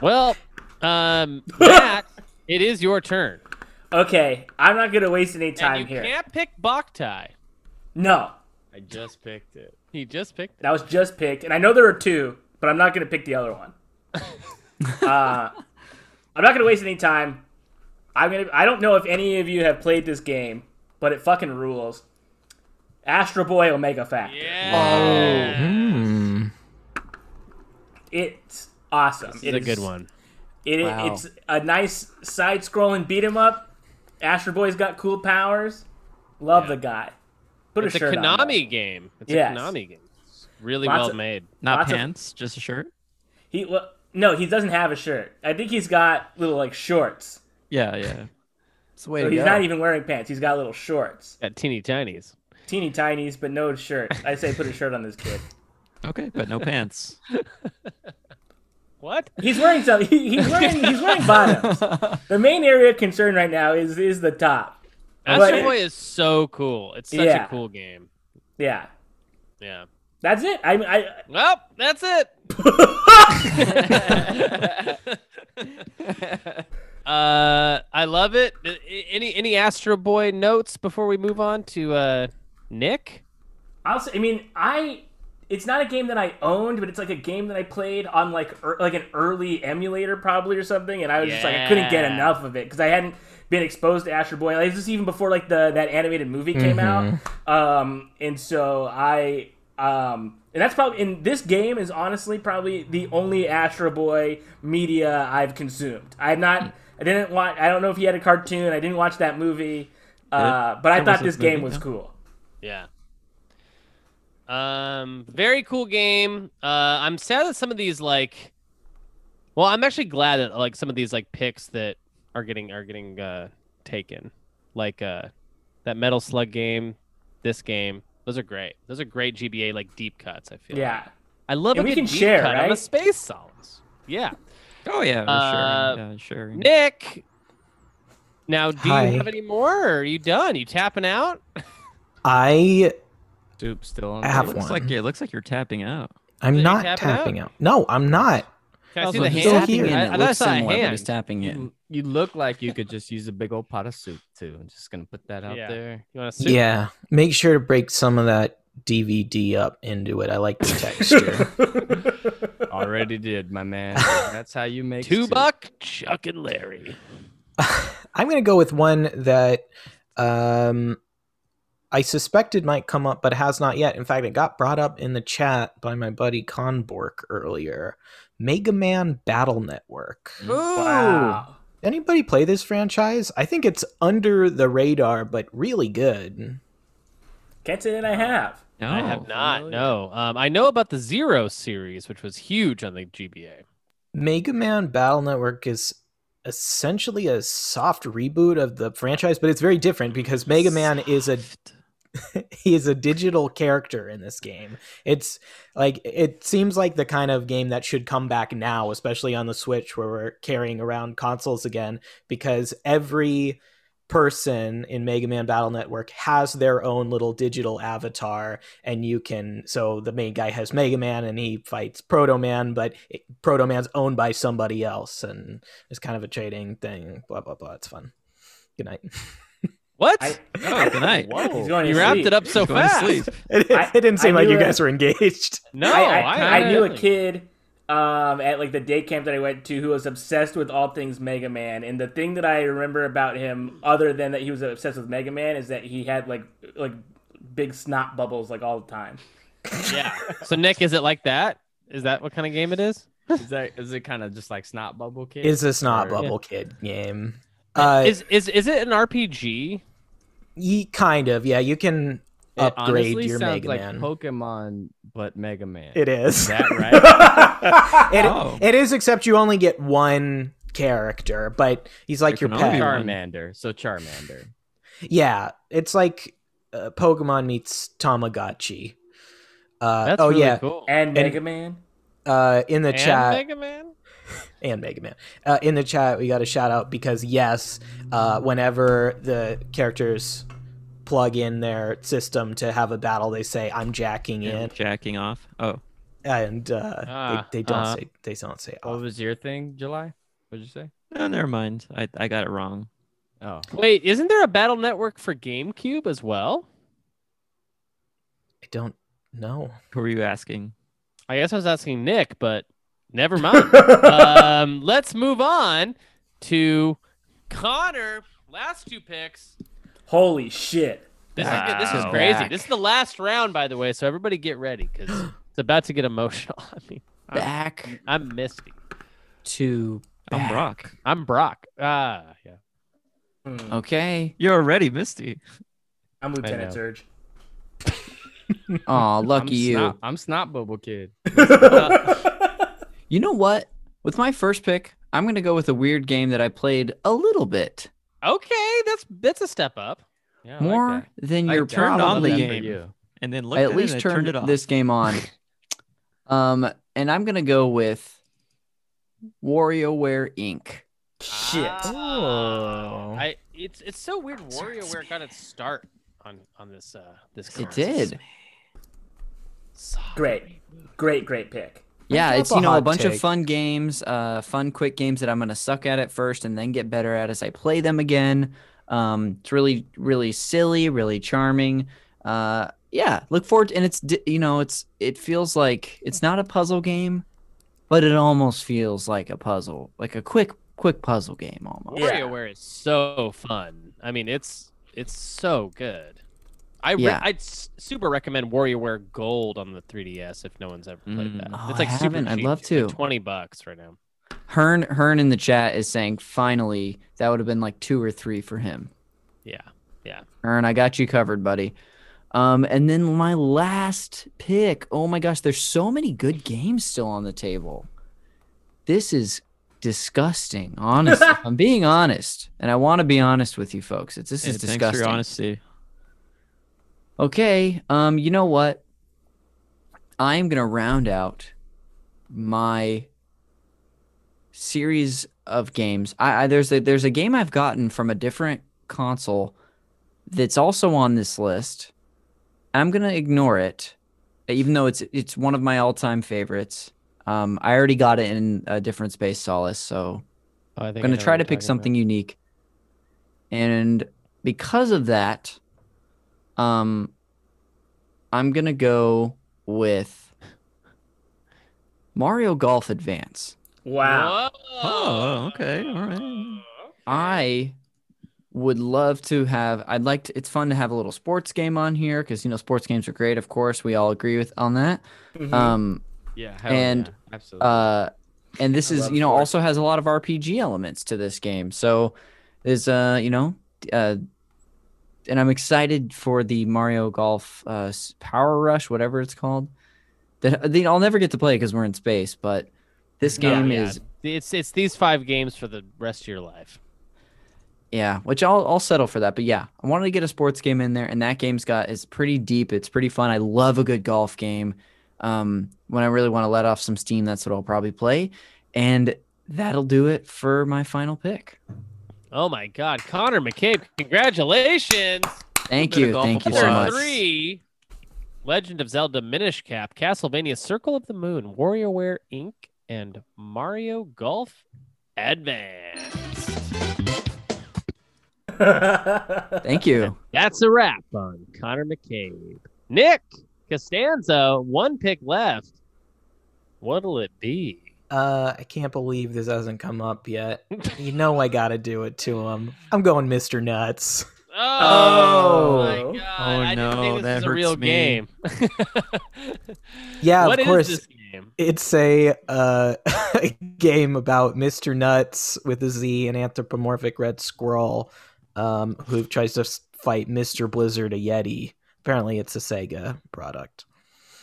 [SPEAKER 2] well,
[SPEAKER 7] [LAUGHS]
[SPEAKER 2] um, Matt, it is your turn.
[SPEAKER 7] [LAUGHS] okay, I'm not gonna waste any
[SPEAKER 2] And
[SPEAKER 7] time
[SPEAKER 2] you
[SPEAKER 7] here.
[SPEAKER 2] can't pick Boktai.
[SPEAKER 7] No,
[SPEAKER 6] I just picked it.
[SPEAKER 2] He just picked
[SPEAKER 7] that was just picked, and I know there are two, but I'm not gonna pick the other one.
[SPEAKER 2] [LAUGHS]
[SPEAKER 7] uh, I'm not gonna waste any time. I'm gonna. I don't know if any of you have played this game, but it fucking rules. Astro Boy Omega Factor. Oh.
[SPEAKER 2] Yeah.
[SPEAKER 4] Hmm.
[SPEAKER 7] It's awesome.
[SPEAKER 2] This is a good one.
[SPEAKER 7] It, it-
[SPEAKER 8] Wow.
[SPEAKER 7] It's a nice side scrolling beat 'em up. Astro Boy's got cool powers. Love the guy. Put
[SPEAKER 2] It's a
[SPEAKER 7] a shirt on, though.
[SPEAKER 2] Konami game. It's
[SPEAKER 7] Yes.
[SPEAKER 2] a Konami game. It's really
[SPEAKER 7] Lots
[SPEAKER 2] well
[SPEAKER 7] of-
[SPEAKER 2] made.
[SPEAKER 5] Not
[SPEAKER 7] Lots of-
[SPEAKER 5] pants, just a shirt.
[SPEAKER 7] He well, no, he doesn't have a shirt. I think he's got little like shorts.
[SPEAKER 5] Yeah, yeah.
[SPEAKER 8] It's the way
[SPEAKER 7] So
[SPEAKER 8] to
[SPEAKER 7] he's
[SPEAKER 8] go.
[SPEAKER 7] not even wearing pants. He's got little shorts,
[SPEAKER 2] At teeny tinies.
[SPEAKER 7] teeny tinies, but no shirt. I say put a shirt on this kid.
[SPEAKER 5] [LAUGHS] Okay, but no pants.
[SPEAKER 2] What?
[SPEAKER 7] He's wearing something. He, he's wearing he's wearing bottoms. The main area of concern right now is is the top.
[SPEAKER 2] Astro
[SPEAKER 7] But-
[SPEAKER 2] Boy is so cool. It's such
[SPEAKER 7] Yeah.
[SPEAKER 2] a cool game.
[SPEAKER 7] Yeah,
[SPEAKER 2] Yeah.
[SPEAKER 7] that's it. I I
[SPEAKER 2] Well, that's
[SPEAKER 7] [LAUGHS]
[SPEAKER 2] it. [LAUGHS] uh, I love it. I- I- Any any Astro Boy notes before we move on to uh, Nick?
[SPEAKER 7] I'll say, I mean, I. It's not a game that I owned, but it's like a game that I played on like er, like an early emulator probably or something, and I was just like I couldn't get
[SPEAKER 2] Yeah.
[SPEAKER 7] enough of it because I hadn't been exposed to Astro Boy. Like, this is even before like the that animated movie came
[SPEAKER 5] Mm-hmm.
[SPEAKER 7] out, um, and so I um, and that's probably and this game is honestly probably the only Astro Boy media I've consumed. I have not. I didn't watch. I don't know if he had a cartoon. I didn't watch that movie, uh, but I
[SPEAKER 5] There was
[SPEAKER 7] thought
[SPEAKER 5] a
[SPEAKER 7] this game
[SPEAKER 5] movie,
[SPEAKER 7] was
[SPEAKER 5] though.
[SPEAKER 7] cool.
[SPEAKER 2] Yeah. Um, very cool game. Uh, I'm sad that some of these like, well, I'm actually glad that like some of these like picks that are getting are getting uh taken, like uh, that Metal Slug game, this game. Those are great. Those are great GBA like deep cuts. I feel.
[SPEAKER 7] Yeah.
[SPEAKER 2] I love
[SPEAKER 7] And
[SPEAKER 2] a
[SPEAKER 7] we
[SPEAKER 2] good
[SPEAKER 7] can
[SPEAKER 2] deep
[SPEAKER 7] share,
[SPEAKER 2] cut on the
[SPEAKER 7] right?
[SPEAKER 2] space solids. Yeah.
[SPEAKER 5] Oh yeah,
[SPEAKER 2] Uh,
[SPEAKER 5] sure. Yeah, sure.
[SPEAKER 2] Nick. Now, do
[SPEAKER 4] Hi.
[SPEAKER 2] you have any more? Or are you done? You tapping out?
[SPEAKER 4] I
[SPEAKER 6] Dupe still on.
[SPEAKER 4] I have
[SPEAKER 5] It
[SPEAKER 4] one.
[SPEAKER 5] looks like it looks like you're tapping out.
[SPEAKER 4] I'm
[SPEAKER 2] Is it
[SPEAKER 4] not
[SPEAKER 2] tapping out?
[SPEAKER 4] tapping out? No, I'm not.
[SPEAKER 2] Can I see
[SPEAKER 1] Also,
[SPEAKER 2] the
[SPEAKER 1] he's
[SPEAKER 2] hand?
[SPEAKER 4] still
[SPEAKER 1] tapping
[SPEAKER 4] here.
[SPEAKER 1] in.
[SPEAKER 2] I- I
[SPEAKER 1] It
[SPEAKER 2] thought I
[SPEAKER 1] looks
[SPEAKER 2] saw a
[SPEAKER 1] similar, but
[SPEAKER 2] hand. Mm,
[SPEAKER 1] he's tapping in.
[SPEAKER 6] You, you look like you could just use a big old pot of soup too. I'm just gonna put that out
[SPEAKER 2] Yeah. [LAUGHS]
[SPEAKER 6] there.
[SPEAKER 2] You want to
[SPEAKER 4] Yeah. Make sure to break some of that DVD up into it. I like the [LAUGHS] texture.
[SPEAKER 7] [LAUGHS]
[SPEAKER 6] Already did, my man. That's how you make
[SPEAKER 2] Two
[SPEAKER 6] soup.
[SPEAKER 2] buck, Chuck and Larry.
[SPEAKER 4] I'm gonna go with one that um I suspected might come up, but has not yet. In fact, it got brought up in the chat by my buddy Conbork earlier. Mega Man Battle Network.
[SPEAKER 7] Wow.
[SPEAKER 4] Anybody play this franchise? I think it's under the radar, but really good.
[SPEAKER 7] Can't say that I have.
[SPEAKER 5] No,
[SPEAKER 2] I have not. No, um, I know about the Zero series, which was huge on the GBA.
[SPEAKER 4] Mega Man Battle Network is essentially a soft reboot of the franchise, but it's very different because Mega Man is a [LAUGHS] he is a digital character in this game. It's like it seems like the kind of game that should come back now, especially on the Switch where we're carrying around consoles again because every person in Mega Man Battle Network has their own little digital avatar and you can so the main guy has Mega Man and he fights Proto Man but it, Proto Man's owned by somebody else and it's kind of a trading thing blah blah blah it's fun good night [LAUGHS]
[SPEAKER 2] What?
[SPEAKER 7] I-
[SPEAKER 5] Oh, good night.
[SPEAKER 7] He's going
[SPEAKER 2] [LAUGHS]
[SPEAKER 7] to
[SPEAKER 2] you wrapped
[SPEAKER 7] sleep.
[SPEAKER 2] it up so
[SPEAKER 5] Going to
[SPEAKER 2] fast.
[SPEAKER 5] sleep.
[SPEAKER 4] it,
[SPEAKER 7] I-
[SPEAKER 4] it didn't
[SPEAKER 7] I
[SPEAKER 4] seem like
[SPEAKER 7] knew
[SPEAKER 4] you
[SPEAKER 7] it.
[SPEAKER 4] guys were engaged
[SPEAKER 2] No,
[SPEAKER 7] I, I, I
[SPEAKER 2] kinda-
[SPEAKER 7] knew a kid um, at like the day camp that I went to who was obsessed with all things Mega Man, and the thing that I remember about him, other than that he was obsessed with Mega Man, is that he had like like big snot bubbles like all the time.
[SPEAKER 2] Yeah. So Nick, is it like that? Is that what kind of game it is?
[SPEAKER 6] Is that is it kind of just like snot bubble kid?
[SPEAKER 4] is this not
[SPEAKER 6] Or-
[SPEAKER 4] bubble kid game uh
[SPEAKER 2] is is is it an RPG?
[SPEAKER 4] ye, kind of yeah you can upgrade
[SPEAKER 6] honestly
[SPEAKER 4] your
[SPEAKER 6] sounds
[SPEAKER 4] Mega
[SPEAKER 6] like
[SPEAKER 4] Man.
[SPEAKER 6] Pokemon, but Mega Man.
[SPEAKER 4] it is.
[SPEAKER 6] Is that right?
[SPEAKER 4] [LAUGHS]
[SPEAKER 7] [LAUGHS]
[SPEAKER 4] it,
[SPEAKER 5] Oh.
[SPEAKER 4] it is, except you only get one character, but he's like
[SPEAKER 5] There
[SPEAKER 4] your
[SPEAKER 5] can only be
[SPEAKER 4] pet.
[SPEAKER 5] one.
[SPEAKER 6] Charmander. So Charmander.
[SPEAKER 4] Yeah, it's like uh, Pokemon meets Tamagotchi. Uh,
[SPEAKER 2] That's
[SPEAKER 4] oh
[SPEAKER 2] really
[SPEAKER 4] yeah,
[SPEAKER 2] cool.
[SPEAKER 7] and Mega Man.
[SPEAKER 4] uh, in the
[SPEAKER 2] And
[SPEAKER 4] chat
[SPEAKER 2] Mega Man.
[SPEAKER 4] and Mega Man uh, in the chat, we got a shout out because yes, uh, whenever the characters plug in their system to have a battle, they say I'm jacking
[SPEAKER 5] Yeah,
[SPEAKER 4] in,
[SPEAKER 5] jacking off. Oh,
[SPEAKER 4] and uh,
[SPEAKER 2] Ah,
[SPEAKER 4] they, they don't
[SPEAKER 2] uh.
[SPEAKER 4] say they don't say.
[SPEAKER 7] Oh.
[SPEAKER 6] What
[SPEAKER 4] off.
[SPEAKER 6] was your thing, July? What'd you say?
[SPEAKER 5] no, never mind. I, I got it wrong.
[SPEAKER 6] Oh,
[SPEAKER 2] Wait, isn't there a Battle Network for GameCube as well?
[SPEAKER 4] I don't know.
[SPEAKER 5] Who were you asking?
[SPEAKER 2] I guess I was asking Nick, but never mind. um, let's move on to Connor. Last two picks.
[SPEAKER 7] Holy shit!
[SPEAKER 2] This is good. this is
[SPEAKER 5] Wow.
[SPEAKER 2] crazy.
[SPEAKER 5] Back.
[SPEAKER 2] This is the last round, by the way. So everybody get ready because it's about to get emotional. [LAUGHS] I mean,
[SPEAKER 1] Back
[SPEAKER 2] I'm Misty.
[SPEAKER 1] to
[SPEAKER 5] I'm
[SPEAKER 1] back.
[SPEAKER 5] Brock.
[SPEAKER 2] I'm Brock. Ah, yeah.
[SPEAKER 7] Hmm,
[SPEAKER 1] Okay.
[SPEAKER 5] You're already Misty.
[SPEAKER 7] I'm
[SPEAKER 6] know.
[SPEAKER 7] Lieutenant Surge. [LAUGHS]
[SPEAKER 2] [LAUGHS]
[SPEAKER 1] Aw,
[SPEAKER 6] I'm
[SPEAKER 1] lucky you.
[SPEAKER 6] Snot, I'm Snot Bubble Kid.
[SPEAKER 1] You know what? With my first pick, I'm gonna go with a weird game that I played a little bit
[SPEAKER 2] Okay, that's that's a step up. Yeah, I like
[SPEAKER 1] more
[SPEAKER 2] that.
[SPEAKER 1] than
[SPEAKER 5] I
[SPEAKER 1] you're
[SPEAKER 5] turned on the
[SPEAKER 1] probably-
[SPEAKER 5] game. And then looked
[SPEAKER 1] I
[SPEAKER 5] at
[SPEAKER 1] at
[SPEAKER 5] it
[SPEAKER 1] least
[SPEAKER 5] and I
[SPEAKER 1] turned,
[SPEAKER 5] it off.
[SPEAKER 1] this game
[SPEAKER 5] [LAUGHS]
[SPEAKER 1] on. um, and I'm gonna go with WarioWare Inc.
[SPEAKER 7] shit.
[SPEAKER 2] Uh, Ah, I it's it's so weird. WarioWare got its start on on this uh this.
[SPEAKER 1] It
[SPEAKER 2] card.
[SPEAKER 1] did.
[SPEAKER 7] Great, great, great pick.
[SPEAKER 1] Yeah,
[SPEAKER 4] drop
[SPEAKER 1] it's
[SPEAKER 4] a
[SPEAKER 1] you know a
[SPEAKER 4] hot
[SPEAKER 1] bunch of
[SPEAKER 4] take.
[SPEAKER 1] fun games, uh, fun quick games that I'm gonna suck at at first and then get better at as I play them again. Um, it's really really silly, really charming. Uh, yeah, look forward to, and it's di- you know it's it feels like it's not a puzzle game, but it almost feels like a puzzle, like a quick quick puzzle game almost.
[SPEAKER 7] Yeah.
[SPEAKER 2] WarioWare is so fun. I mean, it's it's so good. I re-
[SPEAKER 1] Yeah.
[SPEAKER 2] I'd s- super recommend WarioWare Gold on the 3DS if no one's ever played
[SPEAKER 5] Mm.
[SPEAKER 2] that.
[SPEAKER 1] Oh,
[SPEAKER 2] it's like
[SPEAKER 1] I
[SPEAKER 2] super
[SPEAKER 1] haven't. I'd
[SPEAKER 2] cheap.
[SPEAKER 1] love
[SPEAKER 2] It's like
[SPEAKER 1] to.
[SPEAKER 2] Twenty bucks right now.
[SPEAKER 1] Hearn Hearn in the chat is saying finally that would have been like two or three for him.
[SPEAKER 2] Yeah.
[SPEAKER 1] Ern, I got you covered, buddy. Um, and then my last pick. Oh my gosh, there's so many good games still on the table. This is disgusting.
[SPEAKER 5] [LAUGHS]
[SPEAKER 1] Honestly, I'm being honest, and I want to be honest with you folks. It's this
[SPEAKER 5] Hey,
[SPEAKER 1] is
[SPEAKER 5] Thanks
[SPEAKER 1] disgusting.
[SPEAKER 5] for your honesty.
[SPEAKER 1] Okay. Um, you know what? I am gonna round out my series of games. I, I there's a there's a game I've gotten from a different console that's also on this list. I'm gonna ignore it, even though it's it's one of my all time favorites. Um, I already got it in a different space solace, so
[SPEAKER 2] Oh, I think
[SPEAKER 1] I'm gonna try to pick something unique. And because of that, um, I'm gonna go with Mario Golf Advance.
[SPEAKER 7] Wow.
[SPEAKER 5] Oh, okay. All right.
[SPEAKER 1] I would love to have. I'd like to. It's fun to have a little sports game on here because you know sports games are great. Of course, we all agree with on that.
[SPEAKER 7] Mhm.
[SPEAKER 1] Um,
[SPEAKER 6] Yeah, hell
[SPEAKER 1] And,
[SPEAKER 6] yeah, absolutely.
[SPEAKER 1] uh, and this
[SPEAKER 7] I
[SPEAKER 1] is
[SPEAKER 7] love
[SPEAKER 1] you know
[SPEAKER 7] sports.
[SPEAKER 1] also has a lot of RPG elements to this game. So there's uh you know uh, and I'm excited for the Mario Golf uh s- Power Rush whatever it's called. That they, I'll never get to play because we're in space, but this
[SPEAKER 2] [LAUGHS] Oh,
[SPEAKER 1] game
[SPEAKER 2] yeah.
[SPEAKER 1] is
[SPEAKER 2] It's it's these five games for the rest of your life.
[SPEAKER 1] yeah, which I'll I'll settle for that. But yeah, I wanted to get a sports game in there, and that game's got it's pretty deep. It's pretty fun. I love a good golf game. Um, when I really want to let off some steam, that's what I'll probably play, and that'll do it for my final pick.
[SPEAKER 2] Oh my God, Connor McCabe! Congratulations.
[SPEAKER 1] Thank
[SPEAKER 5] bit of
[SPEAKER 1] you,
[SPEAKER 5] golf
[SPEAKER 1] thank you so
[SPEAKER 2] There are
[SPEAKER 1] much.
[SPEAKER 5] applause.
[SPEAKER 2] three Legend of Zelda Minish Cap, Castlevania Circle of the Moon, WarioWare Inc., and Mario Golf Advance.
[SPEAKER 1] Thank you.
[SPEAKER 2] That's a wrap on Connor McCabe. Nick Costanza, one pick left. What'll it be?
[SPEAKER 4] Uh, I can't believe this hasn't come up yet. You know I gotta do it to him. I'm going Mr. Nuts.
[SPEAKER 7] Oh.
[SPEAKER 2] my god!
[SPEAKER 5] Oh,
[SPEAKER 2] I didn't
[SPEAKER 5] no,
[SPEAKER 2] think this
[SPEAKER 5] that
[SPEAKER 2] was a
[SPEAKER 5] hurts
[SPEAKER 2] real
[SPEAKER 5] me.
[SPEAKER 2] game. [LAUGHS]
[SPEAKER 4] Yeah,
[SPEAKER 2] What
[SPEAKER 4] of
[SPEAKER 2] is
[SPEAKER 4] course.
[SPEAKER 2] this game?
[SPEAKER 4] It's a uh, [LAUGHS] a game about Mr. Nuts with a Z, an anthropomorphic red squirrel, um, who tries to s- fight Mr. Blizzard, a yeti. Apparently, it's a Sega product.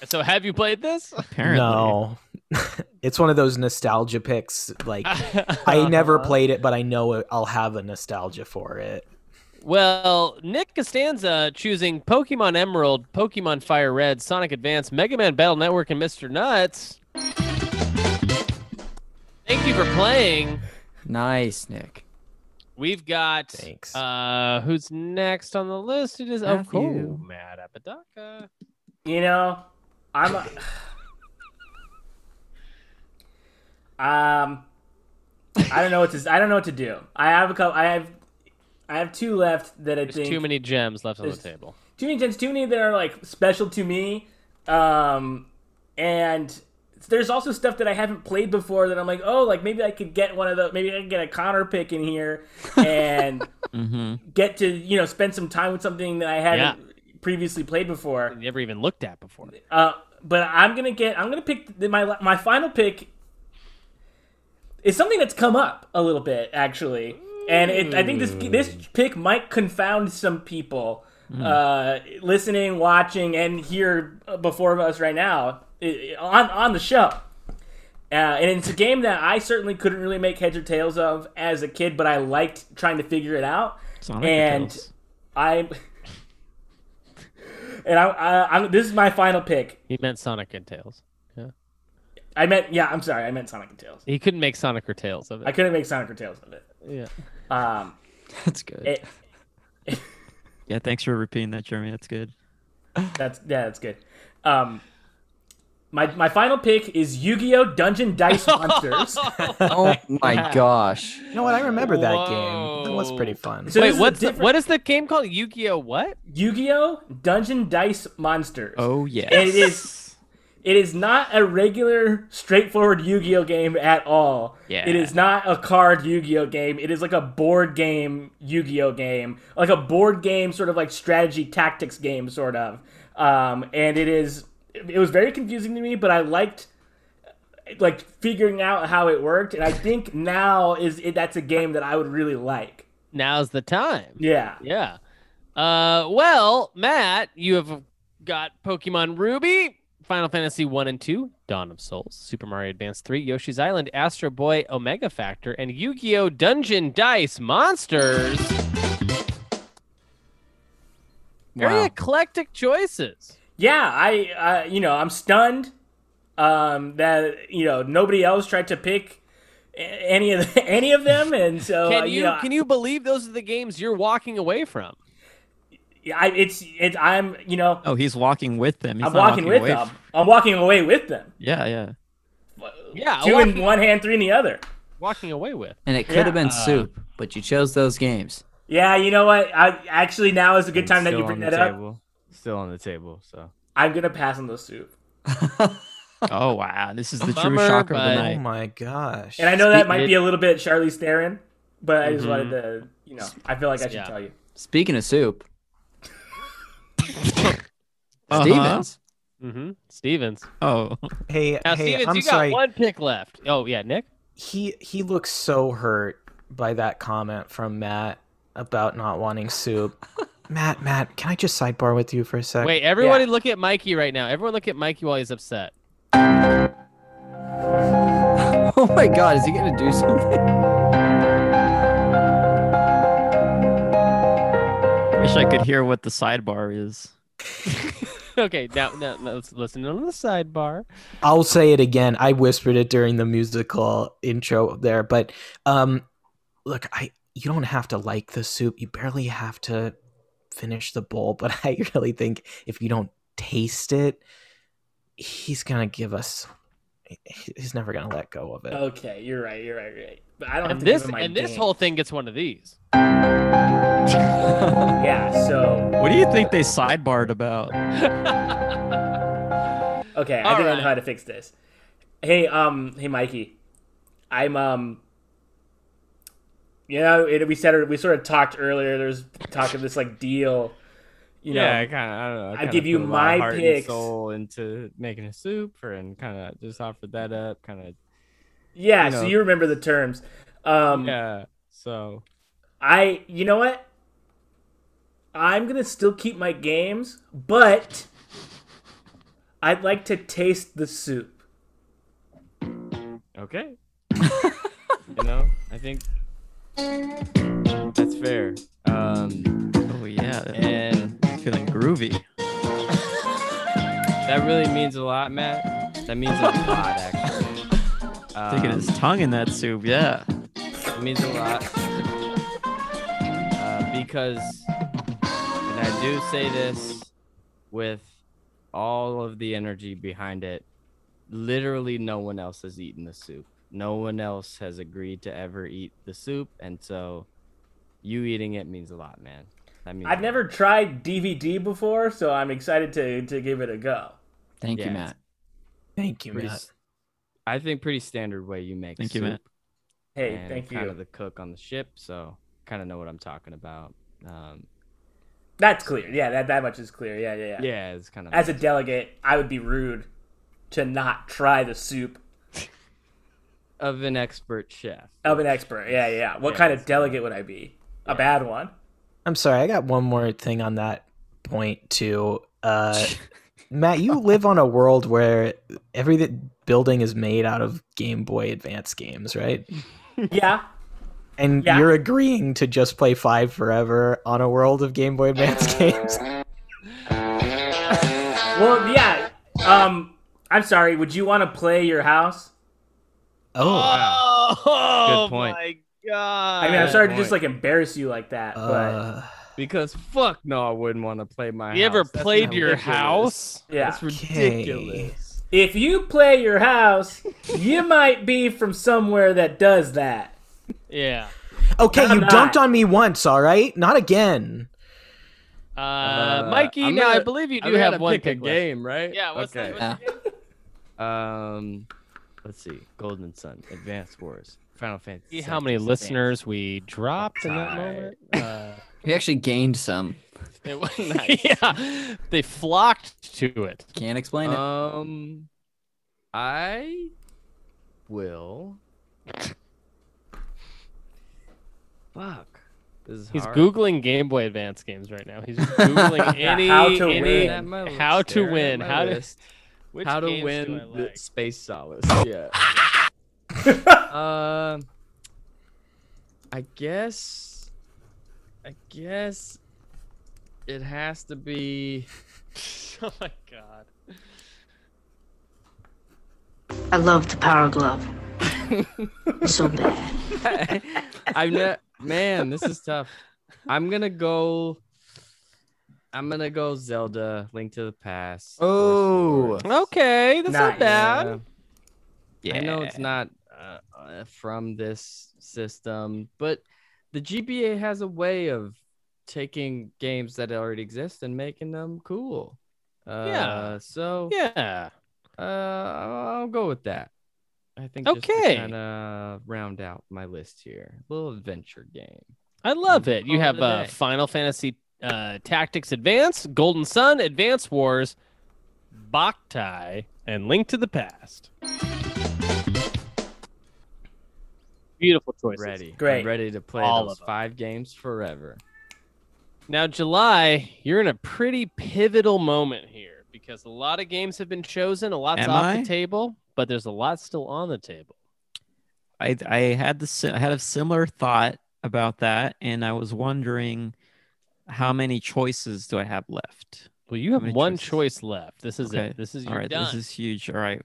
[SPEAKER 2] So have you played this? [LAUGHS]
[SPEAKER 5] Apparently.
[SPEAKER 4] No, [LAUGHS] it's one of those nostalgia picks. Like
[SPEAKER 2] Uh-huh.
[SPEAKER 4] I never played it, but I know it- I'll have a nostalgia for it.
[SPEAKER 2] Well, Nick Costanza choosing Pokemon Emerald, Pokemon Fire Red, Sonic Advance, Mega Man Battle Network, and Mr. Nuts. Thank you for playing.
[SPEAKER 1] Nice, Nick.
[SPEAKER 2] We've got
[SPEAKER 4] Thanks.
[SPEAKER 2] uh who's next on the list? It is of
[SPEAKER 1] Matthew.
[SPEAKER 2] course Matt Apodaca.
[SPEAKER 7] You know, I'm. A... um, I don't know what to. I don't know what to do. I have a couple. I have, I have two left that I
[SPEAKER 2] There's
[SPEAKER 7] think
[SPEAKER 2] too many gems left on the
[SPEAKER 7] There's-
[SPEAKER 2] table.
[SPEAKER 7] too many gents, too many that are like special to me. Um, and there's also stuff that I haven't played before that I'm like, oh, like maybe I could get one of those. Maybe I could get a Connor pick in here
[SPEAKER 2] [LAUGHS]
[SPEAKER 7] and
[SPEAKER 5] hmm
[SPEAKER 7] get to you know spend some time with something that I hadn't previously played before.
[SPEAKER 2] Never even looked at before.
[SPEAKER 7] Uh, but I'm gonna get. I'm gonna pick the, my my final pick. Is something that's come up a little bit actually, and it, I think this this pick might confound some people uh, listening, watching, and here before us right now i- on on the show. Uh, and it's a game that I certainly couldn't really make heads or tails of as a kid, but I liked trying to figure it out.
[SPEAKER 5] Sonic
[SPEAKER 7] And-
[SPEAKER 5] Tails.
[SPEAKER 7] I [LAUGHS] and I, I, I'm this is my final pick.
[SPEAKER 2] He meant Sonic and Tails.
[SPEAKER 7] I meant yeah. I'm sorry. I meant Sonic and Tails.
[SPEAKER 2] He couldn't make Sonic or Tails of it.
[SPEAKER 7] I couldn't make Sonic or Tails of it.
[SPEAKER 2] yeah.
[SPEAKER 7] Um,
[SPEAKER 1] That's good.
[SPEAKER 7] it,
[SPEAKER 5] Yeah, thanks for repeating that, Jeremy. That's good.
[SPEAKER 7] that's yeah. That's good. Um, my my final pick is Yu-Gi-Oh!
[SPEAKER 2] [LAUGHS]
[SPEAKER 7] Dungeon Dice Monsters.
[SPEAKER 1] oh my gosh.
[SPEAKER 4] You know what? I remember that game. That was
[SPEAKER 2] Whoa.
[SPEAKER 4] pretty fun.
[SPEAKER 7] So this
[SPEAKER 2] Wait,
[SPEAKER 7] is a
[SPEAKER 2] what's the,
[SPEAKER 7] different-
[SPEAKER 2] what is the game called? Yu-Gi-Oh! What?
[SPEAKER 7] Yu-Gi-Oh! Dungeon Dice Monsters.
[SPEAKER 5] Oh yes.
[SPEAKER 7] And it is it is not a regular straightforward Yu-Gi-Oh game at all.
[SPEAKER 5] Yeah.
[SPEAKER 7] It is not a card Yu-Gi-Oh game. It is like a board game Yu-Gi-Oh game. Like a board game sort of like strategy tactics game sort of. Um and it is it was very confusing to me, but I liked like figuring out how it worked and I think now is it, that's a game that I would really like.
[SPEAKER 2] Now's the time.
[SPEAKER 7] Yeah.
[SPEAKER 2] Yeah. Uh, well, Matt, you have got Pokemon Ruby, Final Fantasy 1 and 2, Dawn of Souls, Super Mario Advance 3, Yoshi's Island, Astro Boy, Omega Factor, and Yu Gi Oh! Dungeon Dice Monsters. Very
[SPEAKER 1] Wow.
[SPEAKER 2] eclectic choices.
[SPEAKER 7] yeah, I, uh, you know, I'm stunned um, that you know nobody else tried to pick a- any of the, [LAUGHS] any of them, and so
[SPEAKER 2] Can
[SPEAKER 7] uh,
[SPEAKER 2] you,
[SPEAKER 7] know,
[SPEAKER 2] can you believe those are the games you're walking away from?
[SPEAKER 7] I, it's it, I'm you know
[SPEAKER 5] Oh, he's walking with them. He's
[SPEAKER 7] I'm
[SPEAKER 5] not
[SPEAKER 7] walking with
[SPEAKER 5] away
[SPEAKER 7] them.
[SPEAKER 5] from-
[SPEAKER 7] I'm walking away with them.
[SPEAKER 5] Yeah, yeah.
[SPEAKER 2] Yeah,
[SPEAKER 7] two in
[SPEAKER 2] walking-
[SPEAKER 7] one hand, three in the other.
[SPEAKER 2] Walking away with.
[SPEAKER 1] And it could
[SPEAKER 7] Yeah.
[SPEAKER 1] have been soup, but you chose those games.
[SPEAKER 7] Yeah, you know what? I actually now is a good
[SPEAKER 6] And
[SPEAKER 7] time that you
[SPEAKER 6] still
[SPEAKER 7] bring
[SPEAKER 6] on the
[SPEAKER 7] that up.
[SPEAKER 6] table. Still on the table. So
[SPEAKER 7] I'm gonna pass on the soup,
[SPEAKER 5] [LAUGHS] Oh wow, this is the true
[SPEAKER 2] Bummer,
[SPEAKER 5] shocker of
[SPEAKER 2] but-
[SPEAKER 5] the
[SPEAKER 4] Oh
[SPEAKER 5] night.
[SPEAKER 4] my gosh!
[SPEAKER 7] and I know that might
[SPEAKER 6] Speaking-
[SPEAKER 7] be a little bit Charlize Theron, but I just
[SPEAKER 2] Mhm.
[SPEAKER 7] wanted to, you know, I feel like I should
[SPEAKER 2] Yeah.
[SPEAKER 7] tell you.
[SPEAKER 1] Speaking of soup,
[SPEAKER 5] Uh-huh.
[SPEAKER 1] Stevens.
[SPEAKER 2] Mm-hmm. Stevens.
[SPEAKER 5] Oh, [LAUGHS]
[SPEAKER 4] Hey,
[SPEAKER 2] Now,
[SPEAKER 4] hey,
[SPEAKER 2] Stevens,
[SPEAKER 4] I'm
[SPEAKER 2] you
[SPEAKER 4] sorry.
[SPEAKER 2] got one pick left. Oh, yeah, Nick?
[SPEAKER 4] He he looks so hurt by that comment from Matt about not
[SPEAKER 2] [LAUGHS]
[SPEAKER 4] wanting soup. Matt, Matt, can I just sidebar with you for a
[SPEAKER 6] Uh,
[SPEAKER 4] sec?
[SPEAKER 2] Wait, everybody look at Mikey right now. Everyone look at Mikey while he's upset. [LAUGHS]
[SPEAKER 1] Oh my god, is he gonna do something?
[SPEAKER 5] wish I could hear what the sidebar is.
[SPEAKER 2] Okay, now, now, now let's listen on the sidebar.
[SPEAKER 4] I'll say it again. I whispered it during the musical intro there, but um, look, I you don't have to like the soup. You barely have to finish the bowl. But [LAUGHS] I really think if you don't taste it, he's gonna give us. he- He's never gonna let go of it.
[SPEAKER 7] Okay, you're right. You're right. You're right. But I don't have
[SPEAKER 2] And
[SPEAKER 7] to give
[SPEAKER 2] this
[SPEAKER 7] him my
[SPEAKER 2] and this
[SPEAKER 7] game.
[SPEAKER 2] whole thing gets one of these.
[SPEAKER 7] yeah. So
[SPEAKER 5] What do you think they sidebarred about?
[SPEAKER 7] Okay, I
[SPEAKER 2] All
[SPEAKER 7] think I
[SPEAKER 2] right.
[SPEAKER 7] know how to fix this. Hey, um, hey, Mikey, I'm um, you know, it, we said we sort of talked earlier. There's talk of this like deal, you know.
[SPEAKER 6] I kind of, I don't know. I
[SPEAKER 7] I'll
[SPEAKER 6] kinda
[SPEAKER 7] give you
[SPEAKER 6] put a lot of
[SPEAKER 7] my
[SPEAKER 6] heart and
[SPEAKER 7] picks.
[SPEAKER 6] soul into making a soup, or and kind of just offered that up, kind of.
[SPEAKER 7] yeah,
[SPEAKER 6] you
[SPEAKER 7] so
[SPEAKER 6] know.
[SPEAKER 7] you remember the terms. Um,
[SPEAKER 6] yeah. So
[SPEAKER 7] I, you know what? I'm gonna still keep my games, but I'd like to taste the soup.
[SPEAKER 6] Okay. you know, I think that's fair. Um,
[SPEAKER 5] Oh yeah,
[SPEAKER 6] and
[SPEAKER 5] feeling groovy.
[SPEAKER 6] that really means a lot, Matt. That means a lot, actually. Um,
[SPEAKER 5] Sticking his tongue in that soup. Yeah.
[SPEAKER 6] It means a lot. Uh, because, and I do say this with all of the energy behind it, literally no one else has eaten the soup. No one else has agreed to ever eat the soup. And so you eating it means a lot, man. That means
[SPEAKER 7] I've
[SPEAKER 6] a
[SPEAKER 7] never
[SPEAKER 6] lot.
[SPEAKER 7] tried DVD before, so I'm excited to to give it a go.
[SPEAKER 1] Thank
[SPEAKER 6] Yeah.
[SPEAKER 1] you, Matt.
[SPEAKER 4] Thank you,
[SPEAKER 6] Pretty
[SPEAKER 4] Matt.
[SPEAKER 6] s- I think pretty standard way you make
[SPEAKER 5] Thank you,
[SPEAKER 6] soup.
[SPEAKER 5] Matt.
[SPEAKER 7] Hey,
[SPEAKER 6] and
[SPEAKER 7] thank you.
[SPEAKER 6] Kind of the cook on the ship, so kind of know what I'm talking about. Um,
[SPEAKER 7] That's clear. Yeah, that that much is clear. Yeah, yeah, yeah.
[SPEAKER 6] yeah, it's kind of
[SPEAKER 7] As a delegate, I would be rude to not try the soup
[SPEAKER 6] of an expert chef.
[SPEAKER 7] of an expert. Yeah, yeah, yeah. What
[SPEAKER 6] Yeah,
[SPEAKER 7] kind of
[SPEAKER 6] it's-
[SPEAKER 7] delegate would I be? A bad one.
[SPEAKER 4] I'm sorry, I got one more thing on that point too. Uh, Matt, you live on a world where every th- building is made out of Game Boy Advance games, right?
[SPEAKER 7] Yeah.
[SPEAKER 4] And
[SPEAKER 7] Yeah.
[SPEAKER 4] you're agreeing to just play five forever on a world of Game Boy Advance [LAUGHS] games.
[SPEAKER 7] Well, yeah. Um, I'm sorry. Would you want to play your house?
[SPEAKER 4] Oh, wow.
[SPEAKER 2] Oh,
[SPEAKER 6] Good point.
[SPEAKER 2] my god.
[SPEAKER 7] I mean, I'm
[SPEAKER 6] Good
[SPEAKER 7] sorry to just
[SPEAKER 6] point.
[SPEAKER 7] like embarrass you like that,
[SPEAKER 4] Uh,
[SPEAKER 6] Because fuck no, I wouldn't want to play my.
[SPEAKER 2] You ever
[SPEAKER 6] house. That's
[SPEAKER 2] played your
[SPEAKER 6] ridiculous.
[SPEAKER 2] house?
[SPEAKER 7] but yeah.
[SPEAKER 6] That's ridiculous.
[SPEAKER 7] If you play your house, you might be from somewhere that does that.
[SPEAKER 2] Yeah.
[SPEAKER 4] okay,
[SPEAKER 7] I'm
[SPEAKER 4] you
[SPEAKER 7] not.
[SPEAKER 4] dumped on me once, all right? Not again.
[SPEAKER 2] Uh,
[SPEAKER 6] Uh,
[SPEAKER 2] Mikey,
[SPEAKER 6] I'm
[SPEAKER 2] now I
[SPEAKER 6] gonna-
[SPEAKER 2] believe you
[SPEAKER 6] I
[SPEAKER 2] do have
[SPEAKER 6] gotta
[SPEAKER 2] one
[SPEAKER 6] pick a
[SPEAKER 2] pick left.
[SPEAKER 6] game, right?
[SPEAKER 2] Yeah, what's that-
[SPEAKER 6] okay. Uh,
[SPEAKER 2] what's the game?
[SPEAKER 6] Um, let's see. Golden Sun, Advanced Wars, Final Fantasy.
[SPEAKER 2] See
[SPEAKER 6] VII,
[SPEAKER 2] how many
[SPEAKER 6] Advance.
[SPEAKER 2] listeners we dropped in that
[SPEAKER 6] [LAUGHS]
[SPEAKER 2] moment. Uh,
[SPEAKER 1] We actually gained some.
[SPEAKER 2] it was nice. [LAUGHS] yeah, they flocked to it.
[SPEAKER 1] Can't explain it.
[SPEAKER 6] Um, I will. Fuck. This is
[SPEAKER 2] He's
[SPEAKER 6] hard.
[SPEAKER 2] googling Game Boy Advance games right now.
[SPEAKER 7] [LAUGHS]
[SPEAKER 2] He's just googling
[SPEAKER 7] Yeah,
[SPEAKER 2] any
[SPEAKER 7] how to
[SPEAKER 2] any-
[SPEAKER 7] win.
[SPEAKER 6] At my
[SPEAKER 2] how
[SPEAKER 6] list,
[SPEAKER 2] to
[SPEAKER 6] staring at
[SPEAKER 2] win,
[SPEAKER 6] my
[SPEAKER 2] how to
[SPEAKER 6] list.
[SPEAKER 2] which
[SPEAKER 6] how to
[SPEAKER 2] games
[SPEAKER 6] win
[SPEAKER 2] do I like?
[SPEAKER 6] [LAUGHS] the space solace. Yeah. Um. I guess. I guess. It has to be.
[SPEAKER 2] oh my god.
[SPEAKER 9] I love the
[SPEAKER 10] [LAUGHS]
[SPEAKER 9] power glove. so bad.
[SPEAKER 6] I'm not. Man, this is tough. I'm gonna go. I'm gonna go Zelda: Link to the Past. Force
[SPEAKER 1] Oh.
[SPEAKER 6] Awakens.
[SPEAKER 2] Okay, that's
[SPEAKER 7] Nice.
[SPEAKER 2] not bad.
[SPEAKER 5] Yeah.
[SPEAKER 6] I know it's not uh, uh, from this system, but the GBA has a way of taking games that already exist and making them cool. Uh,
[SPEAKER 2] Yeah.
[SPEAKER 6] So
[SPEAKER 2] Yeah.
[SPEAKER 6] uh, I'll go with that. I think
[SPEAKER 2] Okay.
[SPEAKER 6] kind of round out my list here. little adventure game.
[SPEAKER 2] I love it. You
[SPEAKER 6] Call it
[SPEAKER 2] have
[SPEAKER 6] a
[SPEAKER 2] uh,
[SPEAKER 6] day.
[SPEAKER 2] Final Fantasy uh, Tactics Advance, Golden Sun, Advance Wars, Boktai, and Link to the Past. Beautiful choices.
[SPEAKER 6] Ready. I'm
[SPEAKER 7] Great.
[SPEAKER 6] ready to play
[SPEAKER 2] All
[SPEAKER 6] those
[SPEAKER 2] of them.
[SPEAKER 6] five games forever.
[SPEAKER 2] Now, July, you're in a pretty pivotal moment here because a lot of games have been chosen, a lot's
[SPEAKER 5] Am
[SPEAKER 2] off
[SPEAKER 5] I?
[SPEAKER 2] the table, but there's a lot still on the table.
[SPEAKER 5] I I had the si- I had a similar thought about that, and I was wondering how many choices do I have left.
[SPEAKER 2] Well, you
[SPEAKER 5] How
[SPEAKER 2] have
[SPEAKER 5] many
[SPEAKER 2] one
[SPEAKER 5] choices?
[SPEAKER 2] choice left. This is
[SPEAKER 5] Okay.
[SPEAKER 2] it. This is
[SPEAKER 5] All
[SPEAKER 2] your
[SPEAKER 5] right,
[SPEAKER 2] done.
[SPEAKER 5] this is huge. All right,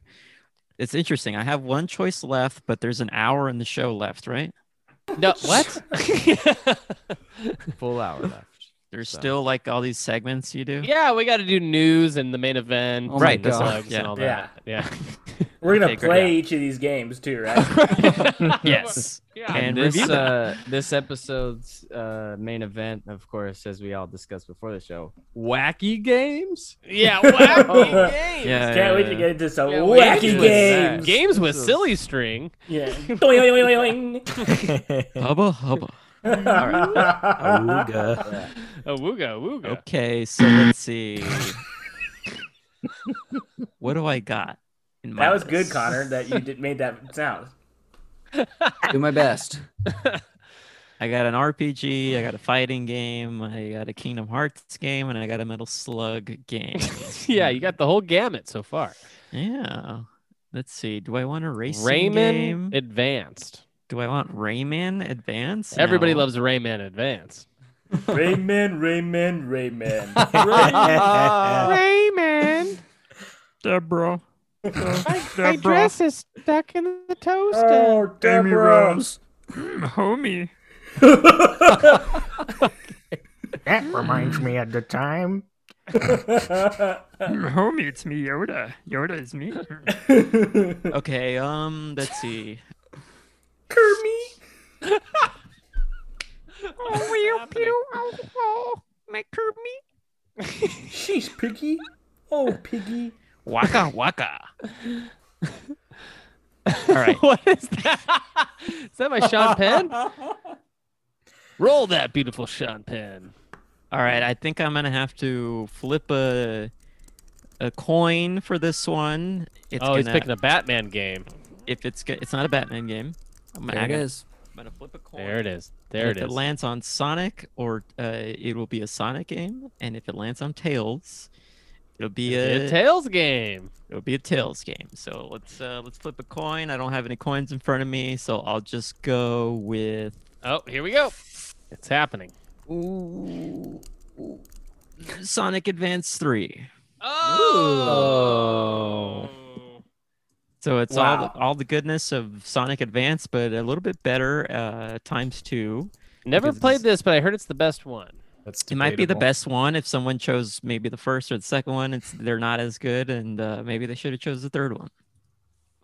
[SPEAKER 5] it's interesting. I have one choice left, but there's an hour in the show left, right? [LAUGHS]
[SPEAKER 2] No, what?
[SPEAKER 6] Full hour left.
[SPEAKER 5] There's
[SPEAKER 6] So-
[SPEAKER 5] [LAUGHS] still like all these segments you do.
[SPEAKER 2] yeah, we got to do news and the main event,
[SPEAKER 1] Oh my
[SPEAKER 2] and the
[SPEAKER 1] God.
[SPEAKER 2] slugs and
[SPEAKER 5] Yeah.
[SPEAKER 2] all that. Yeah.
[SPEAKER 7] We're gonna
[SPEAKER 5] Okay, great.
[SPEAKER 7] play each of these games
[SPEAKER 5] [LAUGHS]
[SPEAKER 7] too, right?
[SPEAKER 5] yes.
[SPEAKER 6] And
[SPEAKER 5] And
[SPEAKER 6] this
[SPEAKER 5] review that.
[SPEAKER 6] uh, this episode's uh, main event, of course, as we all discussed before the show, wacky games.
[SPEAKER 2] Yeah,
[SPEAKER 5] [LAUGHS]
[SPEAKER 2] wacky games.
[SPEAKER 5] Oh. Yeah,
[SPEAKER 7] Can't wait
[SPEAKER 5] yeah,
[SPEAKER 7] to
[SPEAKER 5] yeah.
[SPEAKER 7] get into some
[SPEAKER 2] Yeah, we
[SPEAKER 6] can
[SPEAKER 7] wacky
[SPEAKER 6] do that.
[SPEAKER 7] games.
[SPEAKER 2] Games with
[SPEAKER 6] This is-
[SPEAKER 2] silly string.
[SPEAKER 7] Yeah. [LAUGHS] Doing, doing, doing, doing.
[SPEAKER 5] Hubba hubba.
[SPEAKER 7] [LAUGHS]
[SPEAKER 4] Awooga.
[SPEAKER 2] Oh, wooga, wooga.
[SPEAKER 5] Okay, so
[SPEAKER 7] [LAUGHS]
[SPEAKER 5] let's see. what do I got? In my
[SPEAKER 7] That was good,
[SPEAKER 5] list?
[SPEAKER 7] [LAUGHS] Connor, that you did, made that sound.
[SPEAKER 1] Do my best.
[SPEAKER 5] I got an RPG, I got a fighting game, I got a Kingdom Hearts game, and I got a Metal Slug
[SPEAKER 7] [LAUGHS]
[SPEAKER 5] game.
[SPEAKER 2] yeah, you got the whole gamut so far.
[SPEAKER 5] Yeah. Let's see. Do I want a racing
[SPEAKER 2] Rayman
[SPEAKER 5] game?
[SPEAKER 2] Advanced.
[SPEAKER 5] Do I want Rayman Advance?
[SPEAKER 2] Everybody
[SPEAKER 5] No.
[SPEAKER 2] loves Rayman Advanced.
[SPEAKER 7] Rayman, Rayman, [LAUGHS] Rayman.
[SPEAKER 2] Rayman,
[SPEAKER 5] Deborah.
[SPEAKER 2] my dress is stuck in the toaster.
[SPEAKER 7] oh, Deborah.
[SPEAKER 5] Homie.
[SPEAKER 4] That reminds me of the time.
[SPEAKER 5] Homie, it's me, Yoda. Yoda is me. okay, um,
[SPEAKER 2] [LAUGHS]
[SPEAKER 5] let's see.
[SPEAKER 2] Oh, will you?
[SPEAKER 5] My Kirby.
[SPEAKER 7] She's piggy. Oh, piggy.
[SPEAKER 5] Waka waka. All right.
[SPEAKER 2] What is that? is that my Sean
[SPEAKER 5] [LAUGHS]
[SPEAKER 2] Penn? Roll that beautiful Sean Penn.
[SPEAKER 5] All right, I think I'm gonna have to flip a a coin for this one. It's
[SPEAKER 2] oh,
[SPEAKER 5] gonna,
[SPEAKER 2] he's picking a Batman game.
[SPEAKER 5] if it's go- it's not a Batman game. I'm
[SPEAKER 1] There
[SPEAKER 5] gonna,
[SPEAKER 1] it is.
[SPEAKER 5] I'm gonna flip a coin.
[SPEAKER 2] There it is.
[SPEAKER 5] and
[SPEAKER 2] There it
[SPEAKER 5] if
[SPEAKER 2] is.
[SPEAKER 5] it lands on Sonic, or uh, it will be a Sonic game, and if it lands on Tails, it'll be
[SPEAKER 2] It's a
[SPEAKER 5] a,
[SPEAKER 2] Tails
[SPEAKER 1] [LAUGHS]
[SPEAKER 2] game.
[SPEAKER 5] it'll be a Tails game. So let's uh, let's flip a coin. I don't have any coins in front of me, so I'll just go with
[SPEAKER 2] [LAUGHS] Oh, here we go. It's happening.
[SPEAKER 5] ooh, Sonic Advance Three.
[SPEAKER 2] Oh.
[SPEAKER 5] So it's all
[SPEAKER 7] Wow.
[SPEAKER 5] the, all the goodness of Sonic Advance, but a little bit better uh, times two.
[SPEAKER 2] Never
[SPEAKER 5] Because
[SPEAKER 2] played
[SPEAKER 5] it's-
[SPEAKER 2] this, but I heard it's the best one.
[SPEAKER 4] [LAUGHS] That's
[SPEAKER 5] It might be the
[SPEAKER 4] debatable.
[SPEAKER 5] best one if someone chose maybe the first or the second one. It's they're not as good, and uh, maybe they should have chose the third one.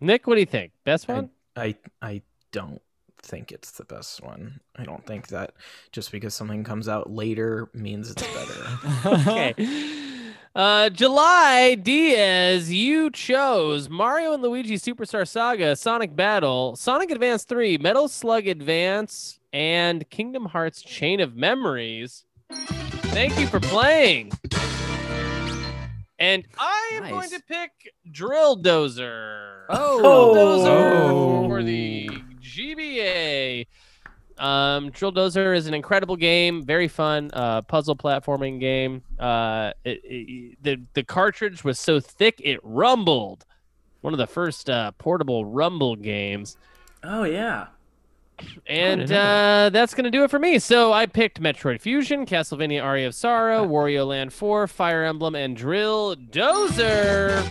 [SPEAKER 2] Nick, what do you think? Best
[SPEAKER 4] I-
[SPEAKER 2] one?
[SPEAKER 6] [LAUGHS]
[SPEAKER 4] I I don't think it's the best one. I don't think that just because something comes out later means it's [LAUGHS] better.
[SPEAKER 2] okay. [LAUGHS] Uh, July Diaz, you chose Mario and Luigi Superstar Saga, Sonic Battle, Sonic Advance 3, Metal Slug Advance, and Kingdom Hearts Chain of Memories. Thank you for playing. And I am going
[SPEAKER 1] Nice.
[SPEAKER 2] to pick Drill Dozer.
[SPEAKER 1] Oh.
[SPEAKER 2] Dozer for the GBA. Um, Drill Dozer is an incredible game, very fun uh, puzzle platforming game. Uh, it, it- the the cartridge was so thick it rumbled. One of the first uh, portable rumble games,
[SPEAKER 7] Oh yeah.
[SPEAKER 2] and
[SPEAKER 5] know
[SPEAKER 2] uh, that's gonna do it for me. So I picked Metroid Fusion, Castlevania: Aria of Sorrow, Wario Land 4, Fire Emblem, and Drill Dozer.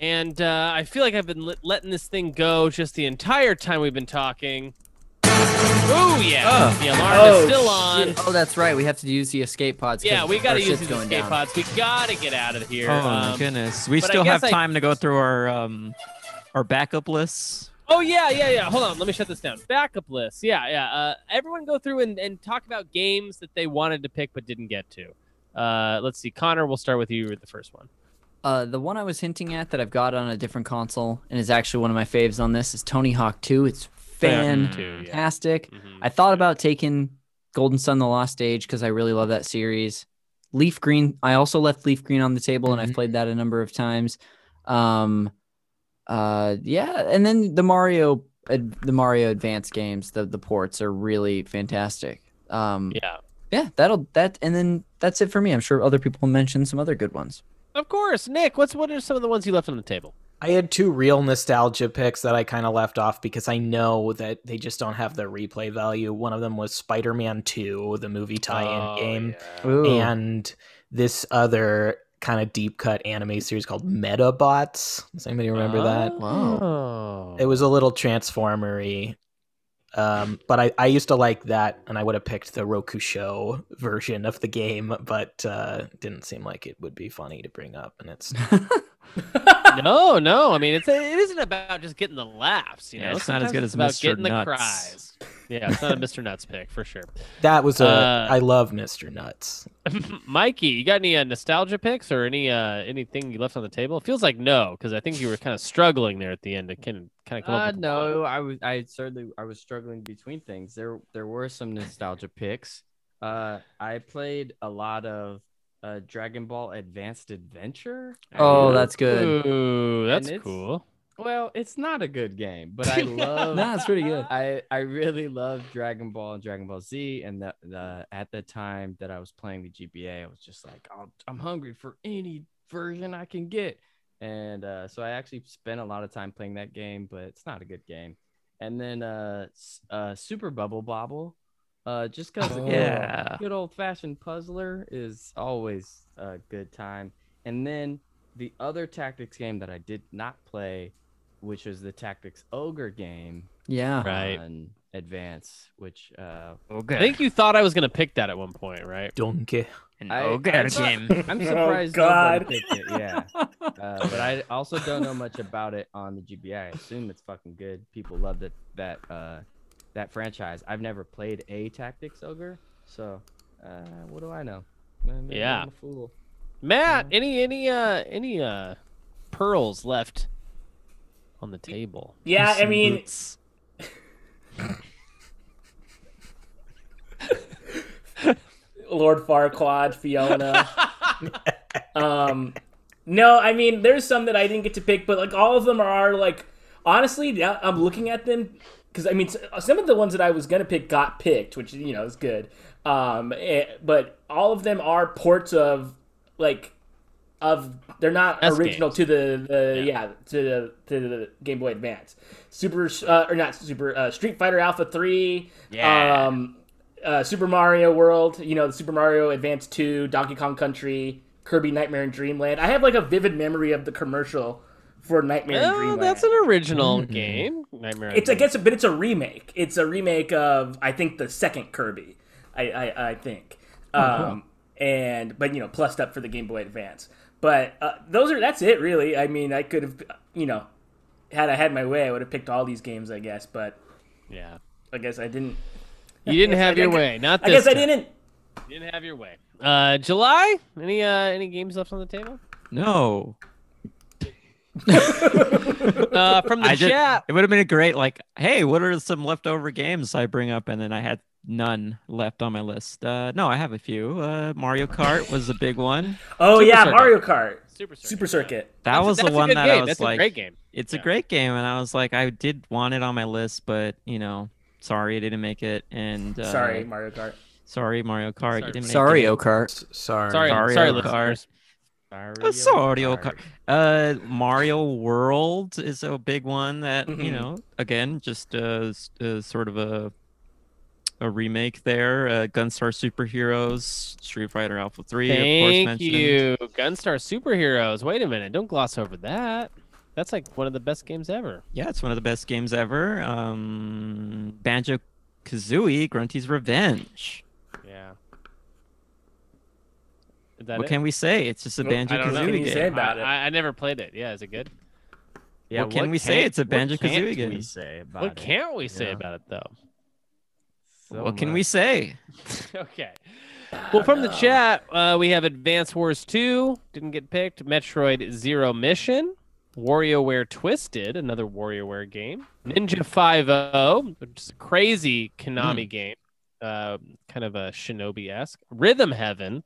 [SPEAKER 2] And uh, I feel like I've been let- letting this thing go just the entire time we've been talking. Oh yeah, the alarm is
[SPEAKER 7] Oh,
[SPEAKER 2] still on.
[SPEAKER 7] shit.
[SPEAKER 1] Oh, that's right. We have to use the escape pods. 'cause
[SPEAKER 2] Yeah, we
[SPEAKER 1] our
[SPEAKER 2] gotta use
[SPEAKER 1] ship's
[SPEAKER 2] these
[SPEAKER 1] going
[SPEAKER 2] escape
[SPEAKER 1] down.
[SPEAKER 2] pods. We gotta get out of here.
[SPEAKER 5] Oh
[SPEAKER 2] Um,
[SPEAKER 5] my goodness, we
[SPEAKER 2] but I
[SPEAKER 5] still have
[SPEAKER 2] guess I-
[SPEAKER 5] time to go through our um our backup lists.
[SPEAKER 2] Oh yeah, yeah, yeah. Hold on, let me shut this down. Backup list. Yeah, yeah. Uh, everyone go through and, and talk about games that they wanted to pick but didn't get to. Uh, let's see, Connor. We'll start with you with the first one.
[SPEAKER 1] Uh, the one I was hinting at that I've got on a different console and is actually one of my faves on this is Tony Hawk 2. It's
[SPEAKER 2] Fan
[SPEAKER 1] fantastic.
[SPEAKER 2] two, yeah. Mhm.
[SPEAKER 6] Mm-hmm.
[SPEAKER 1] I thought about taking Golden Sun: The Lost Age because I really love that series. Leaf Green. I also left Leaf Green on the table, and I've played that a number of times. Um, uh, yeah, and then the Mario, ad, the Mario Advance games, the the ports are really fantastic. Um, yeah.
[SPEAKER 2] Yeah,
[SPEAKER 1] that'll that, and then that's it for me. I'm sure other people mentioned some other good ones.
[SPEAKER 2] of course, Nick. What's what are some of the ones you left on the table?
[SPEAKER 4] I had two real nostalgia picks that I kind of left off because I know that they just don't have the replay value. One of them was Spider-Man 2, the movie tie-in
[SPEAKER 2] Oh,
[SPEAKER 4] game, and this other kind of deep cut anime series called Metabots. Does anybody remember
[SPEAKER 6] Oh.
[SPEAKER 4] that?
[SPEAKER 5] Oh.
[SPEAKER 2] Wow.
[SPEAKER 4] It was a little transformery. Um, but I, I used to like that, and I would have picked the Rokusho version of the game, but uh, didn't seem like it would be funny to bring up. And
[SPEAKER 5] [LAUGHS]
[SPEAKER 4] it's
[SPEAKER 2] [LAUGHS] no, no. I mean, it's it isn't about just getting the laughs. You
[SPEAKER 5] Yeah,
[SPEAKER 2] know,
[SPEAKER 5] it's not as
[SPEAKER 2] Sometimes
[SPEAKER 5] good
[SPEAKER 2] it's
[SPEAKER 5] as
[SPEAKER 2] about
[SPEAKER 5] Mr.
[SPEAKER 2] getting the
[SPEAKER 5] Nuts.
[SPEAKER 2] cries.
[SPEAKER 5] [LAUGHS]
[SPEAKER 2] Yeah, it's not a Mr. Nuts pick for sure. [LAUGHS]
[SPEAKER 4] that was a
[SPEAKER 2] Uh,
[SPEAKER 4] I love Mr. Nuts.
[SPEAKER 2] Mikey, you got any uh, nostalgia picks or any uh, anything you left on the table? It feels like no, because I think you were kind of struggling there at the end to kind of kind of come
[SPEAKER 6] Uh,
[SPEAKER 2] up. With
[SPEAKER 6] no, I was I certainly I was struggling between things. There there were some nostalgia picks. Uh, I played a lot of uh, Dragon Ball Advanced Adventure.
[SPEAKER 1] Oh, that's good.
[SPEAKER 2] Ooh, that's
[SPEAKER 6] And it's-
[SPEAKER 2] cool.
[SPEAKER 6] Well, it's not a good game,
[SPEAKER 1] [LAUGHS]
[SPEAKER 6] but I love.
[SPEAKER 1] Nah, it's pretty good.
[SPEAKER 6] I I really love Dragon Ball and Dragon Ball Z, and the, the at the time that I was playing the GBA, I was just like, I'll, I'm hungry for any version I can get, and uh, so I actually spent a lot of time playing that game, but it's not a good game. And then uh, s- uh Super Bubble Bobble, uh, just because
[SPEAKER 5] Oh,
[SPEAKER 2] Oh.
[SPEAKER 5] Yeah.
[SPEAKER 6] good old fashioned puzzler is always a good time. And then the other tactics game that I did not play, which was the tactics ogre game
[SPEAKER 1] Yeah.
[SPEAKER 2] Right.
[SPEAKER 6] on Advance, which
[SPEAKER 7] [LAUGHS]
[SPEAKER 6] uh,
[SPEAKER 2] I think you thought I was gonna pick that at one point, right?
[SPEAKER 4] Donkey.
[SPEAKER 5] An
[SPEAKER 6] I-
[SPEAKER 5] ogre
[SPEAKER 6] I thought-
[SPEAKER 5] game.
[SPEAKER 2] [LAUGHS]
[SPEAKER 6] I'm
[SPEAKER 7] Oh,
[SPEAKER 6] surprised.
[SPEAKER 7] God.
[SPEAKER 6] nobody picked it.
[SPEAKER 7] [LAUGHS]
[SPEAKER 6] Yeah, uh, but I also don't know much about it on the GBI. I assume it's fucking good. People love that that uh, that franchise. I've never played a tactics ogre, so uh, what do I know? Maybe
[SPEAKER 2] Yeah.
[SPEAKER 6] I'm a fool.
[SPEAKER 2] Matt,
[SPEAKER 7] Mm-hmm.
[SPEAKER 2] any any uh any uh pearls left on the table?
[SPEAKER 7] Yeah, I
[SPEAKER 5] Some
[SPEAKER 7] mean,
[SPEAKER 5] boots.
[SPEAKER 7] Lord Farquaad, Fiona. um, no, I mean, there's some that I didn't get to pick, but like all of them are like honestly, now I'm looking at them because I mean, s- uh, some of the ones that I was gonna pick got picked, which you know is good. Um, eh, but all of them are ports of like of they're not
[SPEAKER 2] That's
[SPEAKER 7] original to the, the yeah. to the to the Game Boy Advance, Super uh, or not Super uh, Street Fighter Alpha Three.
[SPEAKER 2] Yeah.
[SPEAKER 7] Um, uh, Super Mario World, you know, the Super Mario Advance 2, Donkey Kong Country, Kirby Nightmare and Dreamland. I have like a vivid memory of the commercial for Nightmare and
[SPEAKER 2] Oh,
[SPEAKER 7] Dreamland.
[SPEAKER 2] that's an original
[SPEAKER 5] Mm-hmm.
[SPEAKER 2] game. Nightmare. on
[SPEAKER 7] it's I
[SPEAKER 2] Elm
[SPEAKER 7] guess, but it's a remake. It's a remake of I think the second Kirby. I I, I think. um, And but you know, plussed up for the Game Boy Advance. But uh, those are that's it really. I mean, I could have you know, had I had my way, I would have picked all these games, I guess. But
[SPEAKER 2] Street. Yeah.
[SPEAKER 7] I guess I didn't.
[SPEAKER 2] You didn't have your
[SPEAKER 7] I- I-
[SPEAKER 2] way. Not
[SPEAKER 7] I
[SPEAKER 2] this.
[SPEAKER 7] guess I
[SPEAKER 2] time.
[SPEAKER 7] didn't.
[SPEAKER 2] You didn't have your way. Uh, July. Any uh any games left on the table?
[SPEAKER 5] No.
[SPEAKER 7] [LAUGHS]
[SPEAKER 2] Uh, from the
[SPEAKER 5] I did-
[SPEAKER 2] chat.
[SPEAKER 5] It would have been a great like, hey, what are some leftover games I bring up? And then I had none left on my list. Uh, no, I have a few. Uh, Mario Kart was a big one.
[SPEAKER 7] Oh
[SPEAKER 5] Super
[SPEAKER 7] yeah,
[SPEAKER 5] Circuit.
[SPEAKER 7] Mario Kart,
[SPEAKER 2] Super Circuit.
[SPEAKER 7] Super Circuit.
[SPEAKER 5] That
[SPEAKER 2] That's a-
[SPEAKER 5] was the
[SPEAKER 2] that's a
[SPEAKER 5] one
[SPEAKER 2] good
[SPEAKER 5] that
[SPEAKER 2] game.
[SPEAKER 5] I was
[SPEAKER 2] that's
[SPEAKER 5] like,
[SPEAKER 2] a great game.
[SPEAKER 5] it's
[SPEAKER 2] Yeah.
[SPEAKER 5] a great game, and I was like, I did want it on my list, but you know, sorry, it didn't make it. And uh,
[SPEAKER 7] Sorry, Mario Kart.
[SPEAKER 5] sorry, Mario Kart,
[SPEAKER 2] Sorry.
[SPEAKER 5] you didn't make
[SPEAKER 1] Sorry, oh.
[SPEAKER 5] it.
[SPEAKER 1] Okart.
[SPEAKER 4] Sorry.
[SPEAKER 2] Sorry,
[SPEAKER 5] Mario
[SPEAKER 2] sorry, sorry
[SPEAKER 5] Kart.
[SPEAKER 2] listeners.
[SPEAKER 5] Uh, sorry, Okart. Uh, Mario World is a big one that you
[SPEAKER 7] Mhm.
[SPEAKER 5] know, again, just uh, s- uh, sort of a a remake there. Uh, Gunstar Superheroes, Street Fighter Alpha Three, of course
[SPEAKER 2] Thank
[SPEAKER 5] mentioned.
[SPEAKER 2] you, Gunstar Superheroes. Wait a minute, don't gloss over that. That's like one of the best games ever.
[SPEAKER 5] Yeah, it's one of the best games ever. Um, Banjo Kazooie, Grunty's Revenge.
[SPEAKER 2] Yeah. Is that it?
[SPEAKER 5] what can we say? It's just a
[SPEAKER 2] Nope, I
[SPEAKER 5] Banjo
[SPEAKER 2] don't know.
[SPEAKER 5] Kazooie
[SPEAKER 2] Can
[SPEAKER 5] game.
[SPEAKER 7] you say
[SPEAKER 2] I-
[SPEAKER 7] about it?
[SPEAKER 2] I, I never played it. Yeah, is it good?
[SPEAKER 5] Yeah, What can we say? It's a Banjo-Kazooie
[SPEAKER 6] What can't we
[SPEAKER 5] game.
[SPEAKER 6] say about
[SPEAKER 2] What
[SPEAKER 6] it?
[SPEAKER 2] can't we say
[SPEAKER 6] Yeah.
[SPEAKER 2] about it though? [LAUGHS]
[SPEAKER 6] So
[SPEAKER 5] what can
[SPEAKER 6] much.
[SPEAKER 5] we say? [SIGHS]
[SPEAKER 2] okay. Well, from the chat, uh, we have Advance Wars 2, didn't get picked. Metroid Zero Mission, WarioWare Twisted, another WarioWare game. Ninja 5 which is a crazy Konami
[SPEAKER 5] Hmm.
[SPEAKER 2] game, uh, kind of a shinobi esque. Rhythm Heaven,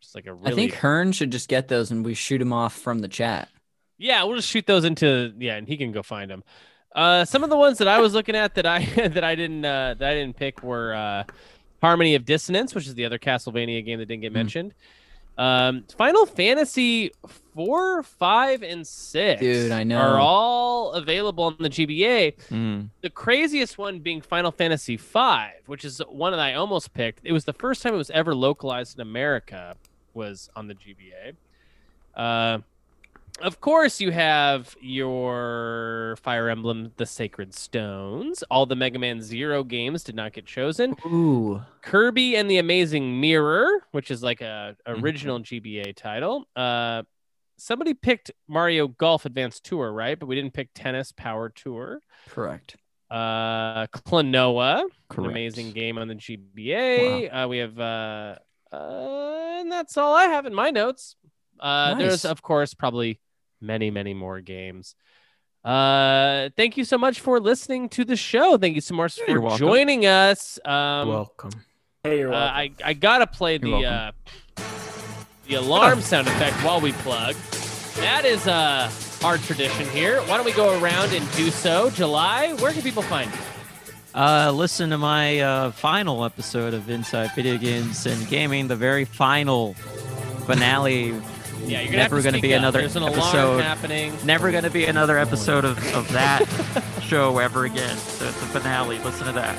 [SPEAKER 2] just like a really.
[SPEAKER 1] I think Hearn should just get those and we shoot him off from the chat.
[SPEAKER 2] Yeah, we'll just shoot those into yeah, and he can go find them. Uh, some of the ones that I was looking at that I [LAUGHS] that I didn't uh, that I didn't pick were uh, Harmony of Dissonance, which is the other Castlevania game that didn't
[SPEAKER 1] Hmm.
[SPEAKER 2] get mentioned. Um, Final Fantasy four, five, and six,
[SPEAKER 1] Dude, I know.
[SPEAKER 2] are all available on the GBA.
[SPEAKER 5] Mm.
[SPEAKER 2] The craziest one being Final Fantasy five, which is one that I almost picked. It was the first time it was ever localized in America was on the GBA. Uh, of course, you have your Fire Emblem, the Sacred Stones. All the Mega Man Zero games did not get chosen.
[SPEAKER 1] Ooh.
[SPEAKER 2] Kirby and the Amazing Mirror, which is like a
[SPEAKER 5] Mhm.
[SPEAKER 2] original GBA title. Uh, somebody picked Mario Golf Advance Tour, right? But we didn't pick Tennis Power Tour.
[SPEAKER 1] Correct.
[SPEAKER 2] Uh, Klonoa, an
[SPEAKER 5] Correct.
[SPEAKER 2] amazing game on the GBA. Uh, we have, uh, uh, and that's all I have in my notes. Uh,
[SPEAKER 1] Nice.
[SPEAKER 2] There's, of course, probably many, many more games. Uh, thank you so much for listening to the show. Thank you so much
[SPEAKER 5] Yeah,
[SPEAKER 2] for
[SPEAKER 5] you're welcome.
[SPEAKER 2] joining us. Um,
[SPEAKER 4] Welcome.
[SPEAKER 7] Hey, you're
[SPEAKER 2] uh,
[SPEAKER 7] welcome.
[SPEAKER 2] I, I gotta play the
[SPEAKER 5] You're
[SPEAKER 2] uh, the alarm sound effect while we plug. That is uh our tradition here. Why don't we go around and do so? July, where can people find you?
[SPEAKER 5] Uh, listen to my uh, final episode of Inside Video Games and Gaming, the very final finale.
[SPEAKER 2] Yeah, you're gonna have
[SPEAKER 5] never
[SPEAKER 2] to
[SPEAKER 5] gonna
[SPEAKER 2] speak
[SPEAKER 5] be
[SPEAKER 2] up.
[SPEAKER 5] another
[SPEAKER 2] There's an alarm
[SPEAKER 5] episode.
[SPEAKER 2] happening.
[SPEAKER 5] Never going to be another episode of, of that show ever again. So it's a finale. Listen to that.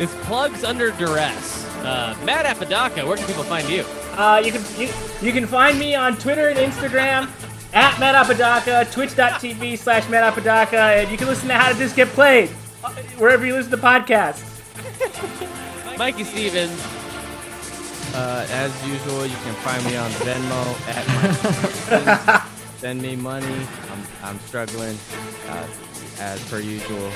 [SPEAKER 2] It's plugs under duress. Uh, Matt Apodaca, where can people find you?
[SPEAKER 7] Uh, you can you, you can find me on Twitter and Instagram at Matt Apodaca, twitch.tv slash Matt Apodaca, and you can listen to How Did This Get Played uh, wherever you listen to podcasts.
[SPEAKER 2] Mikey Stevens.
[SPEAKER 6] Uh, as usual, you can find me on
[SPEAKER 5] [LAUGHS]
[SPEAKER 6] Venmo at my [LAUGHS] send me money. I'm, I'm struggling uh, as per usual.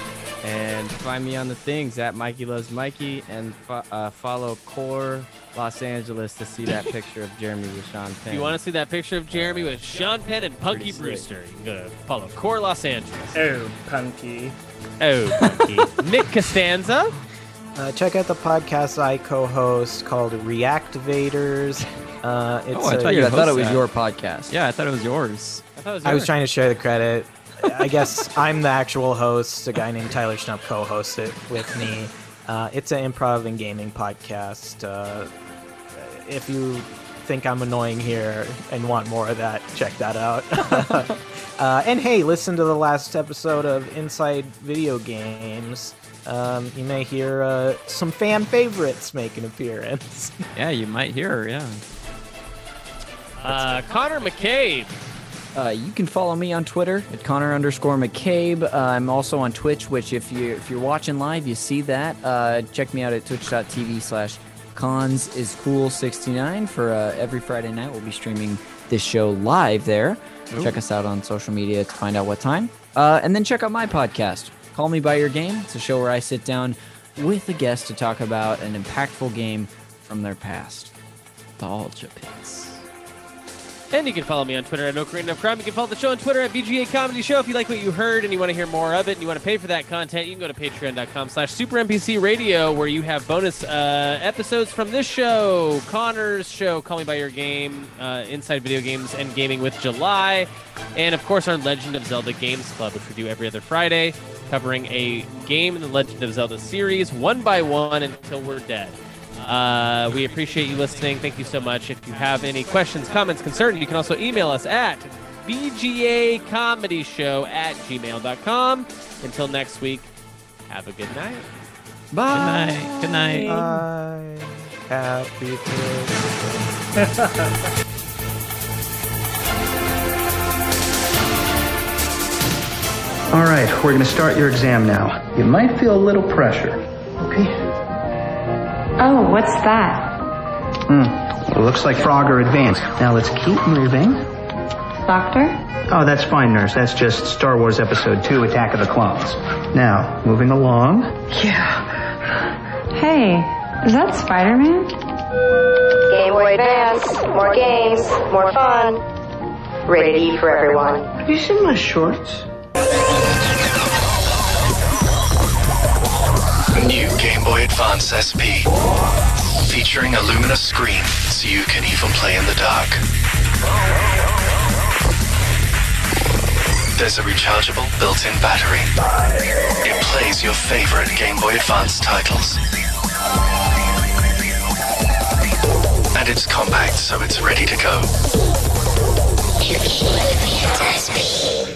[SPEAKER 6] And find me on the things at Mikey Loves Mikey and fo- uh, follow Core Los Angeles to
[SPEAKER 5] [LAUGHS]
[SPEAKER 6] see that picture of Jeremy with Sean Penn.
[SPEAKER 2] If you want to see that picture of Jeremy with Sean Penn and Punky Brewster, you can go to follow Core Los Angeles.
[SPEAKER 7] Oh, punky.
[SPEAKER 2] Oh, [LAUGHS] Punky. Nick Costanza.
[SPEAKER 4] Uh, check out the podcast I co-host called Reactivators. Uh, it's
[SPEAKER 5] Oh, I
[SPEAKER 4] a-
[SPEAKER 5] thought you
[SPEAKER 1] I thought it was
[SPEAKER 5] host that.
[SPEAKER 1] your podcast.
[SPEAKER 5] Yeah, I thought it was yours.
[SPEAKER 2] I thought it was
[SPEAKER 4] I was
[SPEAKER 2] yours.
[SPEAKER 4] trying to share the credit. I guess I'm the actual host. A guy named Tyler Schnupp co-hosts it with me. Uh, it's an improv and gaming podcast. Uh, if you think I'm annoying here and want more of that, check that out. [LAUGHS] uh, and hey, listen to the last episode of Inside Video Games. Um, you may hear uh, some fan favorites make an appearance.
[SPEAKER 5] Yeah, you might hear her. Yeah.
[SPEAKER 2] Uh, Connor McCabe.
[SPEAKER 1] Uh, you can follow me on Twitter at Connor underscore McCabe. Uh, I'm also on Twitch, which if you if you're watching live, you see that. Uh, check me out at twitch.tv slash cons is cool 69 for uh, every Friday night. We'll be streaming this show live there. Check us out on social media to find out what time. Uh, and then check out my podcast, Call Me By Your Game. It's a show where I sit down with a guest to talk about an impactful game from their past.
[SPEAKER 5] Nostalgia pits.
[SPEAKER 2] And you can follow me on Twitter at Ocarina of Crime. You can follow the show on Twitter at BGA Comedy Show. If you like what you heard and you want to hear more of it and you want to pay for that content, you can go to patreon.com slash super NPC radio where you have bonus uh, episodes from this show, Connor's show, Call Me By Your Game, uh, Inside Video Games and Gaming with July, and of course our Legend of Zelda Games Club, which we do every other Friday, covering a game in the Legend of Zelda series one by one until we're dead. Uh, we appreciate you listening. Thank you so much. If you have any questions, comments, concerns, you can also email us at bgacomedyshow at gmail.com. Until next week, have a good night.
[SPEAKER 5] Good
[SPEAKER 1] Bye.
[SPEAKER 5] night. Good night.
[SPEAKER 4] [LAUGHS] Bye. Happy Christmas.
[SPEAKER 10] All right, we're going to start your exam now. You might feel a little pressure. Okay.
[SPEAKER 11] Oh, what's that?
[SPEAKER 10] Hmm. Looks like Frogger advanced. Now let's keep moving.
[SPEAKER 11] Doctor?
[SPEAKER 10] Oh, that's fine, nurse. That's just Star Wars Episode 2 Attack of the Clones. Now, moving along. Yeah.
[SPEAKER 11] Hey, is that Spider Man?
[SPEAKER 12] Game Boy Advance, more games, more fun. Rated E for everyone.
[SPEAKER 10] Have you seen my shorts?
[SPEAKER 13] New Game Boy Advance SP. Featuring a luminous screen so you can even play in the dark. There's a rechargeable built in battery. It plays your favorite Game Boy Advance titles. And it's compact, so it's ready to go.